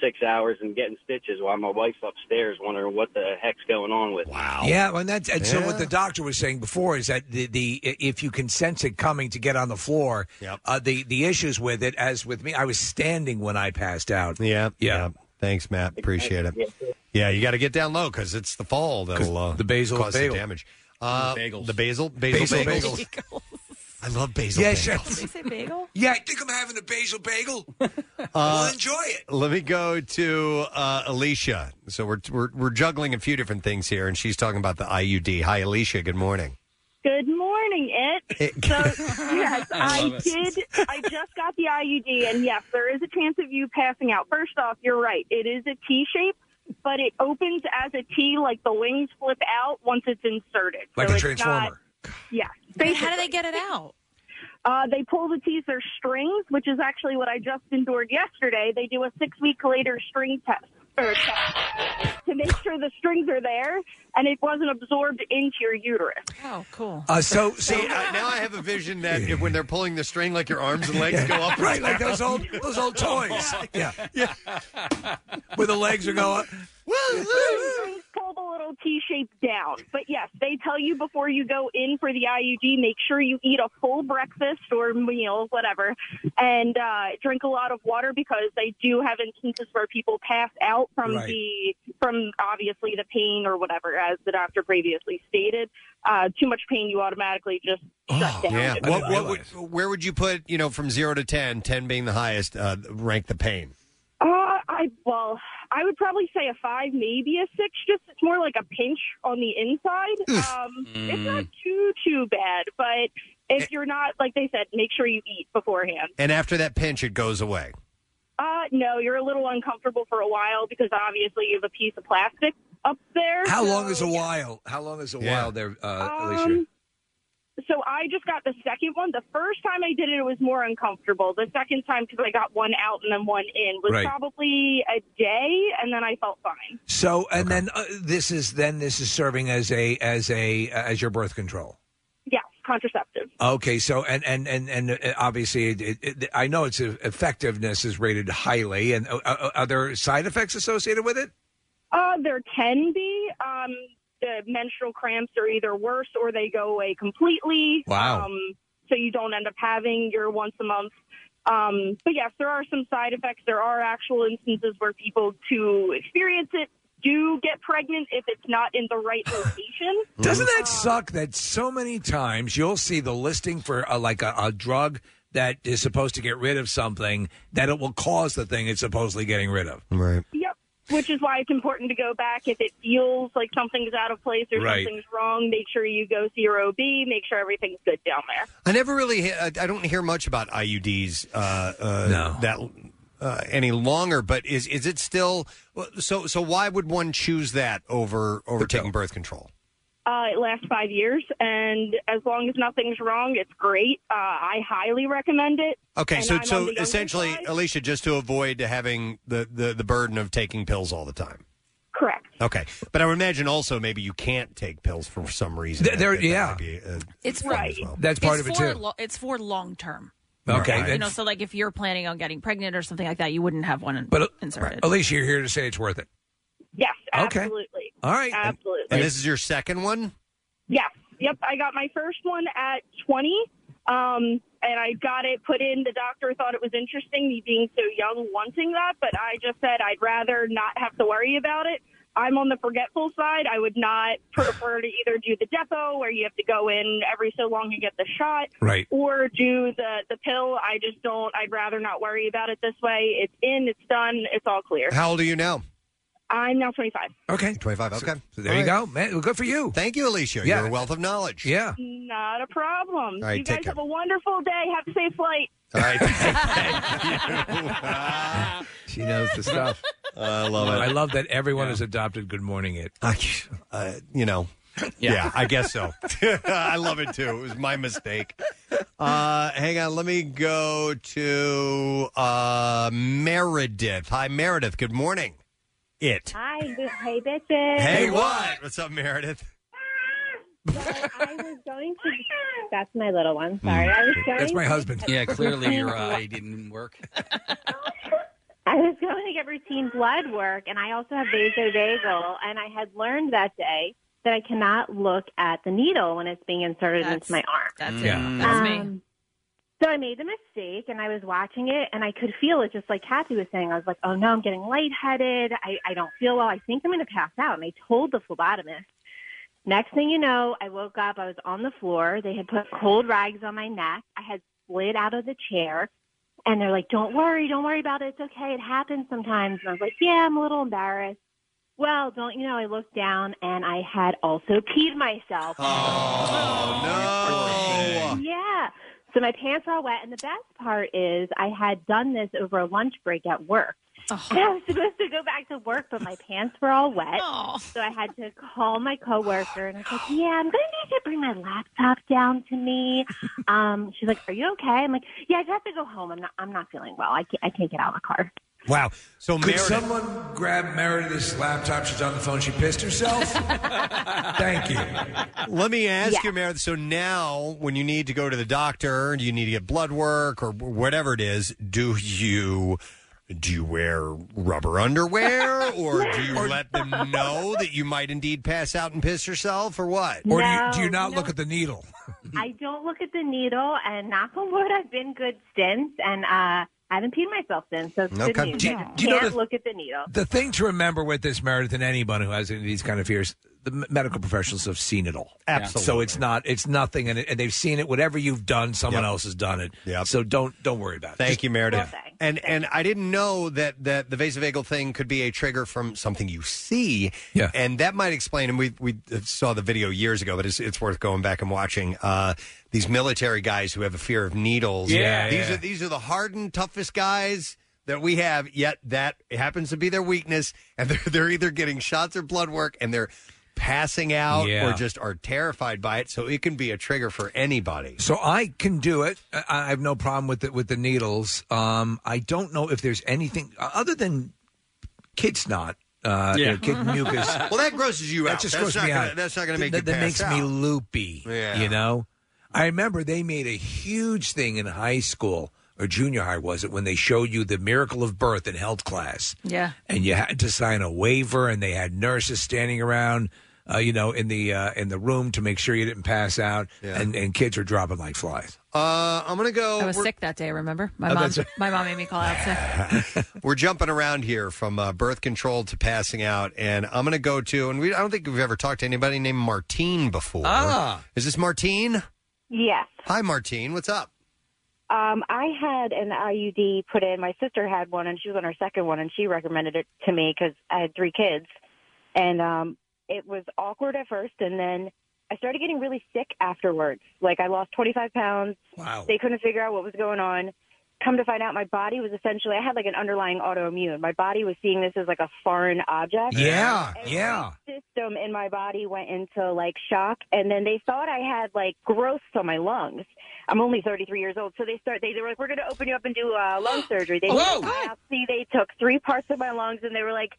six hours and getting stitches while my wife's upstairs wondering what the heck's going on with. Wow.
Yeah, well, and that's and so what the doctor was saying before is that the, the if you can sense it coming to get on the floor, uh, the the issues with it, as with me, I was standing when I passed out.
Yeah, yeah. Thanks, Matt. Appreciate it. Yeah, you got to get down low because it's the fall that'll uh, the
basil
cause some
bagel.
damage. Uh, bagels. The basil, basil,
Basil
bagels. I love basil.
Yeah,
bagels.
sure. [laughs] Yeah, I think I'm having a basil bagel.
Uh,
well, enjoy it.
Let me go to uh, Alicia. So we're, we're we're juggling a few different things here, and she's talking about the IUD. Hi, Alicia. Good morning.
Good morning, it.
It-
So yes,
[laughs] I
I,
love it.
did. I just got the IUD, and yes, there is a chance of you passing out. First off, you're right. It is a T shape, but it opens as a T, like the wings flip out once it's inserted.
Like
so
a
it's
transformer.
Not, yes.
how do they
get it out? Uh, they pull the teaser strings, which is actually what I just endured yesterday. They do a six week later string test. Or test to make sure the strings are there and it wasn't absorbed into your uterus.
Oh, cool.
Uh, so, so
See, I- now I have a vision
[laughs]
that if, when they're pulling the string, like your arms and Oh, legs go up,
right, like those old those old toys. Yeah, yeah. Where the legs are going.
Strings pull the little T shape down. But yes, they tell you before you go in for the IUD, make sure you eat a full breakfast or meal, whatever, and uh, drink a lot of water because they do have instances where people pass out from
Right.
the from obviously the pain or whatever, as the doctor previously stated. Uh, too much pain, you automatically just shut down.
Oh, Yeah. What, what would, where would you put, you know, from zero to 10, 10 being the highest, uh, rank the pain?
Uh, I well, I would probably say a five, maybe a six. Just it's more like a pinch on the inside. Um, It's
Mm.
not too too bad, but
Eh.
if you're not like they said, make sure you eat beforehand.
And after that pinch, it goes away.
Uh, no, you're a little uncomfortable for a while because obviously you have a piece of plastic up there.
How
so-
long is a while? How long is a while there, uh, Alicia?
Um, so I just got the second one. The first time I did it, it was more uncomfortable. The second time, because I got one out and then one in, was
Right.
probably a day, and then I felt fine.
So and then uh, this is then this is serving as a as a as your birth control.
Yeah, contraceptive.
Okay, so and and and and uh, obviously, it, it, it, I know its e, effectiveness is rated highly, and uh, uh, are there side effects associated with it?
Uh, there can be. Um, the menstrual cramps are either worse or they go away completely.
Wow.
Um, so you don't end up having your once a month. Um, but yes, there are some side effects. There are actual instances where people to experience it do get pregnant if it's not in
[sighs]
the right location.
Doesn't
Mm.
that suck that so many times you'll see the listing for uh like a, a drug that is supposed to get rid of something that it will cause the thing it's supposedly getting rid of?
Right.
Um, Yep. Which is why it's important to go back if it feels like something's out of place or
Right.
something's wrong. Make sure you go see your OB. Make sure everything's good down there.
I never really, he- I I don't hear much about IUDs uh, uh, that uh, any longer. But is is it still so? So why would one choose that over over taking birth control?
Uh, it lasts five years, and as long as nothing's wrong, it's great. Uh, I highly recommend it.
Okay,
And
so
I'm on
so
the younger
essentially,
side.
Alicia, just to avoid having the, the the burden of taking pills all the time.
correct.
Okay, but I would imagine also maybe you can't take pills for some reason.
There- there-
That- that
yeah.
might be, uh,
It's
fun
for
as well.
That's part of it,
it's for
too.
lo- it's for long term.
Okay,
you know,
that's-
so like if you're planning on getting pregnant or something like that, you wouldn't have one
But uh,
inserted.
at least you're here to say it's worth it.
Yes,
Okay.
absolutely.
All right.
Absolutely.
And this is your second one.
Yes. Yep. I got my first one at 20. Um, and I got it put in. The doctor thought it was interesting, me being so young, wanting that. But I just said I'd rather not have to worry about it. I'm on the forgetful side. I would not prefer to either do the depot where you have to go in every so long and get the shot.
Right.
Or do the, the pill. I just don't. I'd rather not worry about it this way. It's in, it's done, it's all clear.
How old are you now?
I'm now 25.
Okay,
twenty-five. Okay,
So there you go, man. well, Good for you.
Thank you, Alicia.
Yeah.
You're a wealth of knowledge.
Yeah.
Not a problem.
All right,
you guys
take care.
have a wonderful day. Have a safe flight.
All right.
She knows the stuff.
[laughs] I love it.
I love that everyone has adopted Good Morning It.
uh, you know. Yeah. I guess
[laughs]
so. [laughs] I love it too. It was my mistake. Uh, hang on, let me go to uh, Meredith. Hi, Meredith. Good morning. It.
Hi, b- hey bitches.
Hey, what? What's up, Meredith?
I was going to. That's my little one. Sorry,
Mm.
I was going. to-
Yeah,
[laughs]
clearly your eye didn't work.
I was going to get routine blood work, and I also have vasovagal, and I had learned that day that I cannot look at the needle when it's being inserted into my arm.
That's
Mm.
it.
Mm.
That's me.
Um, So I made the mistake, and I was watching it, and I could feel it, just like Kathy was saying. I was like, "Oh no, I'm getting lightheaded. I, I don't feel well. I think I'm going to pass out." And I told the phlebotomist. Next thing you know, I woke up. I was on the floor. They had put cold rags on my neck. I had slid out of the chair, and they're like, "Don't worry, don't worry about it. It's okay. It happens sometimes." And I was like, "Yeah, I'm a little embarrassed." Well, don't you know? I looked down, and I had also peed myself. Yeah. So my pants are all wet, and the best part is I had done this over a lunch break at work.
Oh.
And [laughs] I was supposed to go back to work, but my pants were all wet.
Oh.
So I had to [laughs] call my coworker, and I
[sighs]
was like, "Yeah, I'm going to need you to bring my laptop down to me." Um, she's like, "Are you okay?" I'm like, "Yeah, I just have to go home. I'm not. I'm not feeling well. I can't. I can't get out of the
[laughs]
car."
Wow. So
Could
Meredith-
someone grab Meredith's laptop? She's on the phone. She pissed herself. Thank you.
Let me ask you, Meredith. So now, when you need to go to the doctor, do you need to get blood work or whatever it is? Do you do you wear rubber
[laughs]
underwear, or do you let them know that you might indeed pass out and piss yourself, or what?
Or do you- do you No, not
Look at the needle.
I don't look at the needle, and knock on wood, I've been good since, and uh, I haven't peed myself since, so it's good
Okay.
news.
Do you-
But
do you know
can't
the-
look at the needle.
[laughs] The thing to remember with this, Meredith, and anyone who has any of these kind of fears, the m- medical professionals have seen it all.
Absolutely.
So it's not, it's nothing, and, it, and they've seen it. Whatever you've done, someone else has done it. Yeah. So don't, don't worry about it.
Thank
Just-
you, Meredith. and and I didn't know that that the vasovagal thing could be a trigger from something you see. Yeah. And that might explain. And we we saw the video years ago, but it's it's worth going back and watching. Uh, these military guys who have a fear of needles.
Yeah,
These
yeah.
are these are the hardened, toughest guys that we have. Yet that happens to be their weakness, and [laughs] they're they're either getting shots or blood work, and they're passing out
Yeah.
or just are terrified by it. So it can be a trigger for anybody.
So I can do it. I, I have no problem with it with the needles. Um, I don't know if there's anything uh, other than kids not. Uh, you know, kid mucus.
Well, that grosses you
that
out.
just
That's
grosses
not
me
gonna-
out.
that's not gonna
Th-
make
that,
you
That
pass
makes me
out.
loopy.
Yeah.
You know, I remember they made a huge thing in high school or junior high was it when they showed you the miracle of birth in health class
Yeah.
and you had to sign a waiver and they had nurses standing around uh, you know in the uh, in the room to make sure you didn't pass out and, and kids are dropping like flies
Uh, I'm gonna go.
I was
we're-
sick that day. Remember, my
Oh,
mom.
that's right.
My mom made me call out sick.
We're jumping around here from uh, birth control to passing out, and I'm going to go to, and we, I don't think we've ever talked to anybody named Martine before.
Ah.
Is this Martine?
Yes.
Hi, Martine. What's up?
Um, I had an IUD put in. My sister had one, and she was on her second one, and she recommended it to me because I had three kids, and um, it was awkward at first, and then I started getting really sick afterwards. Like I lost 25 pounds.
Wow.
They couldn't figure out what was going on. Come to find out, my body was essentially I had like an underlying autoimmune. My body was seeing this as like a foreign object.
yeah yeah
system in my body went into like shock and then they thought I had like growths on my lungs. I'm only 33 years old, so they start. They, they were like, "We're going to open you up and do uh, lung surgery." They did a biopsy. They took three parts of my lungs, and they were like,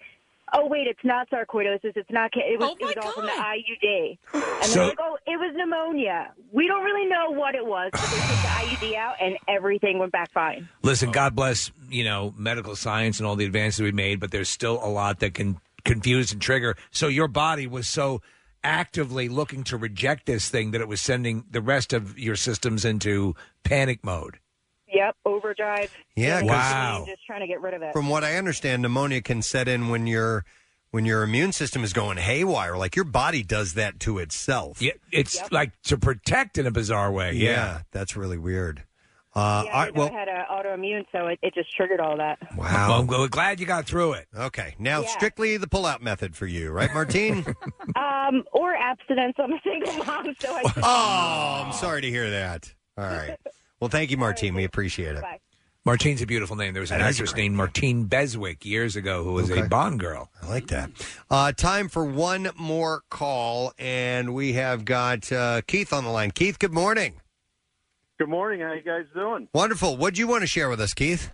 oh wait, it's not sarcoidosis. It's not. Ca- it was,
Oh
Oh,
it was all from the IUD. And
So-
they're like, oh, it was pneumonia. We don't really know what it was. But they took the IUD out, and everything went back fine.
Listen, God bless you know medical science and all the advances we made, but there's still a lot that can confuse and trigger. So your body was so actively looking to reject this thing that it was sending the rest of your systems into panic mode.
Yep, overdrive.
Yeah, 'cause-
Basically Just trying to get rid of it.
From what I understand, pneumonia can set in when your when your immune system is going haywire. Like your body does that to itself.
Yeah, it's like to protect in a bizarre way. Yeah,
that's really weird. Uh,
yeah,
all right, well,
I had a autoimmune, so it, it just triggered all that.
wow.
I'm glad you got through it.
Okay, now strictly the pull-out method for you, right, Martine?
Um, or abstinence. I'm a single mom, so I.
oh, I'm sorry to hear that. All right. Well, thank you, Martine. We appreciate it.
Bye.
Martine's a beautiful name. There was an
That is a
actress named Martine Beswick years ago who was a Bond girl.
I like that. Uh, time for one more call, and we have got uh, Keith on the line. Keith, good morning.
Good morning. How you guys doing?
Wonderful. What do you want to share with us, Keith?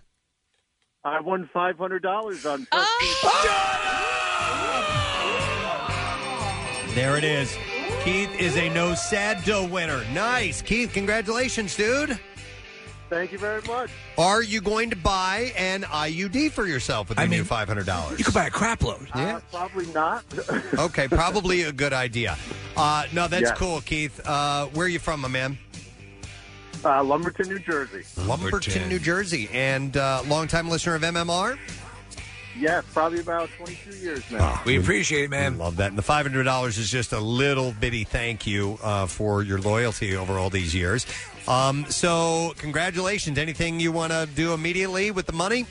I won five hundred dollars on.
Oh! There it is. Keith is a no sad dough winner. Nice, Keith. Congratulations, dude.
Thank you very much.
Are you going to buy an IUD for yourself with the new five hundred dollars? You
could buy a crap load.
Yeah.
Probably not.
okay, probably a good idea. Uh, no, that's
Yeah.
cool, Keith. Uh, where are you from, my man?
Uh, Lumberton, New Jersey.
Lumberton, New Jersey, and uh, longtime listener of MMR.
Yeah, probably about twenty-two years now.
We appreciate it, man.
Love that. And the five hundred dollars is just a little bitty thank you uh, for your loyalty over all these years. Um, so, congratulations. Anything you want to do immediately with the money?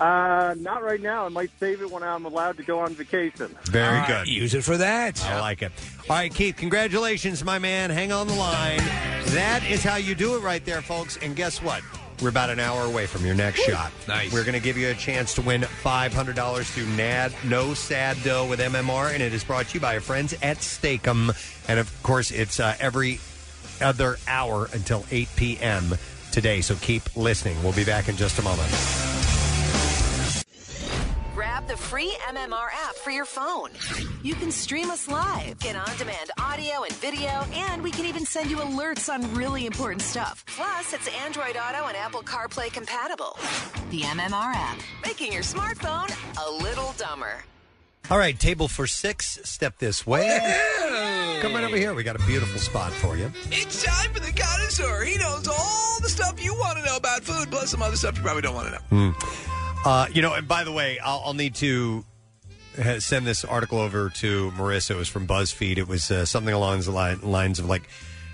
Uh, not right now. I might save it when I'm allowed to go on vacation.
Very good.
Ah, Use it for that.
I like it. All right, Keith, congratulations, my man. Hang on the line. That is how you do it right there, folks. And guess what? We're about an hour away from your next shot. Nice. We're going to give you a chance to win $500 through NAD, No Sad Dough with MMR, and it is brought to you by our friends at Steakum. And of course, it's uh, every other hour until 8 p.m. today. So keep listening. We'll be back in just a moment.
Grab the free MMR app for your phone. You can stream us live, get on demand audio and video, and we can even send you alerts on really important stuff. Plus, it's Android Auto and Apple CarPlay compatible. The MMR app, making your smartphone a little dumber.
All right, table for six. Step this way. Come right over here. We got a beautiful spot for you.
It's time for the connoisseur. He knows all the stuff you want to know about food, plus some other stuff you probably don't want to know.
Hmm.
Uh, you know, and by the way, I'll, I'll need to uh, send this article over to Marissa. It was from BuzzFeed. It was uh, something along the line, lines of like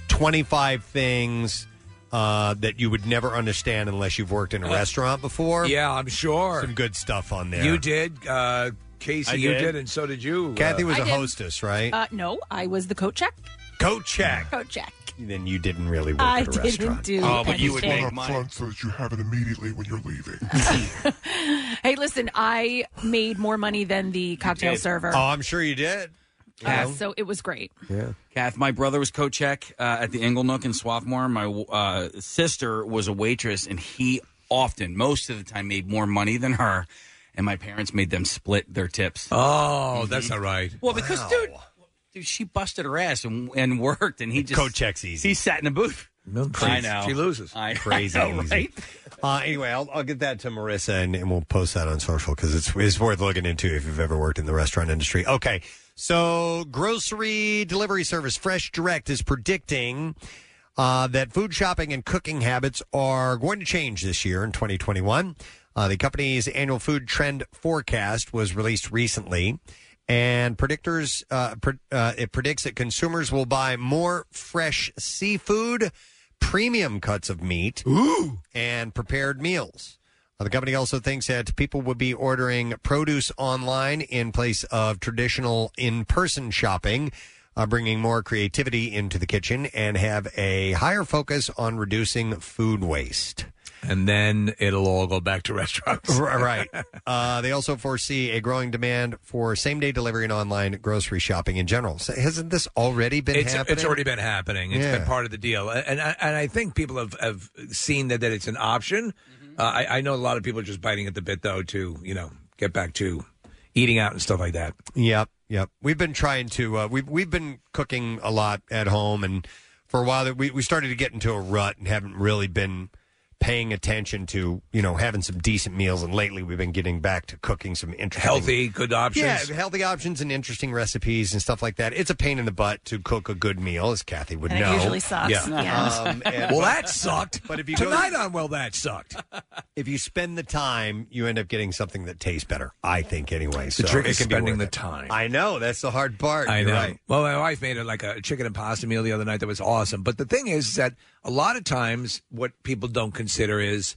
25 things uh, that you would never understand unless you've worked in a restaurant before.
Uh, Yeah, I'm sure.
Some good stuff on there.
You did, uh, Casey.
I
you
did.
did, and so did you.
Kathy
uh,
was
I
a
did.
hostess, right?
Uh, no, I was the coat check.
Coat check.
Coat check.
Then you didn't really work
I
at a
didn't
restaurant.
do Oh, but you would anything. make
Up
money.
front so that you have it immediately when you're leaving.
Hey, listen, I made more money than the cocktail server.
Oh,
I'm sure you did.
Uh, so it was great.
Yeah.
Kath, my brother was coat check uh, at the Ingle Nook in Swarthmore. My uh, sister was a waitress, and he often, most of the time, made more money than her. And my parents made them split their tips. Mm-hmm.
Oh, that's not right.
Well, because dude, dude, she busted her ass and, and worked, and he just coat
checks easy.
He sat in a booth. I know
She loses.
I,
Crazy
I know,
easy.
right?
[laughs] Uh, anyway, I'll, I'll get that to Marissa and, and we'll post that on social because it's, it's worth looking into if you've ever worked in the restaurant industry. Okay. So, grocery delivery service Fresh Direct is predicting uh, that food shopping and cooking habits are going to change this year in 2021. Uh, the company's annual food trend forecast was released recently. And predictors, uh, pre- uh, it predicts that consumers will buy more fresh seafood, premium cuts of meat, and prepared meals. Uh, The company also thinks that people would be ordering produce online in place of traditional in person shopping, uh, bringing more creativity into the kitchen and have a higher focus on reducing food waste.
And then it'll all go back to restaurants.
[laughs] R- right. Uh, they also foresee a growing demand for same day delivery and online grocery shopping in general. So hasn't this already been
it's,
happening?
it's already been happening. It's
Yeah.
been part of the deal, and and I, and I think people have, have seen that that it's
Mm-hmm.
an option. Uh, I, I know a lot of people are just biting at the bit though to you know get back to eating out and stuff like that.
Yep, yep. We've been trying to. Uh, we've we've been cooking a lot at home, and for a while that we we started to get into a rut and haven't really been paying attention to you know having some decent meals. And lately, we've been getting back to cooking some interesting
Healthy, good options.
Yeah, healthy options and interesting recipes and stuff like that. It's a pain in the butt to cook a good meal, as Kathy would
And it
know.
usually sucks. Yeah. [laughs]
Um, and-
Well, that sucked.
But if you
Tonight
on well, that sucked. [laughs] if you spend the time, you end up getting something that tastes better. I think, anyway.
The
so
trick
it
is
can be
spending
worth
the
it.
time.
I know that's the hard part.
I
You're
know.
right.
Well, my wife made it like a chicken and pasta meal the other night that was awesome. But the thing is that a lot of times what people don't consider is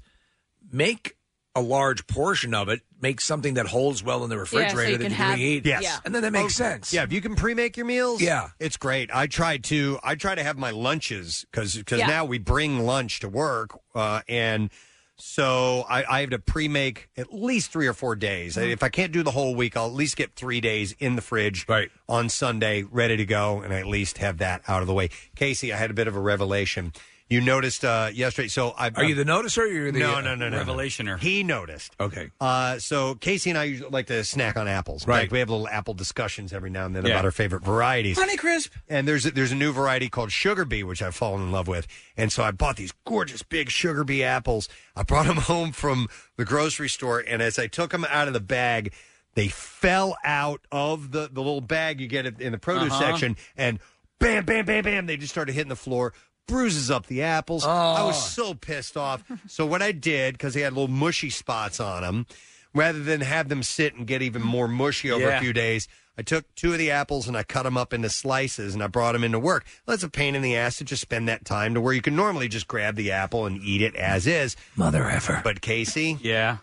make a large portion of it, make something that holds well in the
so you
refrigerator that
can
you
have-
can eat.
Yes. yeah.
And then that makes
Oh,
sense.
yeah, if you can pre-make your meals,
Yeah.
it's great. I try to I try to have my lunches because
Yeah.
now we bring lunch to work, uh, and so I, I have to pre-make at least three or four days.
Mhm.
If I can't do the whole week, I'll at least get three days in the fridge right. on Sunday, ready to go, and I at least have that out of the way. Casey, I had a bit of a revelation. You noticed uh, yesterday, so I
Are you the noticer or you're the uh,
no, no, no, no, no.
revelationer?
He noticed.
Okay.
Uh, so Casey and I usually like to snack on apples.
Right.
Like, we have little apple discussions every now and then
Yeah.
about our favorite varieties.
Crisp.
And there's a, there's a new variety called Sugar Bee, which I've fallen in love with. And so I bought these gorgeous big Sugar Bee apples. I brought them [laughs] home from the grocery store, and as I took them out of the bag, they fell out of the, the little bag you get in the produce
Uh-huh.
section, and bam, bam, bam, bam, they just started hitting the floor. Bruises up the apples. I was
Oh.
so pissed off. [laughs] So what I did, because they had little mushy spots on them, rather than have them sit and get even more mushy over
Yeah.
a few days, I took two of the apples and I cut them up into slices and I brought them into work. Well, it's a pain in the ass to just spend that time to where you can normally just grab the apple and eat it as is.
Mother effer.
But Casey,
yeah.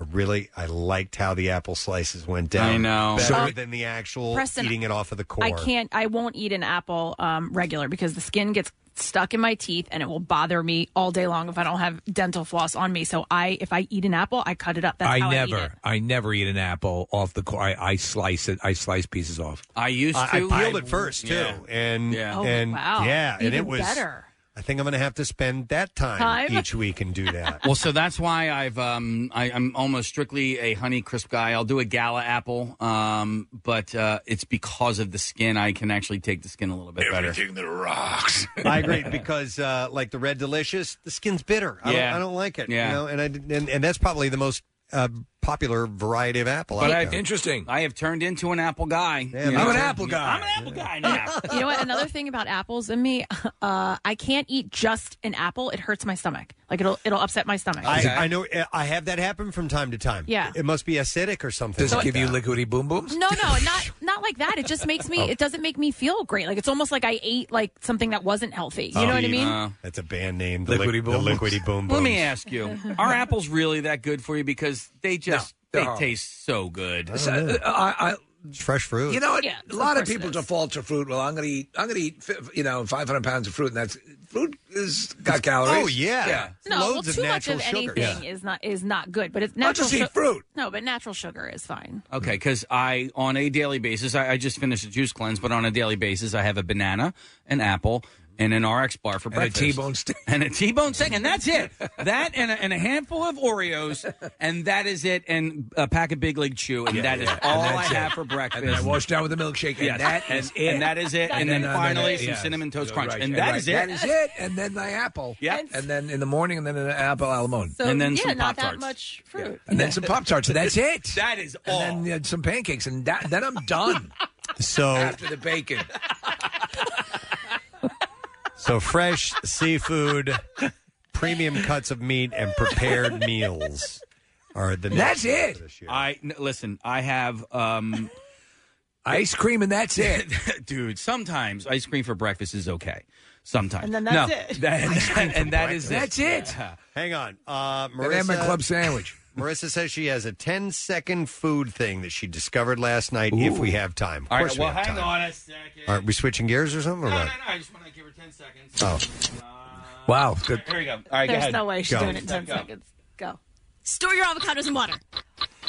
I really, I liked how the apple slices went down.
I know.
better
So-
than the actual
Preston,
eating it off of the core.
I can't. I won't eat an apple um, regular because the skin gets stuck in my teeth and it will bother me all day long if I don't have dental floss on me. So I, if I eat an apple, I cut it up. That's
I
how
never,
I
[laughs]
eat it.
I, never eat an apple off the core. I, I slice it. I slice pieces off.
I used
I- I
to.
peeled it first, too. And
yeah.
Oh,
and
wow.
yeah, and it
Even
was.
better.
I think I'm going to have to spend that time,
Time?
each week and do that.
well, so that's why I've um I, I'm almost strictly a honey crisp guy. I'll do a gala apple, um, but uh, it's because of the skin. I can actually take the skin a little bit better.
Everything
that rocks.
[laughs] I agree because uh, like the red delicious, the skin's bitter. I,
Yeah.
don't, I don't like it.
Yeah.
You know, and I didn't- and, and that's probably the most uh, popular variety of apple.
But
out
I've,
there.
interesting. I have turned into an apple guy.
I'm an apple
guy. I'm an apple guy now.
you know what? Another thing about apples and me, [laughs] uh, I can't eat just an apple. It hurts my stomach. Like it'll it'll upset my stomach.
I, I know I have that happen from time to time.
Yeah.
it must be acidic or something.
Does it
like
give
that.
you liquidy boom booms?
no, no, not not like that. It just makes me.
Oh.
It doesn't make me feel great. Like it's almost like I ate like something that wasn't healthy.
Oh.
You know what I mean?
That's a band name. The liquidy boom. The liquidy boom.
Let me
Booms.
ask
[laughs]
you: Are apples really that good for you? Because they just
No,
they
they're-
taste so good.
So, uh, I, I,
Oh, It's fresh fruit.
You know what?
Yeah,
a
of
lot of
course it
people
is.
default to fruit. Well, I'm going to eat. I'm going to eat. fi- You know, 500 pounds of fruit, and that's fruit is got calories.
oh, yeah.
No, well, too much of anything is not is not good. But it's natural
just eat
su-
fruit.
No, but natural sugar is fine.
Okay, because I, on a daily basis, I, I just finished a juice cleanse, but on a daily basis, I have a banana, an apple, and an RX bar for
And a
breakfast.
T-bone steak.
[laughs] And a T-bone steak, and that's it. that and a, and a handful of Oreos, and that is it, and a pack of Big League Chew, and that is
yeah, and
all I
that's it.
have for breakfast.
And I wash down with a milkshake, and
Yes,
that
and-
is it. uh,
and that
[laughs]
is it, and then finally some Cinnamon Toast Crunch, and that
that
is
is
it.
That is it. And then my apple.
Yeah.
And then in the morning, and then an apple alamon.
So
and then
yeah,
some pop
not that
tarts.
much fruit.
And then some pop
[laughs]
tarts. That's it.
that is all.
And then uh, some pancakes, and that, then I'm done
[laughs] So
after the
[laughs]
bacon.
so fresh seafood, premium cuts of meat, and prepared meals are the.
That's it.
I n- listen. I have um,
[laughs] ice cream, and that's it,
[laughs] dude. Sometimes ice cream for breakfast is okay. Sometimes,
And then that's
No,
it.
[laughs]
that-
Ice cream for
and that is
breakfast.
it.
That's Hang on, uh,
And have
Marissa.
my club
sandwich.
[laughs] Marissa says she has a 10 second food thing that she discovered last night. If
Ooh.
we have time, of
All
course
right. Well,
we have
hang
time.
on a second.
Aren't we switching gears or something? Or what?
I just want to give her ten seconds.
Oh, wow.
Here we go. All right, go
There's
ahead.
no way she's
Go.
doing it in ten seconds. Go.
Store your avocados in water.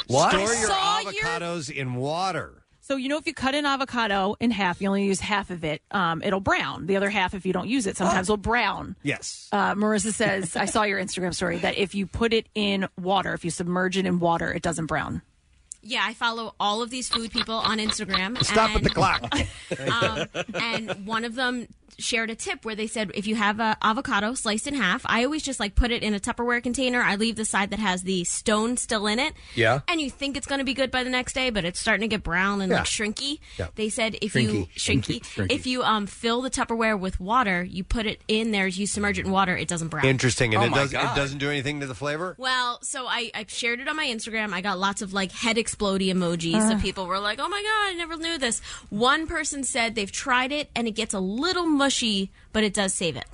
Store
I
your
saw your-
avocados in water.
So you know, if you cut an avocado in half, you only use half of it. Um, it'll brown. The other half, if you don't use it, sometimes
Oh.
will brown.
Yes.
Uh, Marissa says, "I saw your Instagram story that if you put it in water, if you submerge it in water, it doesn't brown."
Yeah, I follow all of these food people on Instagram.
Stop at
and,
the clock.
Um, and one of them shared a tip where they said if you have a avocado sliced in half, I always just like put it in a Tupperware container. I leave the side that has the stone still in it.
Yeah.
And you think it's going to be good by the next day, but it's starting to get brown and like
Yeah.
shrinky.
Yeah.
They said if you
Shrinky.
shrinky,
Shrinky.
if you um fill the Tupperware with water, you put it in there, you submerge it in water, it doesn't brown.
Interesting, and
Oh
it
my
doesn't
God.
it doesn't do anything to the flavor.
Well, so I, I shared it on my Instagram. I got lots of like head explodey emojis. so
Ugh.
people were like, oh my God, I never knew this. One person said they've tried it and it gets a little mushy, but it does save it.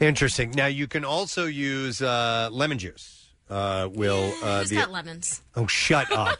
Interesting. Now you can also use uh, lemon juice. Uh, will uh,
Who's
the-
got lemons?
Oh, shut
[laughs]
[laughs]
up!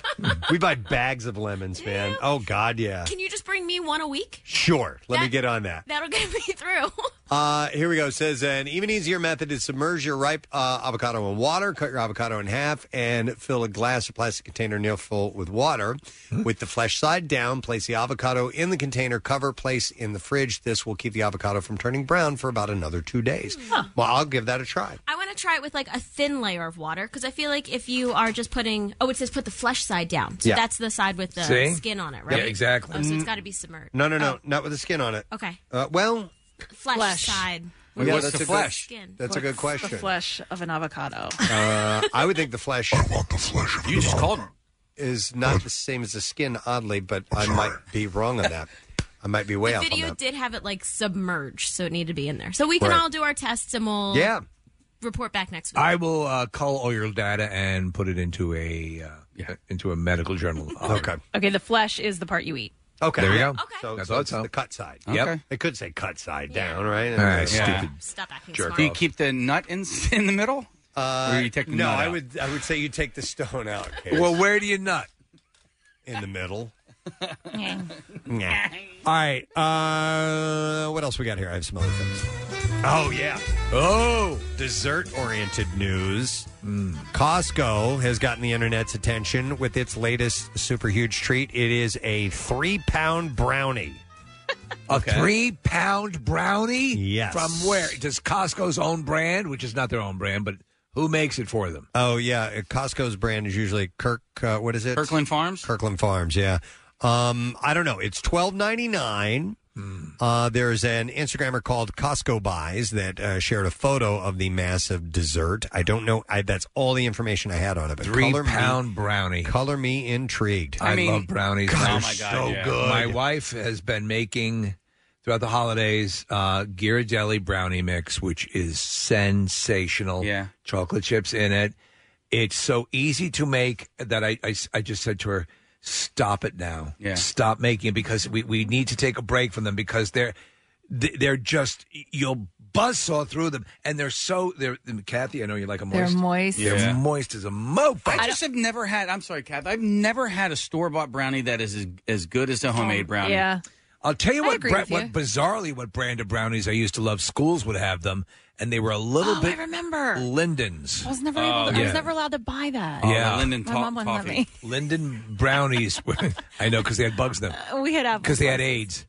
we buy bags of lemons, man. Oh God, yeah.
Can you just bring me one a week?
Sure. Let me
That-
get on that.
That'll [laughs] get me through.
Uh, here we go. It says an even easier method is submerge your ripe uh, avocado in water, cut your avocado in half, and fill a glass or plastic container near full with water. With the flesh side down, place the avocado in the container cover, place in the fridge. This will keep the avocado from turning brown for about another two days.
Hmm.
Well, I'll give that a try.
I want to try it with like a thin layer of water because I feel like if you are just putting, oh, it says put the flesh side down. So
Yeah.
that's the side with the
See?
skin on it,
Yeah,
right?
exactly. Mm.
Oh, so it's got to be submerged.
No, no, no, not with the skin on it.
Oh. Okay.
Uh, well,
Flesh, side.
Wait, Yeah, what's that's the a good- flesh?
Skin.
that's a good
The
question.
flesh of an avocado.
Uh, I would think the flesh. I want the flesh.
You just
called is not the same as the skin, oddly, but I might be wrong on that. I might be way
the
off on
video
that.
did have it like submerged, so it needed to be in there. So we can
Right.
all do our tests and we'll
Yeah.
report back next week.
I will uh, cull all your data and put it into a uh, into a medical journal.
okay.
Okay, the flesh is the part you eat.
Okay,
There you
yeah.
go.
Okay. So,
That's
so
all
it's the cut side.
Yep. Okay.
They could say cut side down, right?
All right,
Okay.
Yeah. stupid
Stop acting
jerk
Do you
off.
keep the nut in in the middle?
Uh,
Or you take the
no,
nut
I
out?
would. I would say you take the stone out.
Well, where do you nut?
In the middle.
[laughs]
Yeah.
All right. Uh, what else we got here? I have some other things. Oh yeah. Oh, dessert-oriented news. Costco has gotten the internet's attention with its latest super huge treat. It is a three-pound brownie.
A three-pound brownie?
Yes.
From where? Does Costco's own brand, which is not their own brand, but who makes it for them?
Oh yeah, Costco's brand is usually Kirk. Uh, what is it?
Kirkland Farms.
Kirkland Farms. Yeah. Um, I don't know. It's twelve ninety nine.
Hmm.
Uh, there's an Instagrammer called Costco Buys that uh, shared a photo of the massive dessert. I don't know. I, that's all the information I had on it. But
Three
color
pound
me,
brownie.
Color me intrigued.
I, love brownies.
God,
They're
oh my God,
so
yeah.
good. My
My
wife has been making throughout the holidays uh, Ghirardelli brownie mix, which is sensational. Yeah, chocolate chips in it. It's so easy to make that I I, I just said to her. Stop it now!
Yeah.
Stop making it because we, we need to take a break from them because they're th- they're just you'll buzzsaw through them and they're so they're Kathy I know you like them
They're moist.
they're
Yeah.
moist as a mofo
I just have never had. I'm sorry, Kath. I've never had a store bought brownie that is as, as good as a homemade brownie.
I'll tell you
I
what,
agree
bra-
with
what
you.
bizarrely, what brand of brownies I used to love, schools would have them, and they were a little
Oh,
bit.
I remember.
Linden's.
I was never able. To, I was never allowed to buy that.
Um, yeah,
Oh, my mom wouldn't let me.
[laughs] Linden brownies. [laughs] were- I know because they had bugs in them.
Uh, [laughs] We had apples.
Because they had AIDS.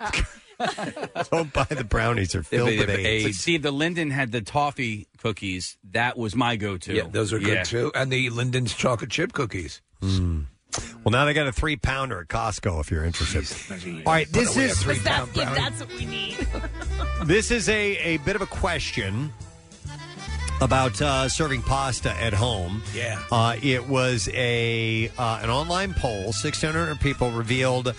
[laughs] Don't buy the brownies; are filled with AIDS.
But see, the Linden had the toffee cookies. That was my go-to.
Yeah, those are good too. And the Linden's chocolate chip cookies.
Mm. Well, now they got a three pounder at Costco. If you're interested. All right,
Put
this
away a
is
three pound brownie.
what we need. [laughs]
this is a, a bit of a question about uh, serving pasta at home.
Yeah.
Uh, it was a uh, an online poll. 600 people revealed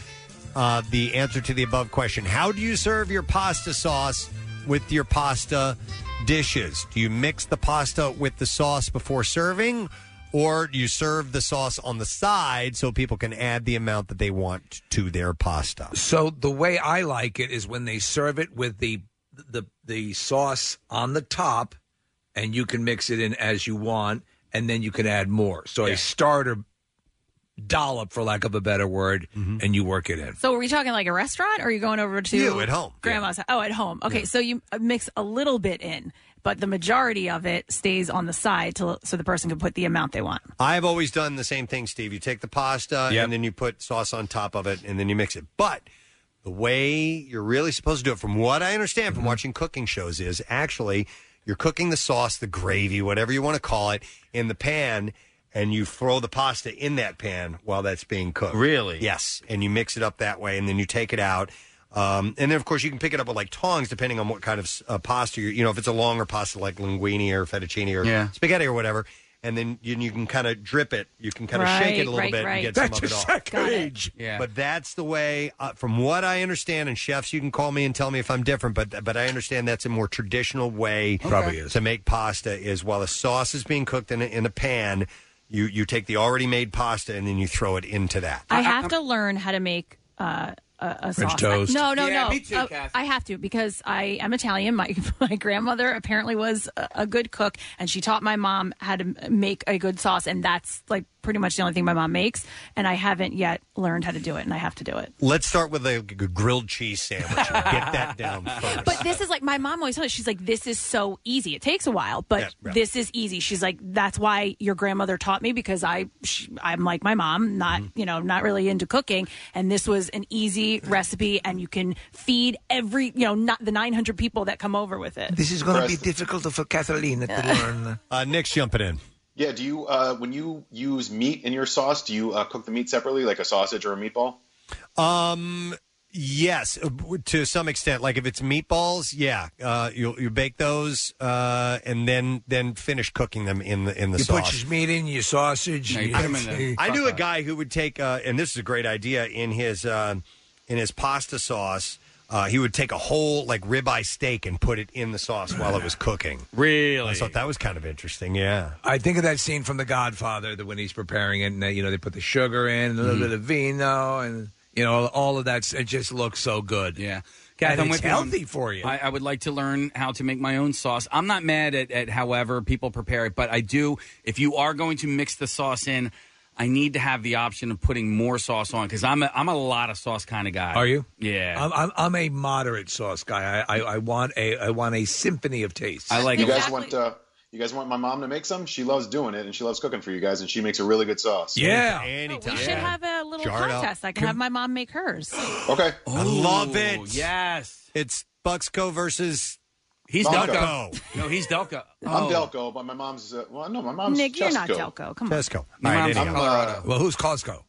uh, the answer to the above question. How do you serve your pasta sauce with your pasta dishes? Do you mix the pasta with the sauce before serving? Or do you serve the sauce on the side so people can add the amount that they want to their pasta?
So the way I like it is when they serve it with the the the sauce on the top, and you can mix it in as you want, and then you can add more. So a starter dollop, for lack of a better word, and you work it in.
So are we talking like a restaurant, or are you going over to
You, at home.
grandma's? house? Oh, at home. Okay, so you uh, mix a little bit in, but the majority of it stays on the side till so the person can put the amount they want.
I've always done the same thing, Steve. You take the pasta
Yep.
and then you put sauce on top of it and then you mix it. But the way you're really supposed to do it, from what I understand from
Mm-hmm.
watching cooking shows, is actually you're cooking the sauce, the gravy, whatever you want to call it, in the pan. and you throw the pasta in that pan while that's being cooked.
Really?
Yes. And you mix it up that way, and then you take it out. Um, and then, of course, you can pick it up with like tongs, depending on what kind of uh, pasta you're. You know, if it's a longer pasta like linguine or fettuccine or
Yeah.
spaghetti or whatever, and then you, you can kind of drip it. You can kind of shake it a
Right,
little
right,
bit
right.
and get
That's
some of it off.
sacrilege. Got it. Yeah.
But that's the way, uh, from what I understand, and chefs, you can call me and tell me if I'm different, but but I understand that's a more traditional way
Probably is.
to make pasta is while the sauce is being cooked in a, in a pan, you, you take the already made pasta and then you throw it into that.
I have to learn how to make uh, a, a sauce.
toast.
No, no,
Yeah,
no.
me too,
Uh,
Kathy.
I have to because I am Italian. My [laughs] my grandmother apparently was a, a good cook, and she taught my mom how to m- make a good sauce, and that's like pretty much the only thing my mom makes. And I haven't yet learned how to do it, and I have to do it.
Let's start with a g- grilled cheese
[laughs]
sandwich. Get that down first.
But this is like my mom always told us. She's like, "This is so easy. It takes a while, but
Yeah, right.
this is easy." She's like, "That's why your grandmother taught me because I, she, I'm like my mom, not
Mm-hmm.
you know, not really into cooking, and this was an easy recipe, and you can feed every you know, not the 900 people that come over with it."
This is going to be difficult for Kathleen to
[laughs]
learn.
Uh, Nick's jumping in.
Yeah. Do you uh, when you use meat in your sauce, do you uh, cook the meat separately, like a sausage or a meatball?
Um. Yes, uh, w- to some extent. Like if it's meatballs, yeah, uh, you you bake those uh, and then then finish cooking them in the in the
You
sauce.
put your meat in, your sausage. your-
[laughs]
I knew a guy who would take, uh, and this is a great idea in his uh, in his pasta sauce. Uh, he would take a whole like ribeye steak and put it in the sauce while it
[sighs]
was cooking.
Really,
I thought that was kind of interesting. Yeah,
I think of that scene from The Godfather that when he's preparing it, and uh, you know they put the sugar in, and a little
Mhm.
bit of vino, and you know all of that. It just looks so good.
Yeah,
and
Kath, I'm
it's
with you on-
healthy for you.
I, I would like to learn how to make my own sauce. I'm not mad at, at however people prepare it, but I do. If you are going to mix the sauce in, I need to have the option of putting more sauce on because I'm a, I'm a lot of sauce kind of guy.
Are you?
Yeah.
I'm, I'm, I'm a moderate sauce guy. I, I, I want a I want a symphony of tastes.
You guys want uh, you guys want my mom to make some? She loves doing it, and she loves cooking for you guys, and she makes a really good sauce.
Yeah.
We should have a little
Jar it up.
contest. I can have my mom make hers. [gasps]
Okay.
I love it.
Oh, Yes,
it's Buxco versus
he's
Delco.
Delco. No, he's Delco.
I'm
Oh.
Delco, but my mom's uh, well, no, my mom's
Nick, you're not
Chesco.
Delco. Come on.
Tesco. All
My
right,
mom's
anyhow.
from Colorado.
Well, who's Costco?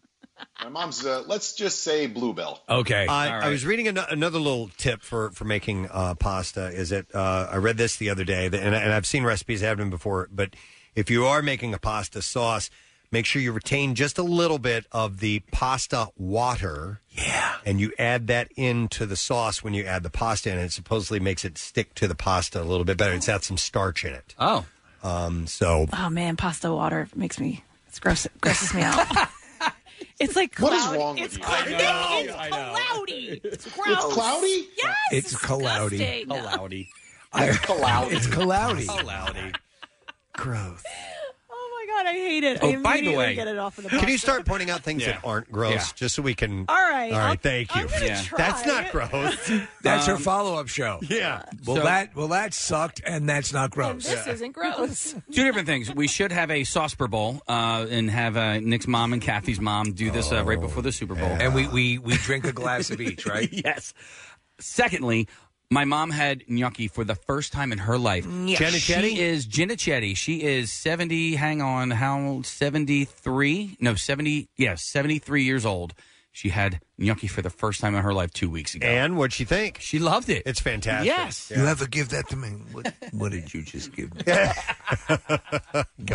My mom's uh, let's just say Bluebell.
Okay.
I, I was reading an- another little tip for for making uh, pasta. Is that uh, I read this the other day, that, and, I- and I've seen recipes that have them before. But if you are making a pasta sauce, make sure you retain just a little bit of the pasta water. Yeah, and you add that into the sauce when you add the pasta, in, and it supposedly makes it stick to the pasta a little bit better. It's got some starch in it.
Oh,
um, so
Oh man, pasta water makes me. It's gross. Grosses me out.
[laughs]
it's like
What is
cloudy.
wrong with
it's
you?
cloudy.
I know,
It's cloudy. It's gross.
It's cloudy?
Yes.
It's cloudy.
Oh,
disgusting.
Cloudy.
[laughs] It's cloudy. It's cloudy.
Cloudy.
Gross.
Oh my god, I hate it.
Oh,
I
by the
immediately
way,
get it off of the
Can you
box.
start pointing out things that aren't gross,
Yeah.
just so we can?
All right,
all right.
I'll-
thank you.
I'm gonna Yeah. try.
That's not [laughs] gross. Um,
That's her follow up show.
[laughs] Yeah.
Well,
So-
that well that sucked, and that's not gross.
This isn't gross.
Two different things. We should have a Sauceper Bowl uh, and have uh, Nick's mom and Kathy's mom do this uh, right before the Super Bowl.
And we, we we drink a glass of each, right?
[laughs] yes. Secondly, my mom had gnocchi for the first time in her life.
Yes.
She is Genichetti. She is 70, hang on, how old? 73? No, 70, yeah, 73 years old. She had gnocchi for the first time in her life two weeks ago.
And what'd she think?
She loved it.
It's fantastic.
Yes.
You ever give that to me? What, what did you just give [laughs] me? Come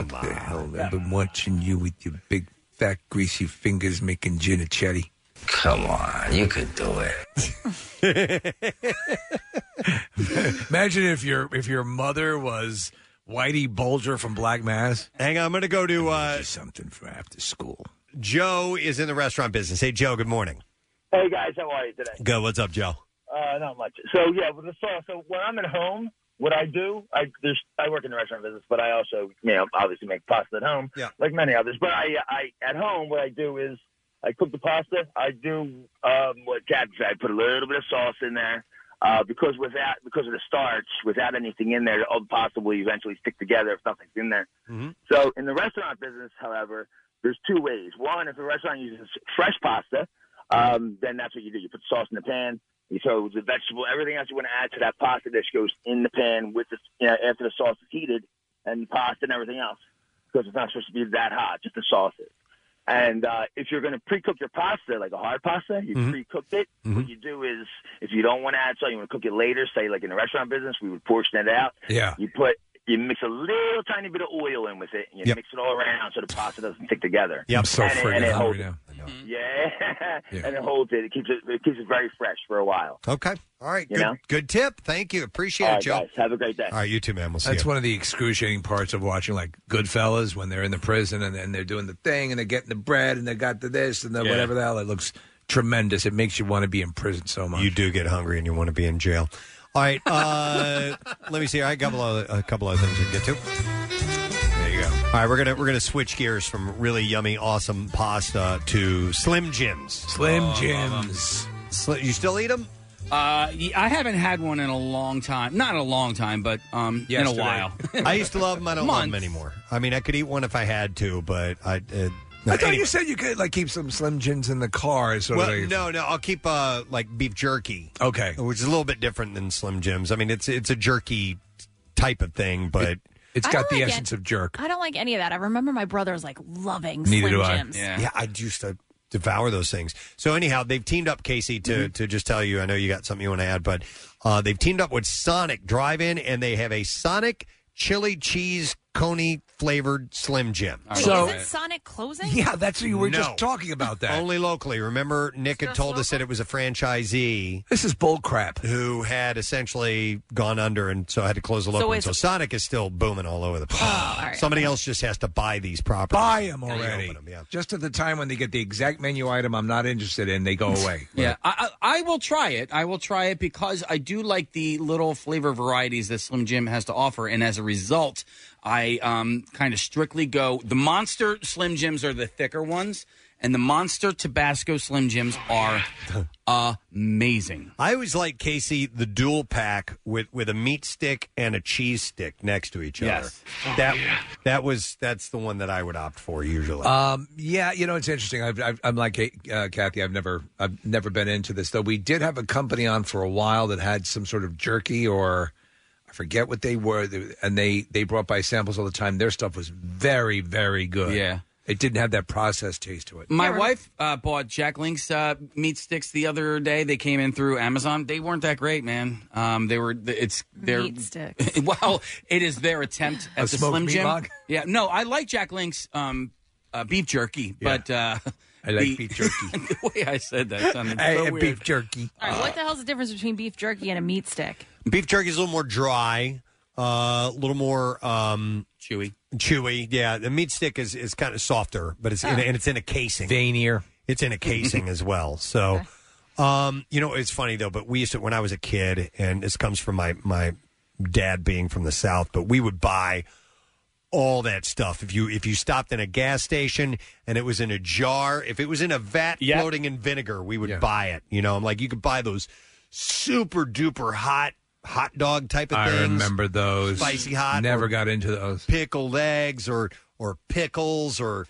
what the hell? I've been watching you with your big, fat, greasy fingers making ginichetti. Come on, you could do it. [laughs] Imagine if your if your mother was Whitey Bulger from Black Mass.
Hang on, I'm going to go to uh,
something for after school.
Joe is in the restaurant business. Hey, Joe. Good morning.
Hey guys, how are you today?
Good. What's up, Joe?
Uh, not much. So yeah, with the sauce. So when I'm at home, what I do, I there's, I work in the restaurant business, but I also you know obviously make pasta at home,
Yeah.
like many others. But I I at home what I do is I cook the pasta. I do um, what Dad said. I put a little bit of sauce in there. Uh, because without because of the starch, without anything in there, all the pasta will eventually stick together if nothing's in there.
Mm-hmm.
So in the restaurant business, however, there's two ways. One, if a restaurant uses fresh pasta, um, then that's what you do. You put sauce in the pan. You throw the vegetable, everything else you want to add to that pasta dish goes in the pan with the you know, after the sauce is heated and pasta and everything else. because it's not supposed to be that hot, just the sauce is. And uh, if you're going to pre-cook your pasta, like a hard pasta, you
Mhm.
pre-cook it. What you do is, if you don't want to add salt, you want to cook it later. Say, like in the restaurant business, we would portion it out.
Yeah.
You put, you mix a little tiny bit of oil in with it, and you
Yep.
mix it all around so the pasta doesn't stick together.
Yeah, I'm so
And it-
friggin'
and it
hungry
holds-
now.
Yeah. [laughs] and it holds it. It keeps it. It keeps it very fresh for a while.
Okay. All right.
You
Good,
know?
good tip. Thank you. Appreciate
All
it,
right,
Joe.
guys. Have a great day.
All right, you too, man. We'll see
That's
you.
one of the excruciating parts of watching like Goodfellas when they're in the prison and then they're doing the thing and they're getting the bread and they got the this and the
Yeah.
whatever the hell. It looks tremendous. It makes you want to be in prison so much. You
do get hungry and you want to be in jail. All right. [laughs] Uh, let me see. I got a couple of a couple other things we can get to. There you go. All right, we're gonna we're gonna switch gears from really yummy, awesome pasta to Slim Jims.
Slim Oh, I love 'em. Jims.
Sli- you still eat them?
Uh, y- I haven't had one in a long time. Not a long time, but um, in a
Yesterday.
[laughs] while.
[laughs] I used to love them. I don't love them
Months.
anymore. I mean, I could eat one if I had to, but I. Uh,
I thought you said you could like keep some Slim Jims in the car. Sort
well,
of like,
no, no. I'll keep uh, like beef jerky.
Okay,
which is a little bit different than Slim Jims. I mean, it's it's a jerky type of thing, but it,
has
I got don't the like it. essence
of jerk.
I don't like any of that. I remember my brother's like loving
Neither
Slim
do I.
Jims.
Yeah. I used to devour those things. So anyhow, they've teamed up, Casey, to to just tell you. I know you got something you want to add, but uh, they've teamed up with Sonic Drive-In, and they have a Sonic chili cheese coney flavored Slim Jim.
Wait, isn't Sonic closing?
just talking about. That
only locally. Remember, Nick had told us that it was a franchisee.
This is bull crap.
Who had essentially gone under and so had to close the local.
So
one.
it's-
so Sonic is still booming all over the place. Somebody else just has to buy these properties.
Buy them already. Just at the time when they get the exact menu item I'm not interested in, they go
[laughs]
away.
Yeah, I, I I will try it. I will try it because I do like the little flavor varieties that Slim Jim has to offer, and as a result, I um, kind of strictly go. The Monster Slim Jims are the thicker ones, and the Monster Tabasco Slim Jims
[laughs]
are amazing.
I always like Casey the dual pack with with a meat stick and a cheese stick next to each other.
Yes. Oh,
that
yeah.
that was that's the one that I would opt for usually.
Um, yeah, you know it's interesting. I've, I've, I'm like uh, Kathy. I've never, I've never been into this though. We did have a company on for a while that had some sort of jerky or I forget what they were, They- and they they brought by samples all the time. Their stuff was very, very good.
Yeah.
it didn't have that processed taste to it.
My wife uh, bought Jack Link's uh, meat sticks the other day. They came in through Amazon. They weren't that great, man. Um, they were. It's their
Meat
[laughs]
sticks.
well, it is their attempt at
A
the
smoked
Slim
meat
Jim.
mug?
Yeah, no, I like Jack Link's um, uh, beef jerky, but uh, I
like
beef jerky. [laughs] the way I said that sounded
I
so
am
weird.
beef jerky.
All
Uh,
right, what the hell's the difference between beef jerky and a meat stick?
Beef jerky is a little more dry, uh, a little more um,
chewy.
Chewy, yeah. The meat stick is, is kind of softer, but it's in,
Oh.
and it's in a casing,
veinier.
It's in a casing as well. So, um, you know, it's funny though. But we used to when I was a kid, and this comes from my my dad being from the south. But we would buy all that stuff if you if you stopped in a gas station and it was in a jar if it was in a vat floating in vinegar we would buy it you know i'm like you could buy those super duper hot hot dog type of
I
things
remember those
spicy hot
Never
or
got into those.
pickled eggs or or pickles or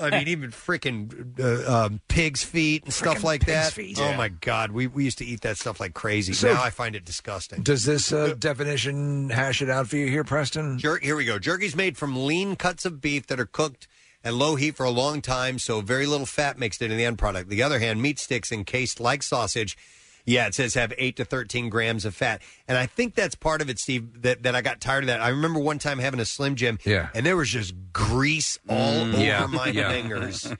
i mean [laughs] even freaking uh,
Mm,
um, pig's feet and stuff
Frickin'
like
pig's
that
feet.
oh
Yeah.
my god we, we used to eat that stuff like crazy
So-
now i find it disgusting
Does this uh, definition hash it out for you here, Preston?
Jerk. Here we go. Jerky's made from lean cuts of beef that are cooked at low heat for a long time, so very little fat mixed into the end product. The other hand, meat sticks encased like sausage. Yeah, it says have eight to thirteen grams of fat, and I think that's part of it, Steve. That, that I got tired of that. I remember one time having a Slim Jim,
Yeah.
and there was just grease all
Mm,
over [laughs]
yeah,
my
yeah. [laughs]
fingers.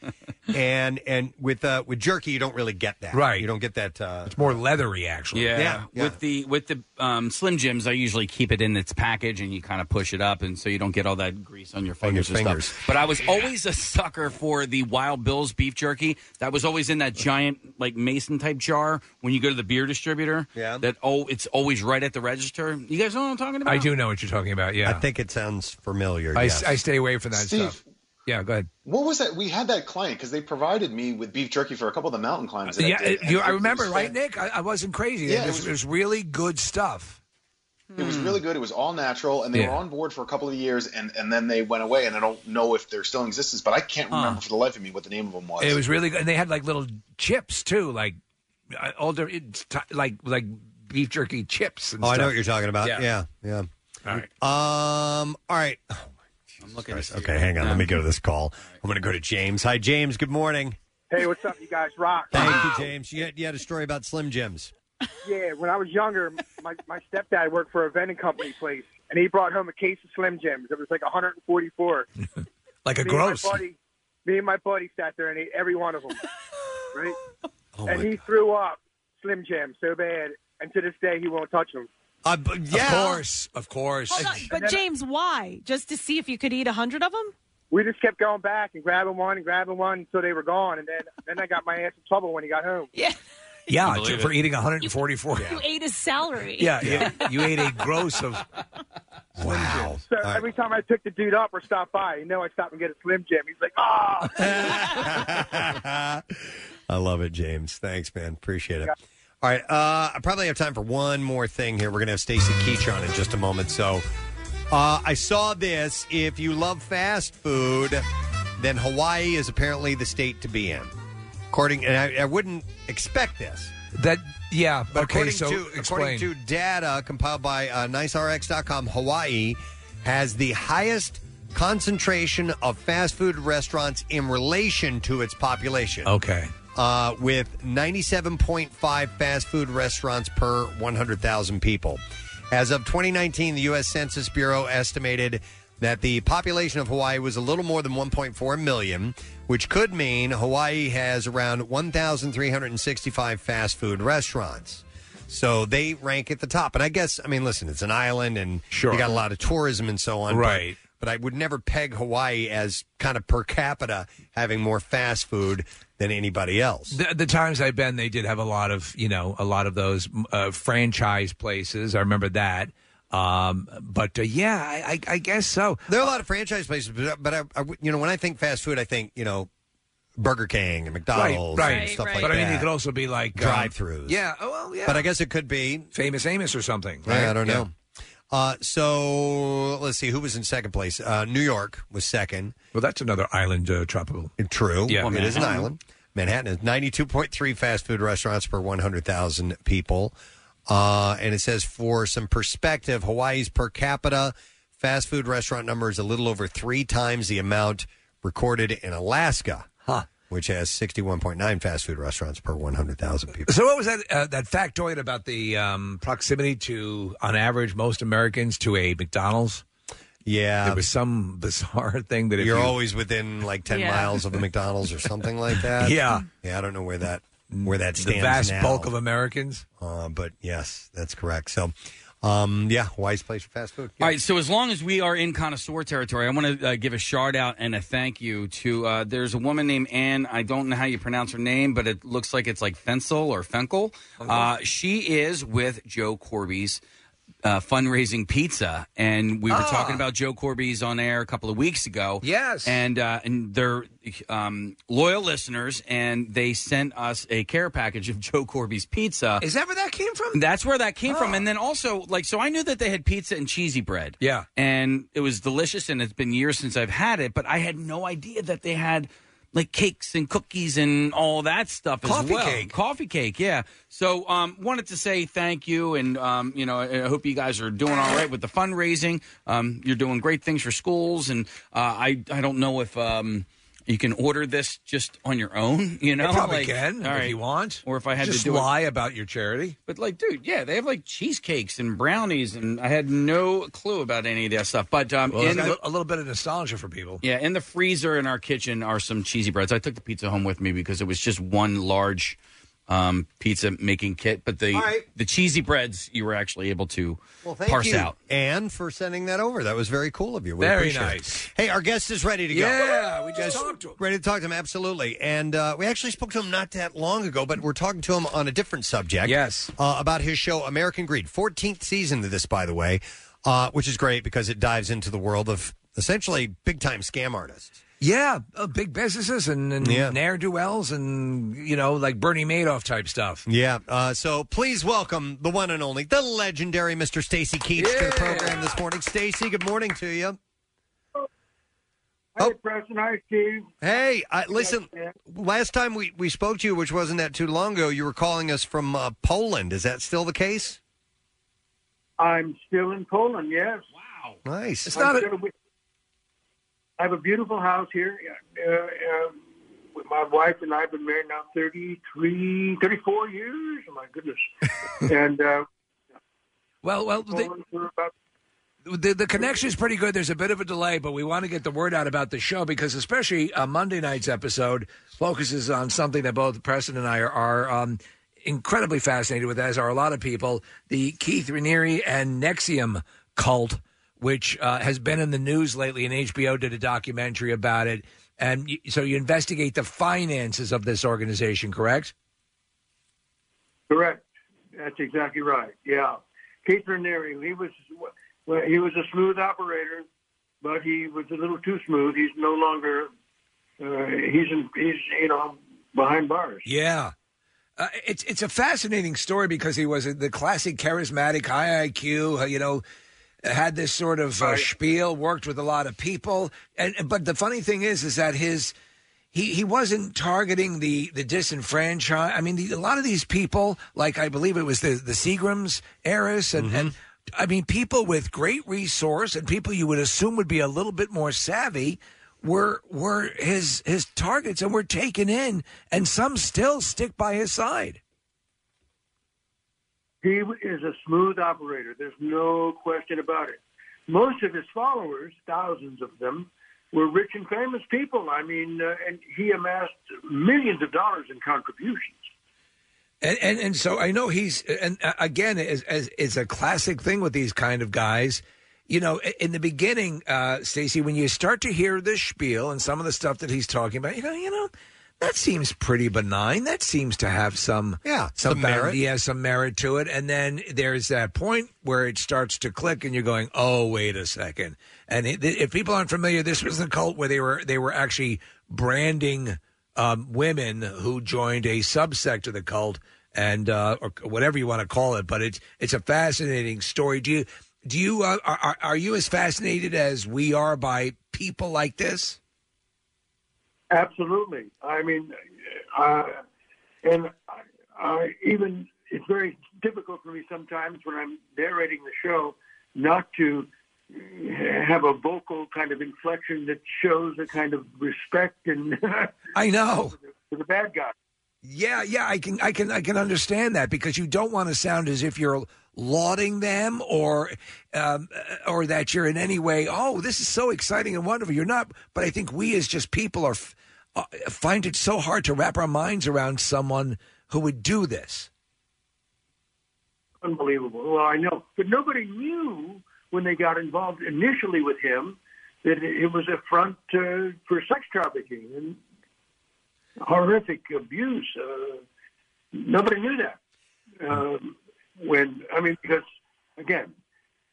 and and with uh, with jerky, you don't really get that.
Right.
you don't get that. Uh,
It's more leathery, actually.
Yeah.
Yeah, yeah.
with the with the um, Slim Jims, I usually keep it in its package, and you kind of push it up, and so you don't get all that grease on your
On your
fingers. and
fingers.
Stuff. But I was always a sucker for the Wild Bill's beef jerky. That was always in that giant like mason type jar when you go to the beer distributor. Yeah, that oh, it's always right at the register. You guys know what I'm talking about?
I do know what you're talking about. Yeah,
I think it sounds familiar.
I,
yes.
I stay away from that
Steve.
stuff. Yeah, go ahead.
What was that? We had that client because they provided me with beef jerky for a couple of the mountain climbs. That
Yeah,
I, did,
it- you,
and
I
it was
remember,
fan-
right, Nick? I, I wasn't crazy.
Yeah, it
there's,
was-
there's really good stuff.
It was really good. It was all natural, and they
Yeah.
were on board for a couple of years, and, and then they went away. And I don't know if they're still in existence, but I can't remember for the life of me what the name of them was.
It was really good, and they had like little chips too, like uh, older, it's ti- like like beef jerky chips. And
Oh, I
stuff.
know what you're talking about. Yeah, yeah.
All right.
Um. All right.
I'm looking. To see
Okay, hang on. Let me go to this call. I'm going to go to James. Hi, James. Good morning.
Hey, what's up? [laughs] You guys rock.
Thank you, James. You had, you had a story about Slim Jims.
Yeah, when I was younger, my, my stepdad worked for a vending company place, and he brought home a case of Slim Jims. It was like 144.
Like a
me and my
gross.
buddy- me and my buddy sat there and ate every one of them, right?
Oh,
and
my
he threw up Slim Jim so bad, and to this day he won't touch them.
Uh,
Of course, of course.
Hold on, but James, why? Just to see if you could eat a hundred of them?
We just kept going back and grabbing one and grabbing one until they were gone, and then then I got my ass in trouble when he got home.
Yeah,
yeah,
Unbelievable.
to- for eating 144. Yeah,
You ate his salary.
yeah, you ate a gross of. Wow.
So every time I picked the dude up or stopped by, you know, I stopped and get a Slim Jim. He's like, ah.
[laughs]
I love it, James. Thanks, man. Appreciate it. All right, uh, I probably have time for one more thing here. We're going to have Stacy Keach on in just a moment. So, uh, I saw this. If you love fast food, then Hawaii is apparently the state to be in. According, and I, I wouldn't expect this.
That yeah,
but
okay,
according
so
to according
explain.
to data compiled by uh, NiceRx.com, Hawaii has the highest concentration of fast food restaurants in relation to its population.
Okay.
Uh, with 97.5 fast food restaurants per 100,000 people. As of 2019, the U.S. Census Bureau estimated that the population of Hawaii was a little more than 1.4 million, which could mean Hawaii has around 1,365 fast food restaurants. So they rank at the top. And I guess, I mean, listen, it's an island and
Sure.
you got a lot of tourism and so on. but-
Right.
But, I would never peg Hawaii as kind of per capita having more fast food than anybody else.
The, the times I've been, they did have a lot of you know a lot of those uh, franchise places. I remember that. Um, but uh, yeah, I, I, I guess so.
There are a lot of franchise places, but, but I, I would- you know, when I think fast food, I think, you know, Burger King and McDonald's
right, right,
and stuff
right.
like
But
that.
I mean, it could also be like um,
drive-throughs.
Yeah, oh, well, yeah.
But I guess it could be
Famous Amos or something.
Yeah,
Right?
I don't know. Uh, so let's see who was in second place. Uh, New York was second.
Well, that's another island, uh, tropical.
True.
Yeah.
Well, it is an
Manhattan.
island. Manhattan is 92.3 fast food restaurants per 100,000 people. Uh, and it says, for some perspective, Hawaii's per capita fast food restaurant number is a little over three times the amount recorded in Alaska, which has 61.9 fast food restaurants per 100,000 people.
So, what was that uh, that factoid about the um, proximity to, on average, most Americans to a McDonald's?
Yeah,
there was some bizarre [laughs] thing that if
You're
you-
always within like 10
Yeah.
miles of a McDonald's or something like that.
[laughs] Yeah.
Yeah, I don't know where that where that
the
stands
vast
now.
bulk of Americans.
Uh, but yes, that's correct. So, um, yeah, wise place for fast food.
All right, so as long as we are in connoisseur territory, I want to uh, give a shout out and a thank you to. Uh, there's a woman named Anne. I don't know how you pronounce her name, but it looks like it's like Fensel or Fenkel. Uh, she is with Joe Corby's uh, fundraising pizza, and we were
Ah.
talking about Joe Corby's on air a couple of weeks ago.
Yes.
and uh, and they're um, loyal listeners, and they sent us a care package of Joe Corby's
Uh,
pizza.
Is that where that came from?
That's where that came from.
Ah.
And then also, like, so I knew that they had pizza and cheesy bread.
Yeah.
And it was delicious, and it's been years since I've had it, but I had no idea that they had like cakes and cookies and all that stuff as
Coffee
well.
cake.
Coffee cake, yeah. So, um, wanted to say thank you, and um, you know, I I hope you guys are doing all right with the fundraising. Um, you're doing great things for schools, and uh, I I don't know if um. You can order this just on your own, you know.
You probably
like,
can,
all
if
right.
you want.
or if I had
Just
to do it-
lie about your charity.
but like, dude, yeah, they have like cheesecakes and brownies, and I had no clue about any of that stuff. But um,
Well,
in
it's got a
the,
little bit of nostalgia for people.
yeah, in the freezer in our kitchen are some cheesy breads. I took the pizza home with me because it was just one large um, pizza making kit. But the
All right.
the cheesy breads you were actually able to
Well, thank
parse
you,
out.
Anne, for sending that over. That was very cool of you. We
Very
appreciate it.
nice.
Hey, our guest is ready to go.
Yeah, we just
Guys,
talked to him.
Ready to talk to him, absolutely. And uh, we actually spoke to him not that long ago, but we're talking to him on a different subject. Yes. Uh, about his show, American Greed. 14th season of this, by the way, uh, which is great because it dives into the world of essentially big time scam artists.
Yeah, uh, big businesses and, and
Yeah.
ne'er do wells and you know like Bernie Madoff type stuff.
Yeah. Uh, so please welcome the one and only, the legendary Mr. Stacy Keach to the program this morning. Stacy, good morning to you. Oh.
Hey, Preston. Hi, Steve.
Hey, I, listen. Last time we, we spoke to you, which wasn't that too long ago, you were calling us from uh, Poland. Is that still the case?
I'm still in Poland, yes.
Nice.
I'm still wi-
I have a beautiful house here. Uh, um, with my wife and I have been married now 33, 34 years. Oh, my
[laughs]
goodness. and uh,
Well, well, the, the, the connection is pretty good. There's a bit of a delay, but we want to get the word out about the show because, especially uh, Monday night's episode, focuses on something that both Preston and I are, are um, incredibly fascinated with, as are a lot of people the Keith Raniere and Nexium cult, which uh, has been in the news lately, and HBO did a documentary about it. And y so you investigate the finances of this organization, correct?
correct. That's exactly right. Yeah. Keith Raniere, he was well, he was a smooth operator, but he was a little too smooth. He's no longer uh, he's in, he's you know behind bars.
Yeah. Uh, it's it's a fascinating story because he was the classic charismatic, high IQ. uh, You know, had this sort of uh, spiel, worked with a lot of people, and but the funny thing is, is that his he, he wasn't targeting the the disenfranchised. I mean, the, a lot of these people, like I believe it was the the Seagrams, Eris, and and I mean, people with great resource and people you would assume would be a little bit more savvy were were his his targets and were taken in, and some still stick by his side.
He is a smooth operator. There's no question about it. Most of his followers, thousands of them, were rich and famous people. I mean, uh, and he amassed millions of dollars in contributions.
And, and and so I know he's and uh, again is as is a classic thing with these kind of guys. You know, i- in the beginning, uh, Stacy, when you start to hear this spiel and some of the stuff that he's talking about, you go, you know, that seems pretty benign. That seems to have some
Yeah,
some,
some merit.
found- yeah, some merit to it. And then there's that point where it starts to click, and you're going, "Oh, wait a second. And it, if people aren't familiar, this was the cult where they were they were actually branding um, women who joined a subsect of the cult, and uh, or whatever you want to call it. But it's it's a fascinating story. Do you do you uh, are are- are you as fascinated as we are by people like this?
Absolutely. I mean, uh, and I, I even it's very difficult for me sometimes when I'm narrating the show not to have a vocal kind of inflection that shows a kind of respect and
[laughs] I know.
[laughs] for the bad guy.
Yeah, yeah, I can, I can, I can understand that because you don't want to sound as if you're lauding them or, um, uh, or that you're in any way. Oh, this is so exciting and wonderful. You're not, but I think we as just people are f- uh, find it so hard to wrap our minds around someone who would do this.
Unbelievable. Well, I know. But nobody knew when they got involved initially with him that it was a front uh, for sex trafficking and horrific abuse. Uh, nobody knew that. Um, when, I mean, because, again,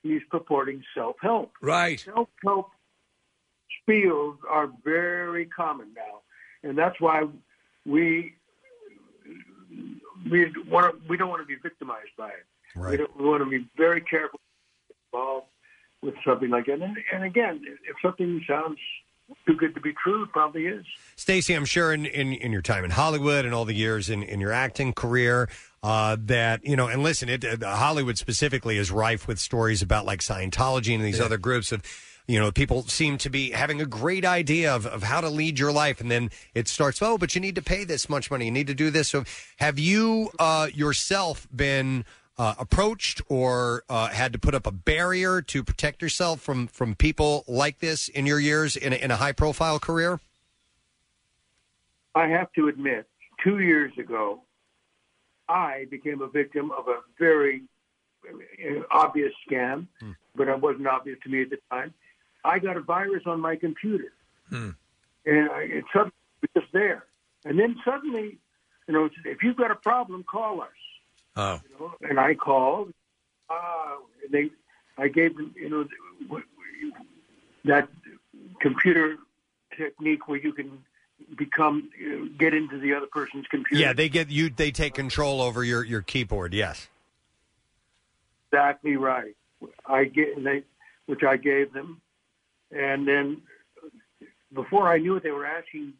he's purporting self help.
Right.
[laughs] Self help spiels are very common now. And that's why we we want to, we don't want to be victimized by it. We, don't, we want to be very careful involved with something like that. And, and again, if something sounds too good to be true, it probably is.
Stacey, I'm sure in, in, in your time in Hollywood and all the years in, in your acting career, uh, that, you know, and listen, it, uh, Hollywood specifically is rife with stories about like Scientology and these other groups of, you know, people seem to be having a great idea of, of how to lead your life. And then it starts, oh, but you need to pay this much money. You need to do this. So have you uh, yourself been uh, approached or uh, had to put up a barrier to protect yourself from, from people like this in your years in a, in a high profile career?
I have to admit, two years ago, I became a victim of a very uh, obvious scam, but it wasn't obvious to me at the time. I got a virus on my computer, and I, it suddenly it was just there. And then suddenly, you know, if you've got a problem, call us.
Oh.
and I called. Uh, and they, I gave them, you know, th- w- w- that computer technique where you can become you know, get into the other person's computer.
Yeah, they get you. They take control over your your keyboard. Yes.
Exactly right. I get, and they, which I gave them, and then before I knew it, they were asking.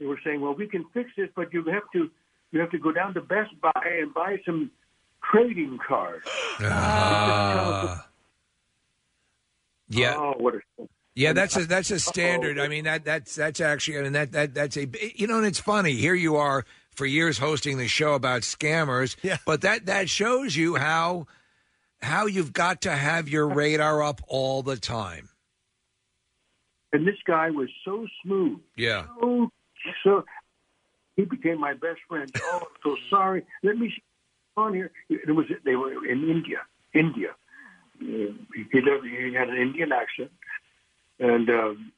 They were saying, "Well, we can fix this, but you have to you have to go down to Best Buy and buy some trading cards."
Ah. yeah.
Oh, what a
Yeah, that's a that's a standard. I mean that that's that's actually I mean that that that's a you know and it's funny. Here you are for years hosting the show about scammers, yeah. but that that shows you how how you've got to have your radar up all the time.
And this guy was so smooth.
Yeah.
So, so he became my best
[laughs]
friend. Oh, I'm so sorry. Let me on here. It was they were in India. India. Uh, he, he had an Indian accent, and um,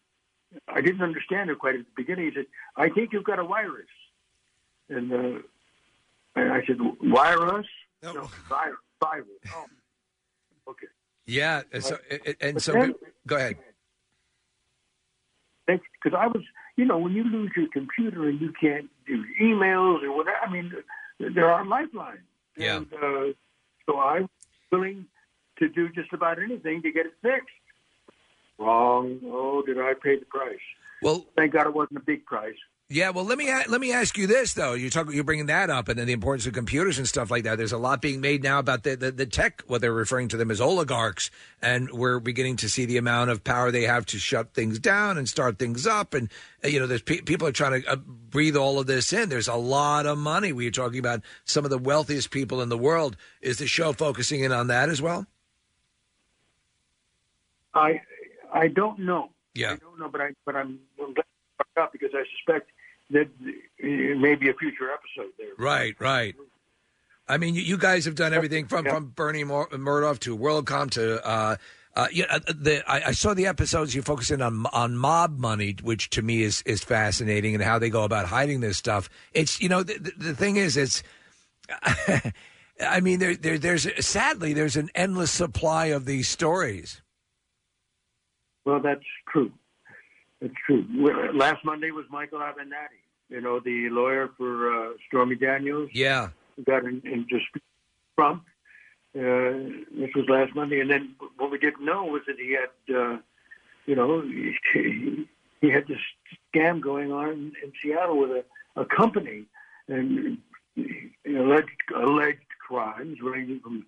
I didn't understand it quite at the beginning. He said, "I think you've got a virus," and uh, and I said, "Virus? No, virus, virus." Oh, okay.
Yeah, and so and- and
But
so
then-
go ahead.
because I was, you know, when you lose your computer and you can't do emails or whatever, I mean, there are lifelines.
Yeah.
Uh, so I was willing to do just about anything to get it fixed. Wrong. Oh, did I pay the price?
Well,
thank God it wasn't a big price.
Yeah, well, let me a- let me ask you this though. You talk, you're bringing that up, and then the importance of computers and stuff like that. There's a lot being made now about the, the, the tech, what they're referring to them as oligarchs, and we're beginning to see the amount of power they have to shut things down and start things up. And uh, you know, there's pe- people are trying to uh, breathe all of this in. There's a lot of money. We are talking about some of the wealthiest people in the world. Is the show focusing in on that as well?
I I don't know.
Yeah.
I don't know, but I but I'm, I'm glad you brought it up because I suspect that it may be a future episode there.
Right, right. I mean, you, you guys have done everything from from Bernie Mur- Murdoch to WorldCom to. Uh, uh, yeah, uh, the, I, I saw the episodes you focus in on on mob money, which to me is is fascinating, and how they go about hiding this stuff. It's you know the, the, the thing is it's. [laughs] I mean, there, there, there's sadly there's an endless supply of these stories.
Well, that's true. That's true. Well, Last Monday was Michael Avenatti, you know, the lawyer for uh, Stormy Daniels.
Yeah.
who Got in, in dispute with Trump. Uh, this was last Monday, and then what we didn't know was that he had, uh, you know, [laughs] he, he had this scam going on in, in Seattle with a, a company and alleged alleged crimes ranging from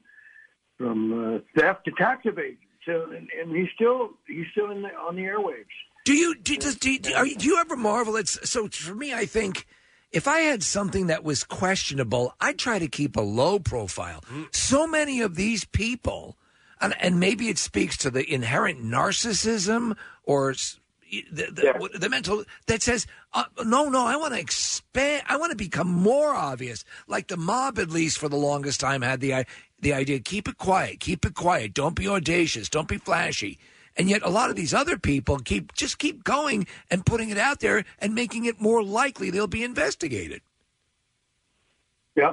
from uh, theft to tax evasion. So, and, and he's still he's still in the, on the airwaves.
Do you do does, do, you- do, are you, do you ever marvel? It's so for me. I think if I had something that was questionable, I'd try to keep a low profile. So many of these people, and, and maybe it speaks to the inherent narcissism or s- the, the, what- the mental that says, uh, no, no, I want to expand. I want to become more obvious. Like the mob, at least for the longest time, had the i- the idea: keep it quiet, keep it quiet. Don't be audacious. Don't be flashy. And yet, a lot of these other people keep just keep going and putting it out there and making it more likely they'll be investigated.
Yeah,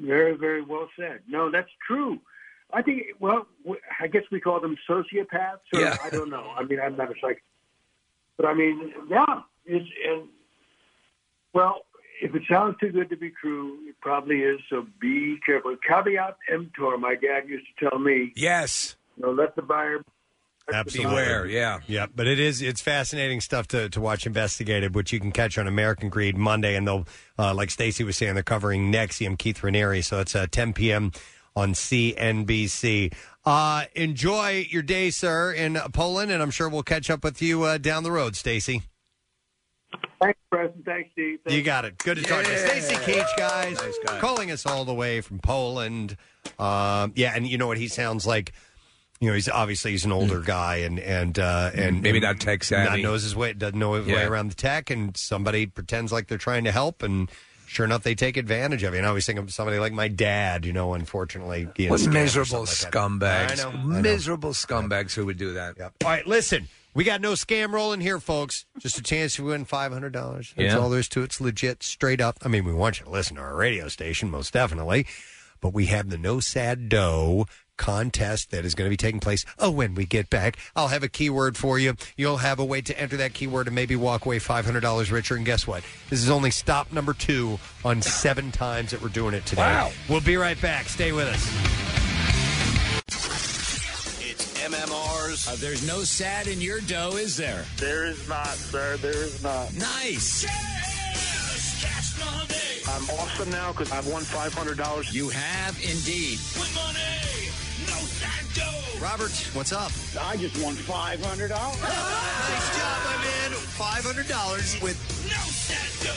very very well said. No, that's true. I think. Well, w- I guess we call them sociopaths. Or,
Yeah.
I don't know. I mean, I'm not a psych, but I mean, yeah. It's, and well, if it sounds too good to be true, it probably is. So be careful. Caveat emptor. My dad used to tell me.
Yes.
You know, let the buyer
Absolutely.
Beware, yeah.
Yeah, but it is it's fascinating stuff to, to watch investigated, which you can catch on American Greed Monday, and they'll uh, like Stacy was saying, they're covering Nexium Keith Raniere, so it's uh, 10 p.m. on CNBC. Uh, enjoy your day, sir, in Poland, and I'm sure we'll catch up with you uh, down the road, Stacy.
Thanks, Preston. Thanks, Steve.
You got it. Good to talk to you. Stacy Keach, guys. Calling us all the way from Poland. Um, yeah, and you know what? He sounds like, you know, he's obviously he's an older guy and and uh, and
Hmm. Maybe not tech savvy.
Not knows his way, doesn't know his way
Yeah.
around the tech, and somebody pretends like they're trying to help, and sure enough, they take advantage of you. And I always think of somebody like my dad, you know, unfortunately. he is
What
scammed or
miserable
something like
scumbags!
that. I know. I know.
Miserable scumbags who would do that.
All right, listen. We got no scam rolling here, folks. Just a chance to win five hundred dollars. That's
Yeah.
all there is to it. It's legit, straight up. I mean, we want you to listen to our radio station, most definitely. But we have the No Sad Dough contest that is going to be taking place. Oh, when we get back, I'll have a keyword for you. You'll have a way to enter that keyword and maybe walk away five hundred dollars richer. And guess what? This is only stop number two on seven times that we're doing it today.
Wow.
We'll be right back. Stay with us.
It's MMRs. Uh, there's no sad in your dough, is there?
There is not, sir. There is not.
Nice.
I'm awesome now because I've won $500.
You have indeed.
Win money. No sad dough.
Robert, what's up?
I just won five hundred dollars.
Nice job, my man. Five hundred dollars with
no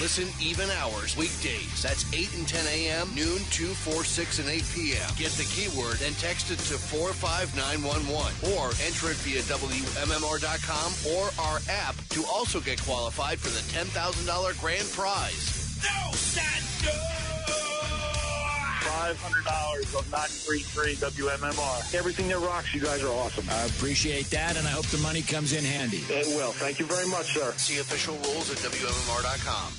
Listen even hours weekdays. That's 8 and 10 a.m., noon, 2, 4, 6, and 8 p.m. Get the keyword and text it to 45911 or enter it via WMMR.com or our app to also get qualified for the $10,000 grand prize.
No Five hundred dollars on nine three three WMMR. Everything that rocks. You guys are awesome.
I appreciate that, and I hope the money comes in handy.
It will. Thank you very much, sir.
See official rules at WMMR.com.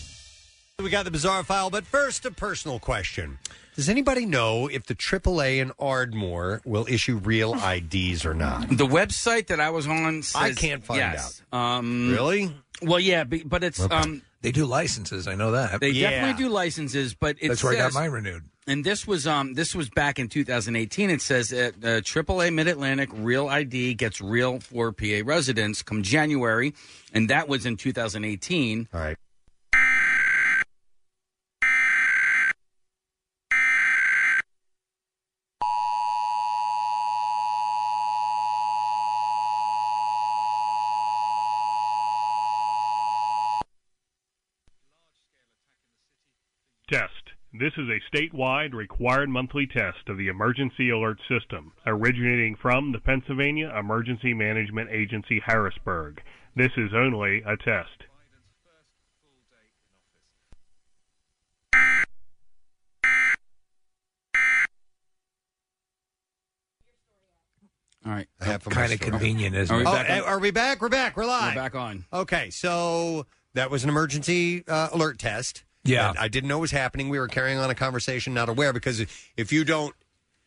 We got the bizarre file, but first, a personal question. Does anybody know if the AAA in Ardmore will issue real IDs or not?
The website that I was on says
I can't find
yes. out. Um,
Really?
Well, yeah, be- but it's um,
they do licenses. I know that
they definitely do licenses, but it
That's where I got
says-
mine renewed.
And this was um, this was back in 2018. It says at uh, AAA Mid Atlantic, Real ID gets real for PA residents come January, and that was in 2018.
All right.
Test. This is a statewide required monthly test of the emergency alert system, originating from the Pennsylvania Emergency Management Agency Harrisburg. This is only a test.
All right.
Half of my
Kind of
story.
convenient, isn't
Are we
it? Oh, eh,
back on? Oh, eh, are we back? We're back. We're live.
We're back on.
Okay, so that was an emergency uh, alert test.
Yeah.
that I didn't know was happening. We were carrying on a conversation, not aware, because if you don't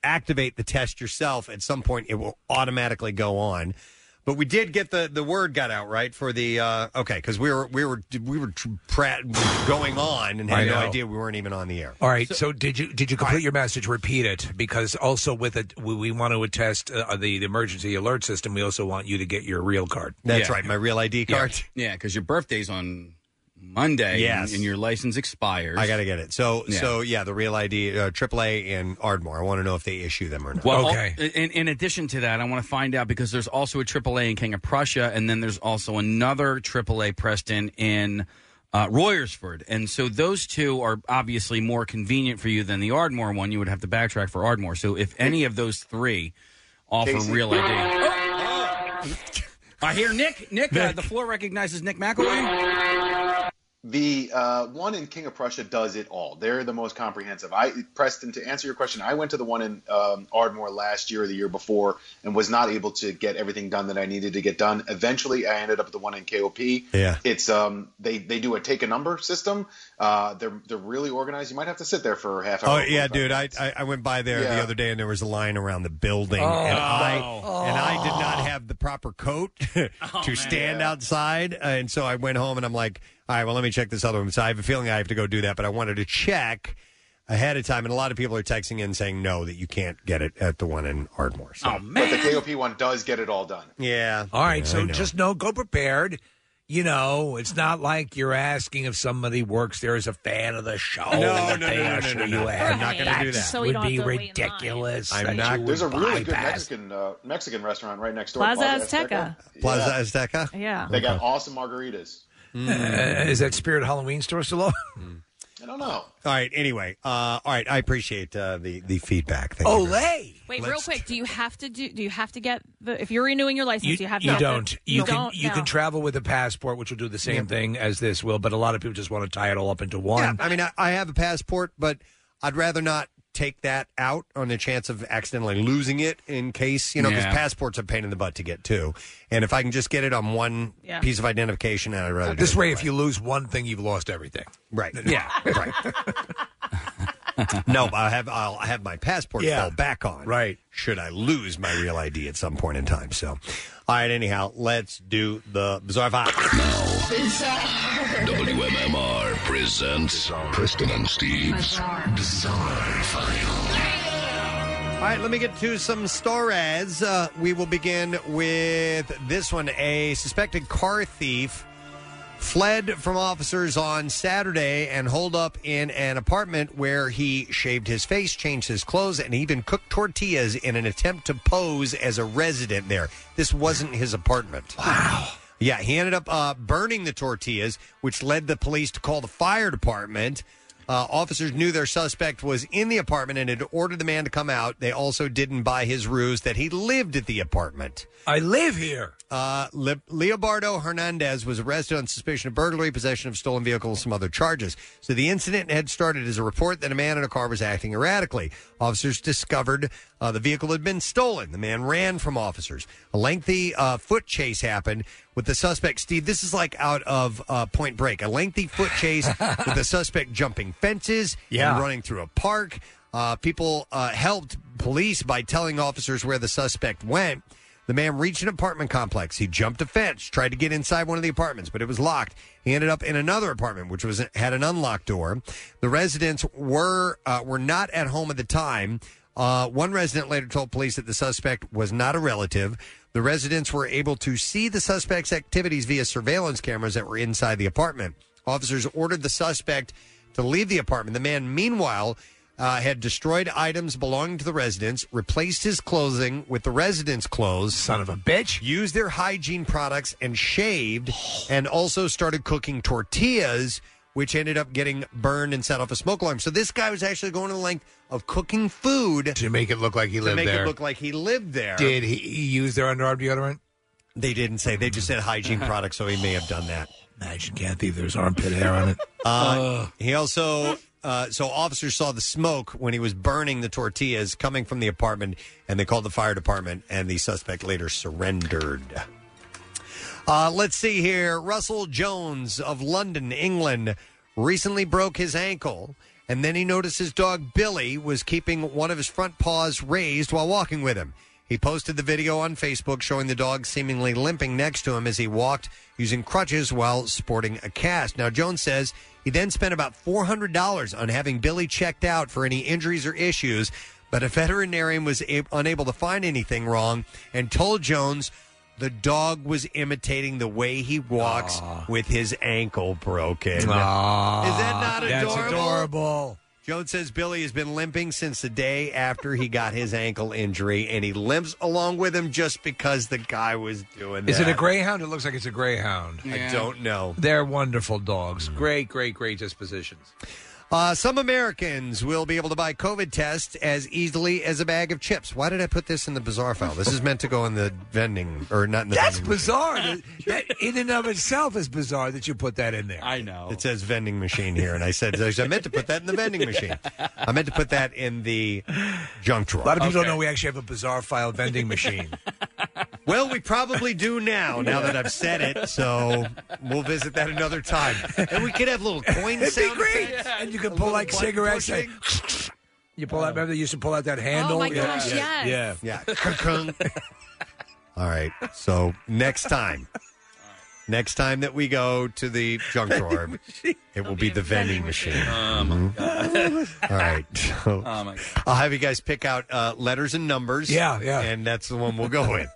activate the test yourself, at some point it will automatically go on. But we did get the, the word got out right for the uh, okay because we were we were we were tr- pra- going on and
I
had no
know.
idea we weren't even on the air.
All right. So, did you did you complete your message? Repeat it because also with it, we, we want to attest uh, the, the emergency alert system. We also want you to get your real card.
That's Yeah. right,
my real ID
card. Yeah, because your birthday's on Monday.
Yes.
And, and your license expires.
I got to get it. So
Yeah.
so yeah, the real ID uh, AAA in Ardmore. I want to know if they issue them or not.
Well, okay. in, in addition to that, I want to find out because there's also a AAA in King of Prussia, and then there's also another AAA Preston in uh, Royersford. And so those two are obviously more convenient for you than the Ardmore one. You would have to backtrack for Ardmore. So if any of those three offer
Casey.
real ID. I hear Nick. Nick, Uh, the floor recognizes Nick McElwain.
The uh, one in King of Prussia does it all. They're the most comprehensive. I Preston, to answer your question, I went to the one in um, Ardmore last year or the year before and was not able to get everything done that I needed to get done. Eventually, I ended up at the one in KOP.
Yeah.
It's um they they do a take a number system. Uh, they're they're really organized. You might have to sit there for a half
Oh
hour.
yeah, dude! I, I I went by there the
Yeah. Oh,
other day, and there was a line around the building,
Oh,
and I and I did not have the proper coat [laughs] to
Oh,
stand outside, uh, and so I went home, and I'm like, all right, well, let me check this other one. So I have a feeling I have to go do that, but I wanted to check ahead of time, and a lot of people are texting in saying no that you can't get it at the one in Ardmore. So.
But the KOP one does get it all done.
Yeah.
All right.
Yeah, I
so
know.
just know, go prepared. You know, it's not like you're asking if somebody works there as a fan of the show.
No,
that
no,
they
no, no,
usher
no, no,
you
no.
in.
I'm not gonna do that. So we
would
don't
be
have to wait in
ridiculous.
line. I'm
that you
not-
would
There's a really good
bypass.
Mexican uh, Mexican restaurant right next door.
Plaza Azteca.
Plaza Azteca. Mm.
Yeah.
They got awesome margaritas.
Uh, [laughs] is that Spirit Halloween store still open?
I don't know.
All right. Anyway, uh, all right. I appreciate uh, the the feedback. Thank you very much.
Olay.
Wait,
Let's
real quick. Do you have to do? Do you have to get the? If you're renewing your license, you, have to.
You
get the-
don't. You, can
don't
you
now.
can travel with a passport, which will do the same
Yep.
thing as this will. But a lot of people just want to tie it all up into one.
Yeah, I mean, I, I have a passport, but I'd rather not take that out on the chance of accidentally losing it in case, you know, because
Yeah.
passports are a pain in the butt to get too. And if I can just get it on one
Yeah.
piece of identification, I'd rather. do
this
it.
way, if you lose one thing, you've lost everything. [laughs]
Right.
Yeah.
no, I have I'll have my passport
Yeah.
fall back on. Right. Should I lose my real ID at some point in time? So, all right. Anyhow, let's do the bizarre file.
WMMR presents Kristen and Steve's Bizarre
All right, let me get to some star ads. Uh, we will begin with this one. A suspected car thief fled from officers on Saturday and holed up in an apartment where he shaved his face, changed his clothes, and even cooked tortillas in an attempt to pose as a resident there. This wasn't his apartment. Wow. Yeah, he ended up uh, burning the tortillas, which led the police to call the fire department. Uh, officers knew their suspect was in the apartment and had ordered the man to come out. They also didn't buy his ruse that he lived at the apartment.
I live here.
Uh, Le- Leobardo Hernandez was arrested on suspicion of burglary, possession of stolen vehicle, and some other charges. So the incident had started as a report that a man in a car was acting erratically. Officers discovered uh, the vehicle had been stolen. The man ran from officers. A lengthy uh, foot chase happened with the suspect. Steve, this is like out of uh, Point Break. A lengthy foot chase with the suspect jumping fences
Yeah.
and running through a park. Uh, people uh, helped police by telling officers where the suspect went. The man reached an apartment complex. He jumped a fence, tried to get inside one of the apartments, but it was locked. He ended up in another apartment, which was had an unlocked door. The residents were uh, were not at home at the time. Uh, one resident later told police that the suspect was not a relative. The residents were able to see the suspect's activities via surveillance cameras that were inside the apartment. Officers ordered the suspect to leave the apartment. The man, meanwhile, uh, had destroyed items belonging to the residents, replaced his clothing with the residents' clothes. Son of a bitch. Used their hygiene products and shaved, and also started cooking tortillas, which ended up getting burned and set off a smoke alarm. So this guy was actually going to the length of cooking food
to make it look like he
to
lived
make
there.
it look like he lived there.
Did he, he use their underarm deodorant?
They didn't say. They just said
[laughs]
hygiene products, so he may have done that.
Imagine Kathy, if there's armpit hair on it.
Uh, he also, uh, so officers saw the smoke when he was burning the tortillas coming from the apartment, and they called the fire department, and the suspect later surrendered. Uh, let's see here. Russell Jones of London, England, recently broke his ankle, and then he noticed his dog Billy was keeping one of his front paws raised while walking with him. He posted the video on Facebook showing the dog seemingly limping next to him as he walked using crutches while sporting a cast. Now, Jones says he then spent about $400 on having Billy checked out for any injuries or issues, but a veterinarian was a- unable to find anything wrong and told Jones the dog was imitating the way he walks with his ankle broken. Is that not adorable? Jones says Billy has been limping since the day after he got his ankle injury, and he limps along with him just because the guy was doing that.
[laughs] Is it a greyhound? It looks like it's a greyhound.
I don't know.
They're wonderful dogs. Great, great, great dispositions.
Uh, some Americans will be able to buy COVID tests as easily as a bag of chips. Why did I put this in the bizarre file? This is meant to go in the vending, or not in the
That's
vending
bizarre. that, [laughs] that in and of itself is bizarre that you put that in there. I
know.
It says vending machine here, and I said I meant to put that in the vending machine. I meant to put that in the junk drawer.
A lot of people don't know we actually have a bizarre file vending machine.
Well, we probably do now. Now that I've said it, so we'll visit that another time, [laughs] and we could have
[laughs]
little coin
It'd be
sound
great.
effects.
And you could pull like
button
cigarettes. and- [laughs] You pull out. Remember they used to pull out that handle.
my gosh,
yeah,
yes.
yeah,
yeah. All right. So next time, next time that we go to the junk drawer, it will be the vending machine. Oh my god! All
[laughs]
right. So I'll have you guys pick out uh, letters and numbers.
Oh, Yeah, yeah.
And that's the one we'll go with.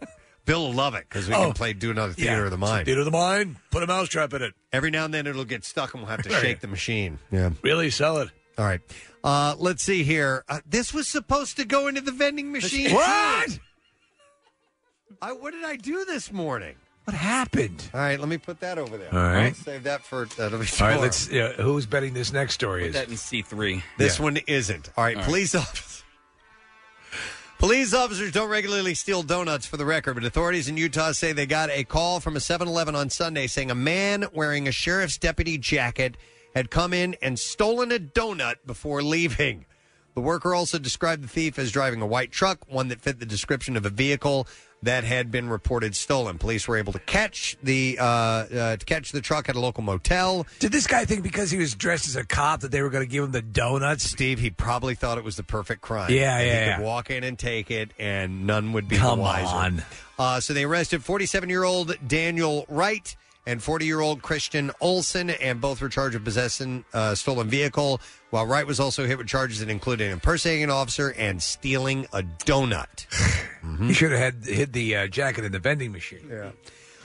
Bill will love it because we
Oh.
can play Do Another Theater
Yeah.
of the Mind.
Theater of the mind. Put a mousetrap in it.
Every now and then it'll get stuck, and we'll have to
Right.
shake the machine. Yeah.
Really sell it.
All right. Uh, let's see here. Uh, this was supposed to go into the vending machine.
What?
I, what did I do this morning?
What happened?
All right, let me put that over there.
All right.
I'll save that for. That'll be [laughs]
All
tomorrow.
right, let's. Yeah, who's betting this next story is?
that in C three.
This one isn't. All right,
All right.
police officers. [laughs] Police officers don't regularly steal donuts for the record, but authorities in Utah say they got a call from a 7 Eleven on Sunday saying a man wearing a sheriff's deputy jacket had come in and stolen a donut before leaving. The worker also described the thief as driving a white truck, one that fit the description of a vehicle that had been reported stolen. Police were able to catch the uh, uh, to catch the truck at a local motel.
Did this guy think because he was dressed as a cop that they were going to give him the donuts?
Steve, he probably thought it was the perfect crime.
Yeah,
That
yeah.
He
yeah.
could walk in and take it, and none would be
Come
the wiser.
on.
Uh, so they arrested 47 year old Daniel Wright and 40 year old Christian Olson, and both were charged with possessing uh, stolen vehicle. While Wright was also hit with charges that included impersonating an officer and stealing a donut.
[sighs]
Mm-hmm.
He should have had hid the uh, jacket in the vending machine.
Yeah.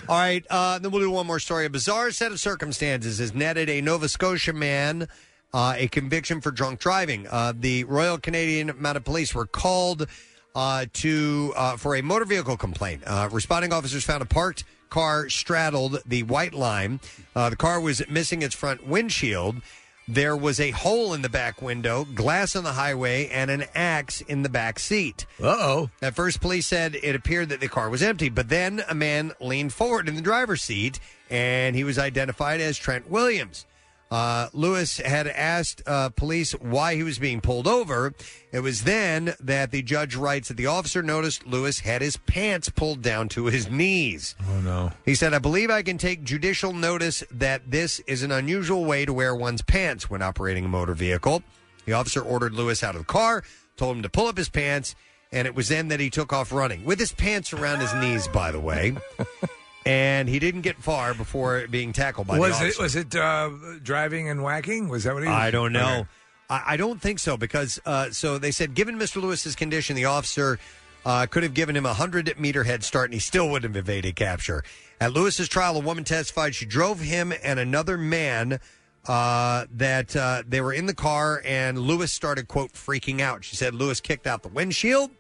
All right, uh, then we'll do one more story. A bizarre set of circumstances has netted a Nova Scotia man uh, a conviction for drunk driving. Uh, the Royal Canadian Mounted Police were called uh, to uh, for a motor vehicle complaint. Uh, responding officers found a parked car straddled the white line. Uh, the car was missing its front windshield. There was a hole in the back window, glass on the highway, and an axe in the back seat. Uh oh. At first, police said it appeared that the car was empty, but then a man leaned forward in the driver's seat and he was identified as Trent Williams. Uh, Lewis had asked uh, police why he was being pulled over. It was then that the judge writes that the officer noticed Lewis had his pants pulled down to his knees.
Oh no.
He said, I believe I can take judicial notice that this is an unusual way to wear one's pants when operating a motor vehicle. The officer ordered Lewis out of the car, told him to pull up his pants, and it was then that he took off running with his pants around his knees, by the
[laughs]
way. And he didn't get far before being tackled by the
was
officer.
it was it uh, driving and whacking? Was that what he? Was?
I don't know.
Okay.
I, I don't think so because uh, so they said, given Mr. Lewis's condition, the officer uh, could have given him a hundred meter head start, and he still would have evaded capture. At Lewis's trial, a woman testified she drove him and another man. Uh, that uh, they were in the car, and Lewis started quote freaking out. She said Lewis kicked out the windshield.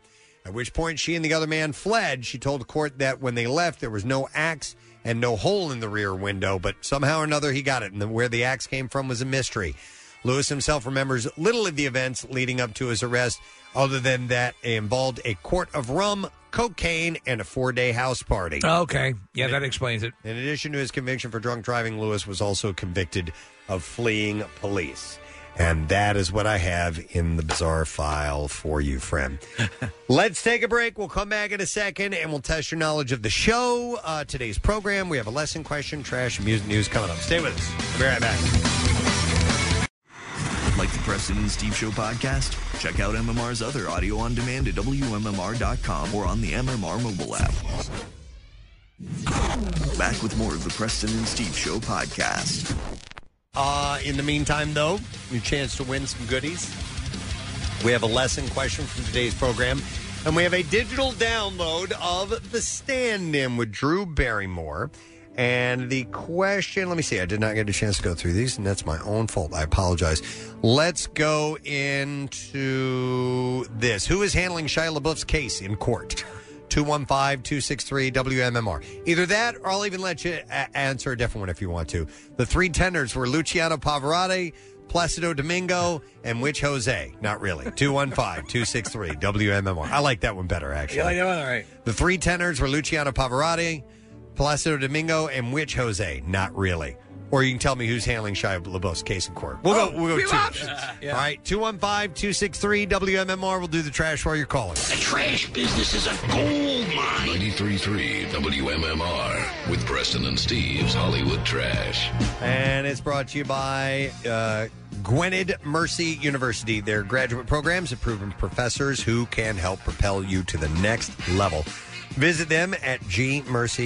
At which point, she and the other man fled. She told the court that when they left, there was no axe and no hole in the rear window, but somehow or another, he got it. And the, where the axe came from was a mystery. Lewis himself remembers little of the events leading up to his arrest, other than that it involved a quart of rum, cocaine, and a four day house party.
Okay. Yeah, that explains it.
In addition to his conviction for drunk driving, Lewis was also convicted of fleeing police. And that is what I have in the bizarre file for you, friend. Let's take a break. We'll come back in a second and we'll test your knowledge of the show, uh, today's program. We have a lesson question, trash, and music news coming up. Stay with us. We'll be right back.
Like the Preston and Steve Show podcast? Check out MMR's other audio on demand at WMMR.com or on the MMR mobile app. Back with more of the Preston and Steve Show podcast.
Uh, in the meantime, though, your chance to win some goodies. We have a lesson question from today's program, and we have a digital download of The Stand In with Drew Barrymore. And the question, let me see, I did not get a chance to go through these, and that's my own fault. I apologize. Let's go into this. Who is handling Shia LaBeouf's case in court? 215 263 WMMR. Either that, or I'll even let you a- answer a different one if you want to. The three tenders were Luciano Pavarotti, Placido Domingo, and which Jose? Not really. 215 263 WMMR. I like that one better, actually.
Yeah, I know. All right.
The three tenors were Luciano Pavarotti, Placido Domingo, and which Jose? Not really. Or you can tell me who's handling Shia LaBeouf's case in court. We'll go. We'll go
few
two.
options.
All right, 215 263 WMMR. We'll do the trash while you're calling.
The trash business is a gold mine.
93.3 WMMR with Preston and Steve's Hollywood Trash.
And it's brought to you by uh, Gwynedd Mercy University. Their graduate programs have proven professors who can help propel you to the next level. Visit them at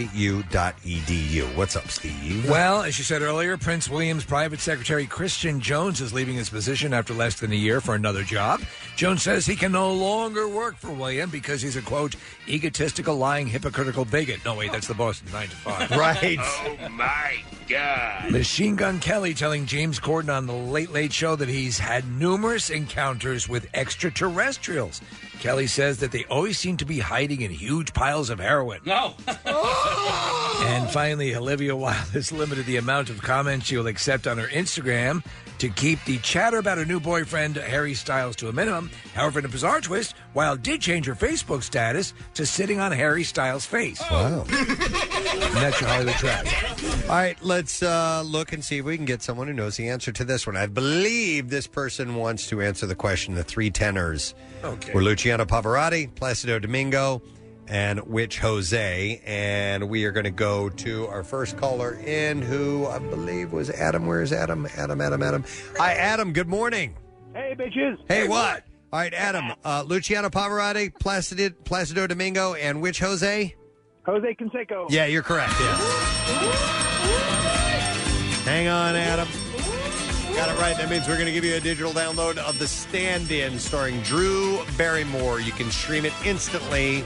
gmercyu.edu. E What's up, Steve?
Well, as you said earlier, Prince William's private secretary Christian Jones is leaving his position after less than a year for another job. Jones says he can no longer work for William because he's a quote egotistical, lying, hypocritical bigot. No wait, that's the Boston nine to
[laughs]
five.
[laughs] Right.
Oh my God.
Machine Gun Kelly telling James Corden on The Late Late Show that he's had numerous encounters with extraterrestrials. Kelly says that they always seem to be hiding in huge piles of heroin.
No.
And finally, Olivia Wilde has limited the amount of comments she will accept on her Instagram to keep the chatter about her new boyfriend, Harry Styles, to a minimum. However, in a bizarre twist, Wilde did change her Facebook status to sitting on Harry Styles' face.
Wow.
and that's your Hollywood trash.
All right, let's uh, look and see if we can get someone who knows the answer to this one. I believe this person wants to answer the question the three tenors
Okay.
were Luciano Pavarotti, Placido Domingo, and Which Jose. And we are going to go to our first caller in, who I believe was Adam. Where is Adam? Adam, Adam, Adam. Hi, Adam. Good morning.
Hey, bitches.
Hey, what? All right, Adam. Uh, Luciano Pavarotti, Placido, Placido Domingo, and which Jose?
Jose Canseco.
Yeah, you're correct. Yeah. Hang on, Adam. Got it right. That means we're going to give you a digital download of The Stand In starring Drew Barrymore. You can stream it instantly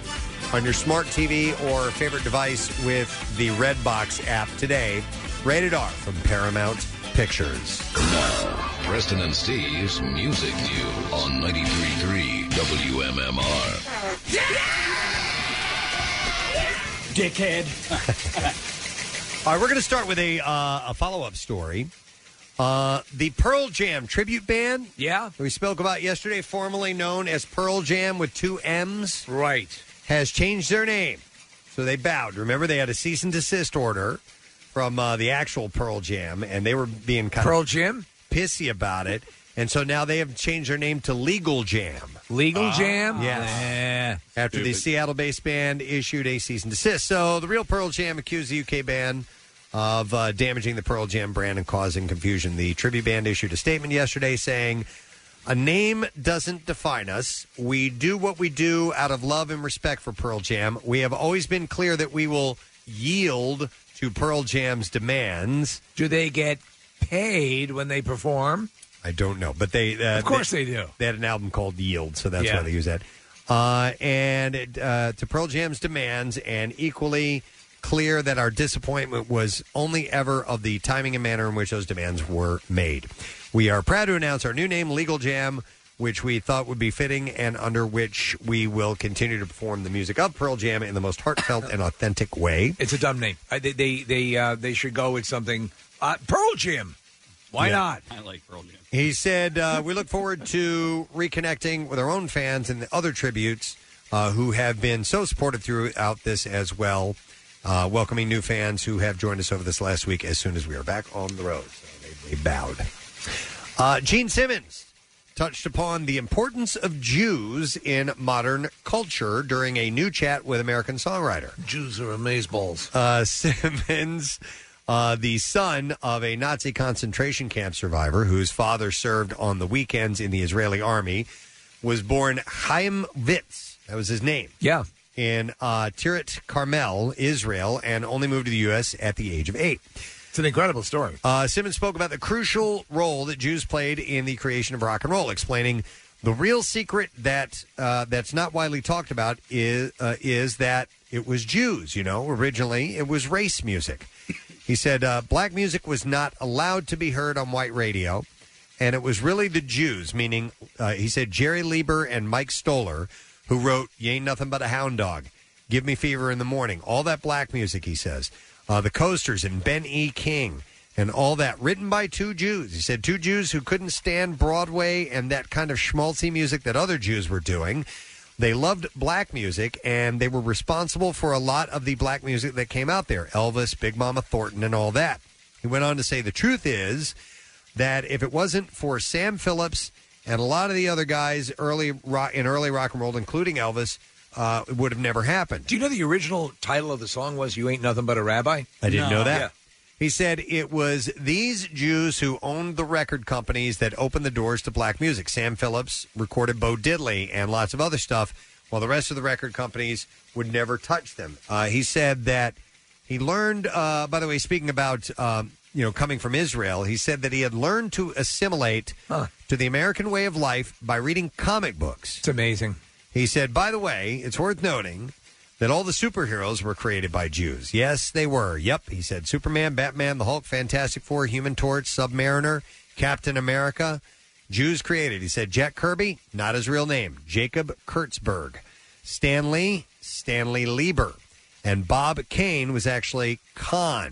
on your smart TV or favorite device with the Redbox app today. Rated R from Paramount Pictures.
Preston and Steve's Music News on 93.3 WMMR.
Dickhead. [laughs] All right, we're going to start with a, uh, a follow up story. Uh, the Pearl Jam tribute band. Yeah. We spoke about yesterday, formerly known as Pearl Jam with two M's. Right. Has changed their name. So they bowed. Remember, they had a cease and desist order from uh, the actual Pearl Jam, and they were being kind Pearl Jam? pissy about it. And so now they have changed their name to Legal Jam.
Legal Jam?
Yes. After the
Stupid.
Seattle based band issued a cease and desist. So the real Pearl Jam accused the UK band of uh, damaging the Pearl Jam brand and causing confusion. The tribute band issued a statement yesterday saying, A name doesn't define us. We do what we do out of love and respect for Pearl Jam. We have always been clear that we will yield to Pearl Jam's demands. Do they get paid when they perform? I don't know, but they uh,
Of course they do.
They had an album called Yield, so that's
Yeah.
why they use that. Uh, and it, uh, to Pearl Jam's demands, and equally clear that our disappointment was only ever of the timing and manner in which those demands were made. We are proud to announce our new name, Legal Jam, which we thought would be fitting and under which we will continue to perform the music of Pearl Jam in the most heartfelt and authentic way.
It's a dumb name. I, they they they, uh, they should go with something. Uh, Pearl Jam. Why
Yeah.
not?
I like Pearl Jam.
He said, uh, "We look forward to reconnecting with our own fans and the other tributes uh, who have been so supportive throughout this as well. Uh, welcoming new fans who have joined us over this last week. As soon as we are back on the road, so they, they bowed." Uh, Gene Simmons touched upon the importance of Jews in modern culture during a new chat with American songwriter.
Jews are amazeballs.
[laughs] Uh, Simmons, uh, the son of a Nazi concentration camp survivor whose father served on the weekends in the Israeli army, was born Chaim Witz. That was his name. Yeah. In uh, Tirit Carmel, Israel, and only moved to the U.S. at the age of eight.
It's an incredible story.
Uh, Simmons spoke about the crucial role that Jews played in the creation of rock and roll, explaining the real secret that uh, that's not widely talked about is uh, is that it was Jews. You know, originally it was race music. He said uh, black music was not allowed to be heard on white radio, and it was really the Jews, meaning uh, he said Jerry Lieber and Mike Stoller, who wrote "You Ain't Nothing But a Hound Dog." Give Me Fever in the Morning, all that black music, he says. Uh, the Coasters and Ben E. King and all that, written by two Jews. He said two Jews who couldn't stand Broadway and that kind of schmaltzy music that other Jews were doing. They loved black music and they were responsible for a lot of the black music that came out there Elvis, Big Mama Thornton, and all that. He went on to say the truth is that if it wasn't for Sam Phillips and a lot of the other guys early rock, in early rock and roll, including Elvis, uh, it would have never happened.
Do you know the original title of the song was "You Ain't Nothing But a Rabbi"?
I didn't know that.
Yeah.
He said it was these Jews who owned the record companies that opened the doors to black music. Sam Phillips recorded Bo Diddley and lots of other stuff, while the rest of the record companies would never touch them. Uh, he said that he learned, uh, by the way, speaking about. Um, you know, coming from Israel, he said that he had learned to assimilate to the American way of life by reading comic books. It's
amazing.
He said, by the way, it's worth noting that all the superheroes were created by Jews. Yes, they were. Yep, he said. Superman, Batman, the Hulk, Fantastic Four, Human Torch, Submariner, Captain America. Jews created. He said Jack Kirby, not his real name, Jacob Kurtzberg. Stanley, Stanley Lieber. And Bob Kane was actually Khan.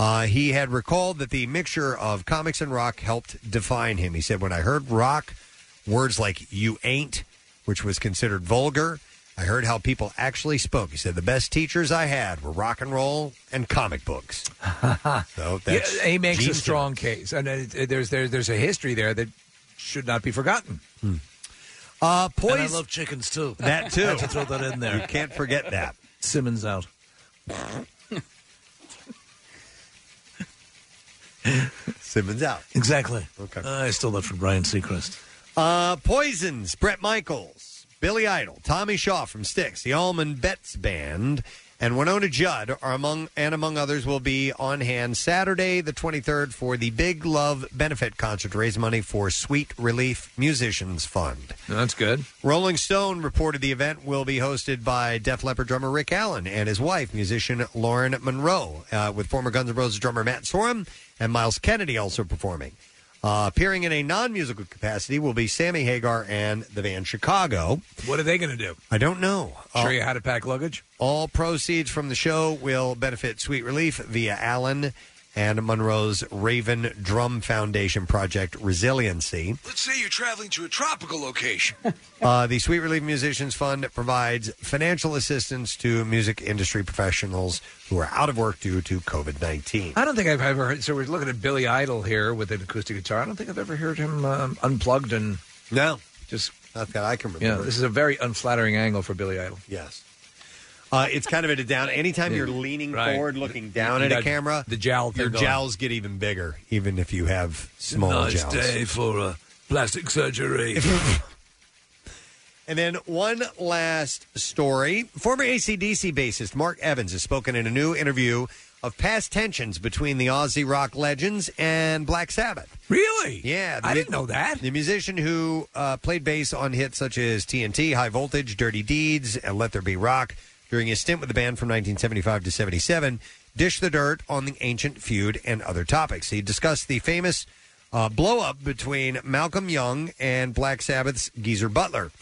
Uh, he had recalled that the mixture of comics and rock helped define him. He said, When I heard rock, words like you ain't, which was considered vulgar, I heard how people actually spoke. He said, The best teachers I had were rock and roll and comic
[laughs]
books. so that's.
Yeah, he makes
Gene
a
Simmons.
strong case, and it, it- there's there, there's a history there that should not be forgotten.
Uh,
Hmm. And I
poise.
love chickens too.
That
[laughs]
too.
I had to throw that in there.
You can't forget that.
Simmons [laughs] out.
Simmons out.
Exactly.
Okay.
I stole that from Brian Seacrest.
Uh, Poisons, Brett Michaels, Billy Idol, Tommy Shaw from Styx, the Allman Betts Band, and Winona Judd are among and among others will be on hand Saturday the 23rd for the Big Love benefit concert to raise money for Sweet Relief Musicians Fund.
That's good.
Rolling Stone reported the event will be hosted by Def Leppard drummer Rick Allen and his wife, musician Lauren Monroe, uh, with former Guns N' Roses drummer Matt Sorum and Miles Kennedy also performing. Uh, appearing in a non musical capacity will be Sammy Hagar and the band Chicago.
What are they going to do?
I don't know.
Show
Uh,
you how to pack luggage?
all proceeds from the show will benefit Sweet Relief via Allen and Monroe's Raven Drum Foundation project Resiliency.
Let's say you're traveling to a tropical location.
Uh, the Sweet Relief Musicians Fund provides financial assistance to music industry professionals who are out of work due to COVID 19.
[laughs] I don't think I've ever heard. So we're looking at Billy Idol here with an acoustic guitar. I don't think I've ever heard him um, unplugged and
no,
just
not that I can
Yeah,
remember.
this is a very unflattering angle for Billy Idol.
Yes, Uh, it's kind of at a down. Anytime you're leaning
Right.
forward, looking down
You
at a
got
camera,
the jowl thing
your
going.
jowls get even bigger, even if you have small
nice
jowls.
day for uh, plastic
[laughs]
surgery.
And then one last story. Former ACDC bassist Mark Evans has spoken in a new interview of past tensions between the Aussie rock legends and Black Sabbath.
Really?
Yeah.
I didn't know that.
The musician who uh, played bass on hits such as TNT, High Voltage, Dirty Deeds, and Let There Be Rock during his stint with the band from 1975 to 77 dished the dirt on the ancient feud and other topics. He discussed the famous uh, blow up between Malcolm Young and Black Sabbath's Geezer Butler.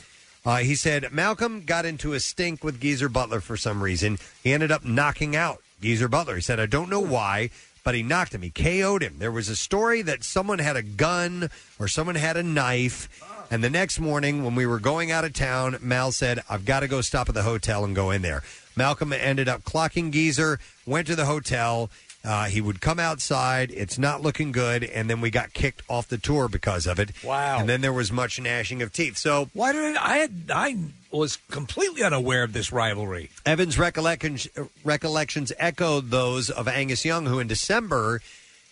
Uh, he said Malcolm got into a stink with Geezer Butler for some reason. He ended up knocking out Geezer Butler. He said, I don't know why, but he knocked him. He KO'd him. There was a story that someone had a gun or someone had a knife. And the next morning, when we were going out of town, Mal said, I've got to go stop at the hotel and go in there. Malcolm ended up clocking Geezer, went to the hotel. Uh, he would come outside. It's not looking good. And then we got kicked off the tour because of it. Wow. And then there was much gnashing of teeth. So
why did I? had- I was completely unaware of this rivalry.
Evans' recollections, recollections echoed those of Angus Young, who in December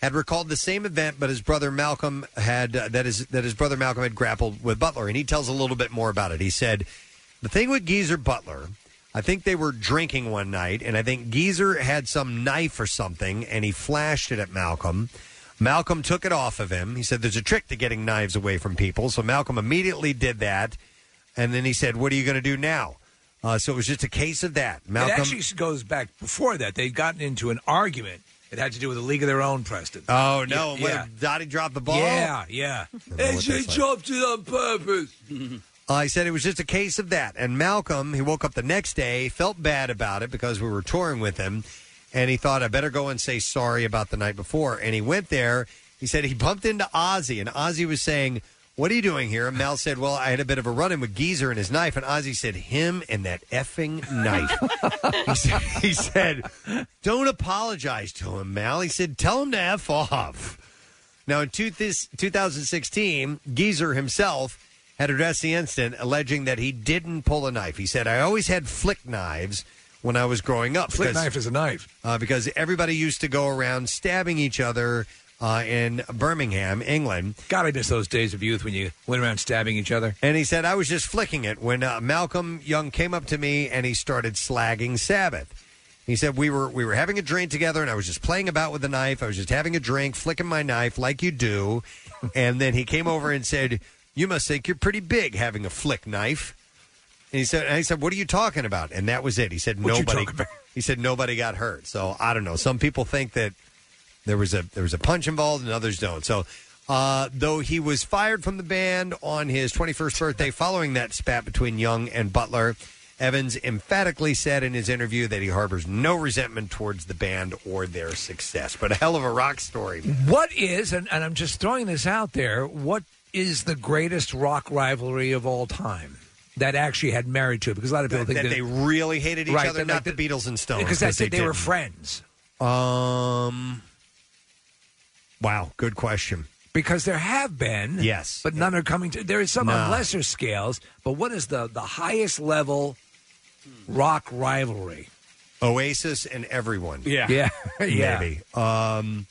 had recalled the same event, but his brother Malcolm had uh, that is that his brother Malcolm had grappled with Butler, and he tells a little bit more about it. He said, "The thing with Geezer Butler." I think they were drinking one night, and I think Geezer had some knife or something, and he flashed it at Malcolm. Malcolm took it off of him. He said, There's a trick to getting knives away from people. So Malcolm immediately did that. And then he said, What are you going to do now? Uh, so it was just a case of that. Malcolm.
It actually goes back before that. They'd gotten into an argument. It had to do with a league of their own, Preston.
oh, no.
Yeah,
When
yeah.
Dottie dropped the ball?
Yeah, yeah.
know what that's like.
dropped it on purpose.
Uh, he said it was just a case of that. And Malcolm, he woke up the next day, felt bad about it because we were touring with him, and he thought, I better go and say sorry about the night before. And he went there. He said he bumped into Ozzy, and Ozzy was saying, What are you doing here? And Mal said, Well, I had a bit of a run in with Geezer and his knife. And Ozzy said, Him and that effing knife. he, said, he said, Don't apologize to him, Mal. He said, Tell him to F off. Now, in two this, 2016, Geezer himself had addressed the incident, alleging that he didn't pull a knife. He said, I always had flick knives when I was growing up.
Flick
because-
knife is a knife.
uh, because everybody used to go around stabbing each other uh, in Birmingham, England.
God, I miss [laughs] those days of youth when you went around stabbing each other.
And he said, I was just flicking it when uh, Malcolm Young came up to me and he started slagging Sabbath. He said, we were, we were having a drink together and I was just playing about with the knife. I was just having a drink, flicking my knife like you
[laughs]
do. And then he came over and said, You must think you're pretty big having a flick knife. And he said, and I said, What are you talking about? And that was it. He said,
What you
Nobody.
talking
He said, Nobody got hurt. So I don't know. Some people think that there was a there was a punch involved and others don't so uh, though he was fired from the band on his 21st birthday following that spat between young and butler evans emphatically said in his interview that he harbors no resentment towards the band or their success but a hell of a rock story
What is, and, and I'm just throwing this out there, what is the greatest rock rivalry of all time that actually had married to it? Because a lot of people
that
think
they really hated each
Right,
other
that,
not
like,
the beatles and stones
because that's it, they were
didn't.
friends.
um wow good question
Because there have been,
Yes.
but none are coming to. There is some
No.
on lesser scales, but what is the the highest level rock rivalry?
oasis and everyone
Yeah. Yeah. [laughs] Yeah.
maybe um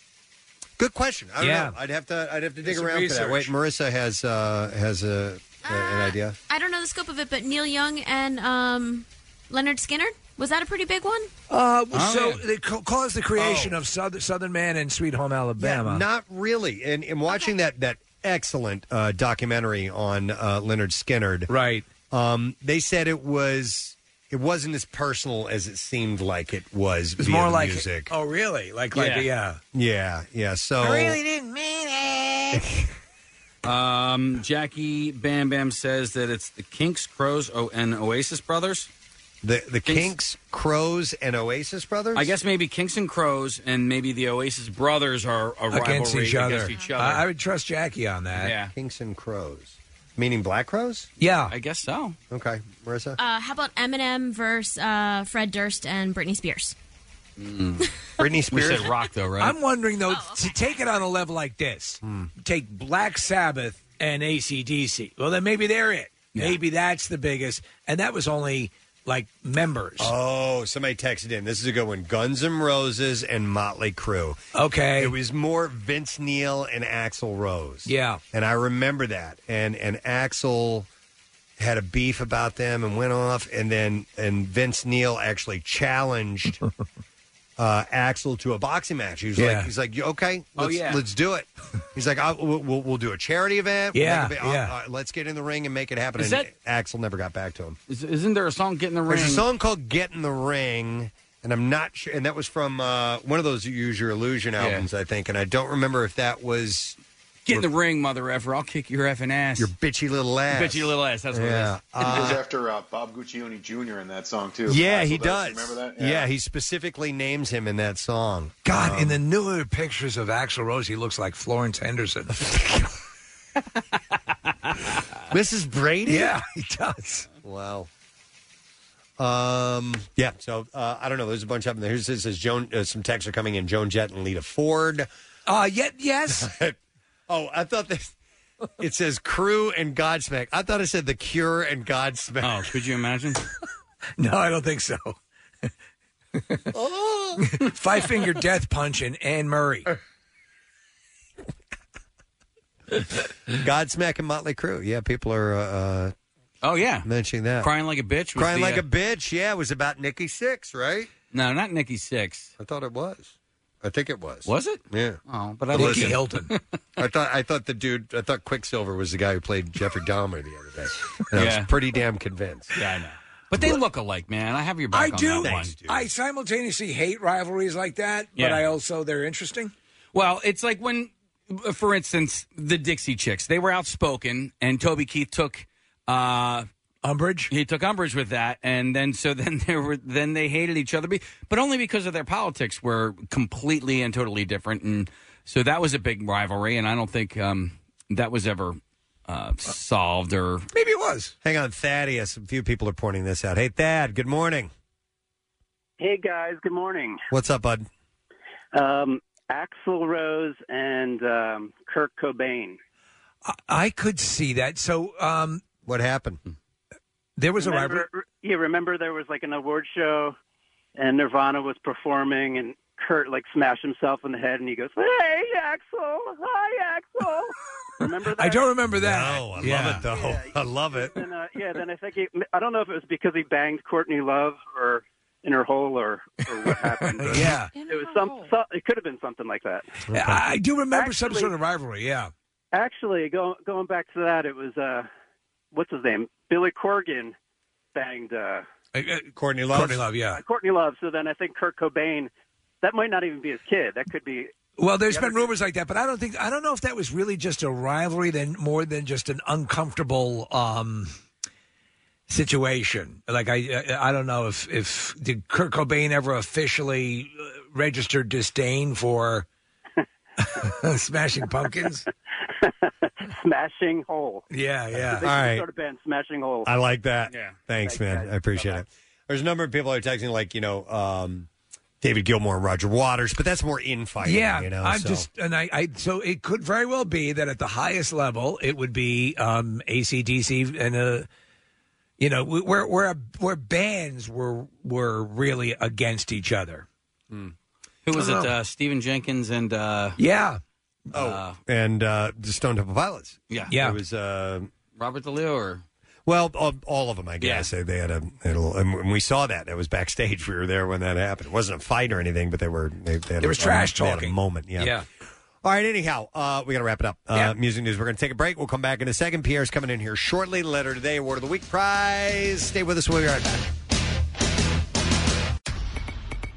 good question i don't
Yeah.
know i'd have to i'd have to dig
some
around for that wait
research.
marissa has uh has a, a- an idea
I don't know the scope of it, but Neil Young and um, Leonard Skinner Was that a pretty big one?
Uh, well, so they ca- caused the creation of Southern, Southern Man and Sweet Home
Ah.
Alabama.
Oh. Yeah, not really. And in watching that that excellent uh, documentary on uh, Leonard Skinnerd,
right?
Um, they said it was it wasn't as personal as it seemed like it was.
It's
via
more like
music.
Oh, really? Like, like, yeah.
yeah, yeah. So
didn't mean
Um, Jackie Bam Bam says that it's the Kinks, Crows, o- and Oasis Brothers.
The the Kinks, Crows, and Oasis Brothers.
I guess maybe Kinks and Crows, and maybe the Oasis Brothers are a
against
rivalry
each other.
Against each other.
I, I would trust Jackie on that.
Yeah.
Kinks and Crows, meaning Black Crows.
Yeah,
I guess so.
Okay, Marissa.
Uh, how about Eminem versus uh, Fred Durst and Britney Spears?
Britney
We
Spears?
said rock though, right?
I'm wondering though to take it on a level like this.
Hmm.
Take Black Sabbath and ACDC. Well, then maybe they're it. Maybe that's the biggest, and that was only like members.
Oh, somebody texted in. This is a good one. Guns N' Roses and Motley Crue.
Okay.
It was more Vince Neil and Axl Rose.
Yeah.
And I remember that. And and Axl had a beef about them and went off and then and Vince Neil actually
[laughs]
challenged uh Axel to a boxing match. He was
Yeah.
like he's like okay, let's,
Oh, yeah.
let's do it. He's like I, we'll, we'll we'll do a charity event. We'll
Yeah,
make a big- I'll-
yeah.
I'll- let's get in the ring and make it happen
Is
and
that-
Axel never got back to him.
Is, isn't there a song "Get in the Ring"?
There's a song called "Get in the Ring," and I'm not sure. And that was from uh, one of those Use Your Illusion albums, I think. And I don't remember if that was
Get in the ring, mother effer. I'll kick your effing ass. Your
bitchy little ass.
Bitchy little ass. That's what
Yeah.
it is.
He goes
Uh,
after uh, Bob Guccione Jr. in that song too.
yeah,
Axl
he does.
Remember that?
Yeah. he specifically names him in that song. Um,
God, in the newer pictures of Axl Rose, he looks like Florence
[laughs]
Henderson. [laughs]
Mrs. Brady.
Yeah, he does.
Uh, Wow. Um. Yeah. So uh, I don't know. There's a bunch of them. there. Here's this is Joan. Uh, some texts are coming in. Joan Jett and Lita Ford.
Uh yet yes.
[laughs] oh, I thought this. It says Crew and Godsmack. I thought it said The Cure and Godsmack.
Oh, could
[laughs]
you imagine?
No, I don't think so. [laughs] Five finger death punch and Anne Murray.
Godsmack and Motley Crue. Yeah, people are. Uh, uh,
oh yeah,
mentioning that.
[laughs] Crying like a bitch. Was
Crying
the,
like
uh,
a bitch. Yeah, it was about Nikki Six, right?
no, not Nikki Six.
I thought it was. I think it was.
Was it?
Yeah.
Oh, but I
Nikki
listened.
Hilton. I thought I thought the dude. I thought Quicksilver was the guy who played Jeffrey Dahmer the other day. And I
Yeah.
was pretty damn convinced.
Yeah, I know. But they look alike, man. I have your
I
back on
do.
that one.
I simultaneously hate rivalries like that, but
Yeah.
I also they're interesting.
Well, it's like when, for instance, the Dixie Chicks. They were outspoken, and Toby Keith took uh,
umbrage.
He took umbrage with that, and then so then there were then they hated each other, be- but only because of their politics were completely and totally different, and so that was a big rivalry, and I don't think um, that was ever uh, solved or
Maybe it was.
Hang on, Thaddeus. A few people are pointing this out. Hey, Thad. Good morning.
Hey guys, good morning.
What's up, bud?
Um, Axl Rose and um, Kurt Cobain.
I could see that. So, um,
what happened?
There was a rivalry.
remember, Yeah, remember there was like an award show, and Nirvana was performing, and Kurt like smashed himself in the head, and he goes, "Ah, "Hey, Axl! Hi, Axl!" remember that?
I don't remember that.
Oh, I
Yeah.
love it though. [laughs] I love it.
And, uh, yeah, then I think he, I don't know if it was because he banged Courtney Love or in her hole or, or what happened.
[laughs]
but
Yeah.
it was some. So, it could have been something like that.
I I do remember some
Actually-
sort of rivalry. Yeah.
Actually, go, going back to that, it was uh, what's his name? Billy Corgan banged uh,
Courtney Love.
Courtney Love. Yeah.
Courtney Love. So then I think Kurt Cobain. That might not even be his kid. That could be. [laughs]
Well, there's
the
been
other-
rumors like that, but I don't think I don't know if that was really just a rivalry than more than just an uncomfortable um, situation. Like I, I I don't know if if did Kurt Cobain ever officially uh, register disdain for [laughs] smashing pumpkins?
Smashing Hole.
Yeah, yeah.
All
All right.
Sort of band Smashing Hole.
I like that.
Yeah.
Thanks,
Thanks,
man.
guys.
I appreciate it. There's a number of people that are texting, like, you know, um, David Gilmore and Roger Waters, but that's more infighting.
yeah,
you know,
I'm
so.
just and I, I so it could very well be that at the highest level it would be um, ACDC and a. You know, where where where bands were were really against each other.
who was it?
I don't know. Oh.
Uh, Stephen Jenkins and uh,
Yeah.
uh,
and uh, the Stone Temple Pilots.
yeah,
It was uh,
Robert DeLeo or
Well, all, all of them, I guess. They, they had a, they had a little, and we saw that. That was backstage. We were there when that happened. It wasn't a fight or anything, but they were. They, they had a,
There was trash
they had a
talking.
moment. Yeah.
Yeah.
All right. Anyhow, uh, we got to wrap it up. Uh, Music news. We're going to take a break. We'll come back in a second. Pierre's coming in here shortly. Letter today, award of the week prize. Stay with us. We'll be right back.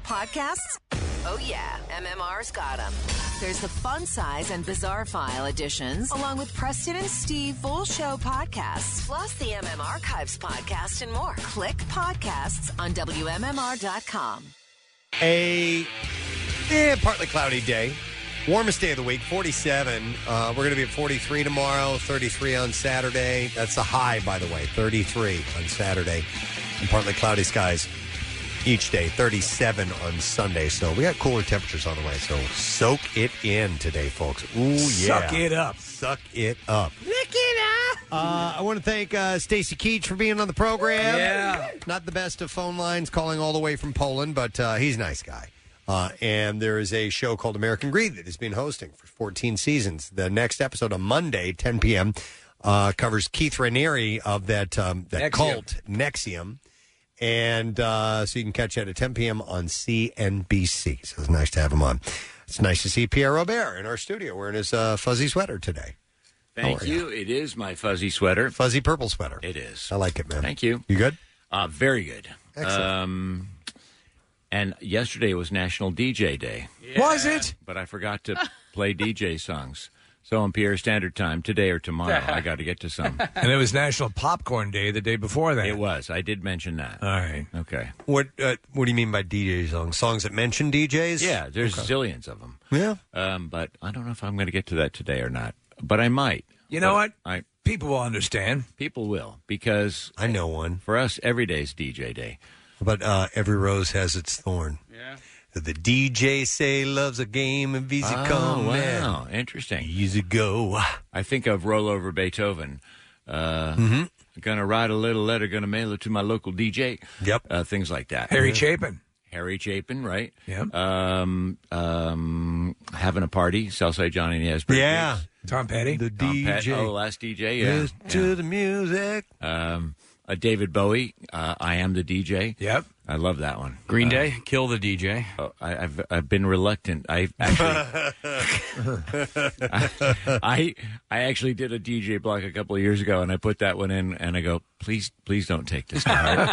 Podcasts? Oh, yeah. MMR's got 'em. There's the Fun Size and Bizarre File editions, along with Preston and Steve Full Show podcasts, plus the MM Archives podcast and more. Click podcasts on WMMR.com.
A eh, partly cloudy day. Warmest day of the week, 47. Uh, we're going to be at 43 tomorrow, 33 on Saturday. That's the high, by the way, 33 on Saturday. And partly cloudy skies each day, 37 on Sunday. So we got cooler temperatures on the way. So soak it in today, folks. Ooh, yeah.
Suck it up.
Suck it up. Uh, I want to thank uh, Stacy Keach for being on the program.
Yeah.
Not the best of phone lines, calling all the way from Poland, but uh, he's a nice guy. Uh, and there is a show called American Greed that he's been hosting for 14 seasons. The next episode on Monday, 10 p.m., uh, covers Keith Raniere of that um, that
Nexium.
cult Nexium, and uh, so you can catch that at 10 p.m. on CNBC. So it's nice to have him on. It's nice to see Pierre Robert in our studio wearing his uh, fuzzy sweater today.
Thank
How are
you. It is my fuzzy sweater.
Fuzzy purple sweater.
It is.
I like it, man.
Thank you.
You good?
Uh, very good.
Excellent.
Um, and yesterday was National DJ Day.
Was it?
But I forgot to play DJ songs. So on Pierre Standard Time, today or tomorrow, I got to get to some.
[laughs] And it was National Popcorn Day the day before that.
It was. I did mention that.
All right.
Okay.
What uh, What do you mean by DJ songs? Songs that mention DJs?
Yeah, there's
Okay.
zillions of them.
Yeah.
Um, but I don't know if I'm going to get to that today or not. But I might.
You know
But
what?
I
people will understand.
People will because
I know one.
For us, every day is DJ Day.
But uh, every rose has its thorn.
Yeah.
The DJ say loves a game of easy
oh,
come.
wow.
man.
Interesting.
Easy go.
I think of Roll Over Beethoven. Uh,
Hmm. Mm-hmm.
Gonna write a little letter, gonna mail it to my local DJ.
Yep.
Uh, things like that.
Harry Chapin.
Harry Chapin, right?
Yep.
Um, um, having a party, Southside Johnny and the Asbury. Kids.
Tom Petty. The
Tom Pat- oh, last DJ, yeah.
Yes,
Yeah.
to the music.
Um, uh, David Bowie, uh, I am the DJ.
Yep.
I love that one.
Green
Uh,
Day, kill the DJ.
Oh, I, I've I've been reluctant. I
[laughs]
actually,
[laughs]
I I actually did a DJ block a couple of years ago, and I put that one in, and I go, please, please don't take this. down."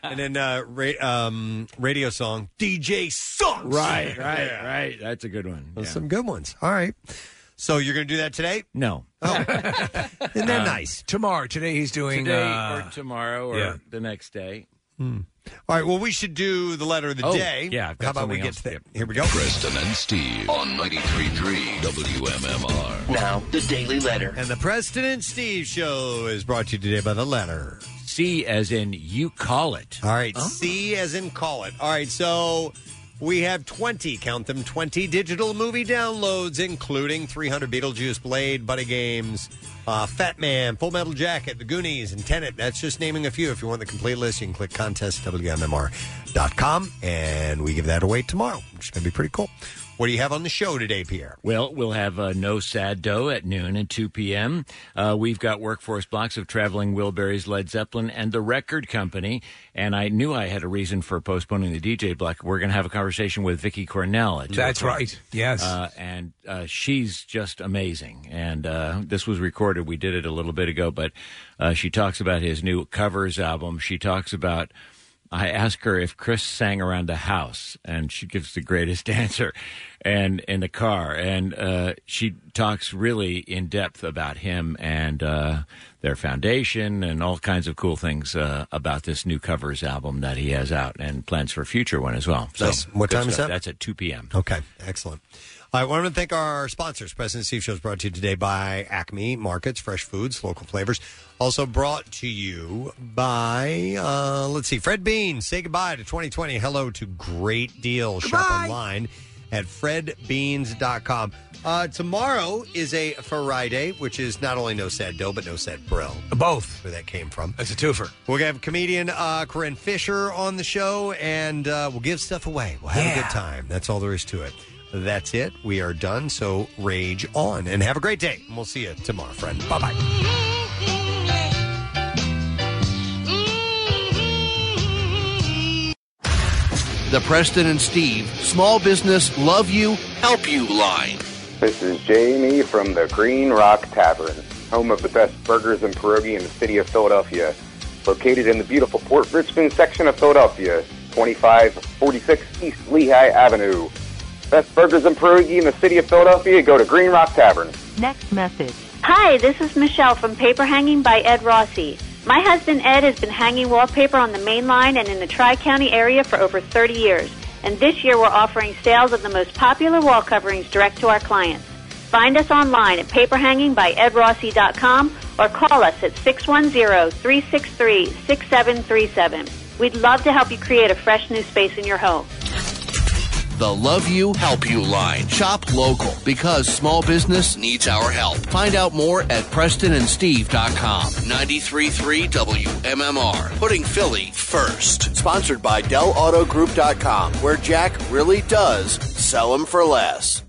[laughs] and then uh, ra- um, [laughs] radio song DJ sucks.
right, right, right. That's a good one.
Those
Yeah.
Some good ones. All right. So you're going to do that today?
No.
Isn't that nice?
Uh, Tomorrow. Today he's doing.
Today
uh,
or tomorrow or
yeah.
the next day.
Hmm. All right. Well, we should do the letter of the
Oh,
day.
yeah, I've got
How about we
something
get
else.
to that?
Yep.
Here we go.
Preston and Steve on 93.3 WMMR.
Now, the Daily Letter. And the Preston and Steve Show is brought to you today by The Letter.
C as in you call it. Oh.
All right, C as in call it. All right, so we have 20, count them, 20 digital movie downloads, including 300 Beetlejuice, Blade, Buddy Games, uh, Fat Man, Full Metal Jacket, The Goonies, and Tenet. That's just naming a few. If you want the complete list, you can click contestwmmr.com, and we give that away tomorrow, which is going to be pretty cool. What do you have on the show today, Pierre?
Well, we'll have uh, No Sad Dough at noon and 2 p.m. Uh, we've got workforce blocks of Traveling Wilburys, Led Zeppelin, and The Record Company. And I knew I had a reason for postponing the DJ block. We're going to have a conversation with Vicki Cornell. At 2
That's
o'clock.
right. Yes.
Uh, and uh, she's just amazing. And uh, this was recorded. We did it a little bit ago, but uh, she talks about his new covers album. She talks about. I asked her if Chris sang around the house, and she gives the greatest [laughs] answer. And in the car, and uh, she talks really in depth about him and uh, their foundation and all kinds of cool things uh, about this new covers album that he has out and plans for a future one as well. So,
Nice. What
good
time is
stuff.
that?
That's at two p.m.
Okay, excellent. All right, well, I want to thank our sponsors. President Steve Show is brought to you today by Acme Markets, fresh foods, local flavors. Also brought to you by, uh, let's see, Fred Bean. Say goodbye to 2020. Hello to great deals. Shop online at fredbeans.com. Uh, tomorrow is a Friday, which is not only No Sad Dough, but No Sad Bro.
Both.
Where that came from.
That's a twofer.
We're going to have comedian uh, Corinne Fisher on the show, and uh, we'll give stuff away. We'll have a good time. That's all there is to it. That's it. We are done. So rage on and have a great day. And we'll see you tomorrow, friend. Bye bye.
The Preston and Steve Small Business Love You, Help You line.
This is Jamie from the Green Rock Tavern, home of the best burgers and pierogi in the city of Philadelphia. Located in the beautiful Port Richmond section of Philadelphia, 2546 East Lehigh Avenue. Best burgers and pierogi in the city of Philadelphia, go to Green Rock Tavern.
Next message. Hi, this is Michelle from Paper Hanging by Ed Rossi. My husband Ed has been hanging wallpaper on the main line and in the Tri County area for over 30 years. And this year we're offering sales of the most popular wall coverings direct to our clients. Find us online at paperhangingbyedrossi.com or call us at 610 363 6737. We'd love to help you create a fresh new space in your home.
The Love You, Help You line. Shop local because small business needs our help. Find out more at PrestonandSteve.com. 93.3 WMMR. Putting Philly first. Sponsored by DellAutoGroup.com, where Jack really does sell 'em for less.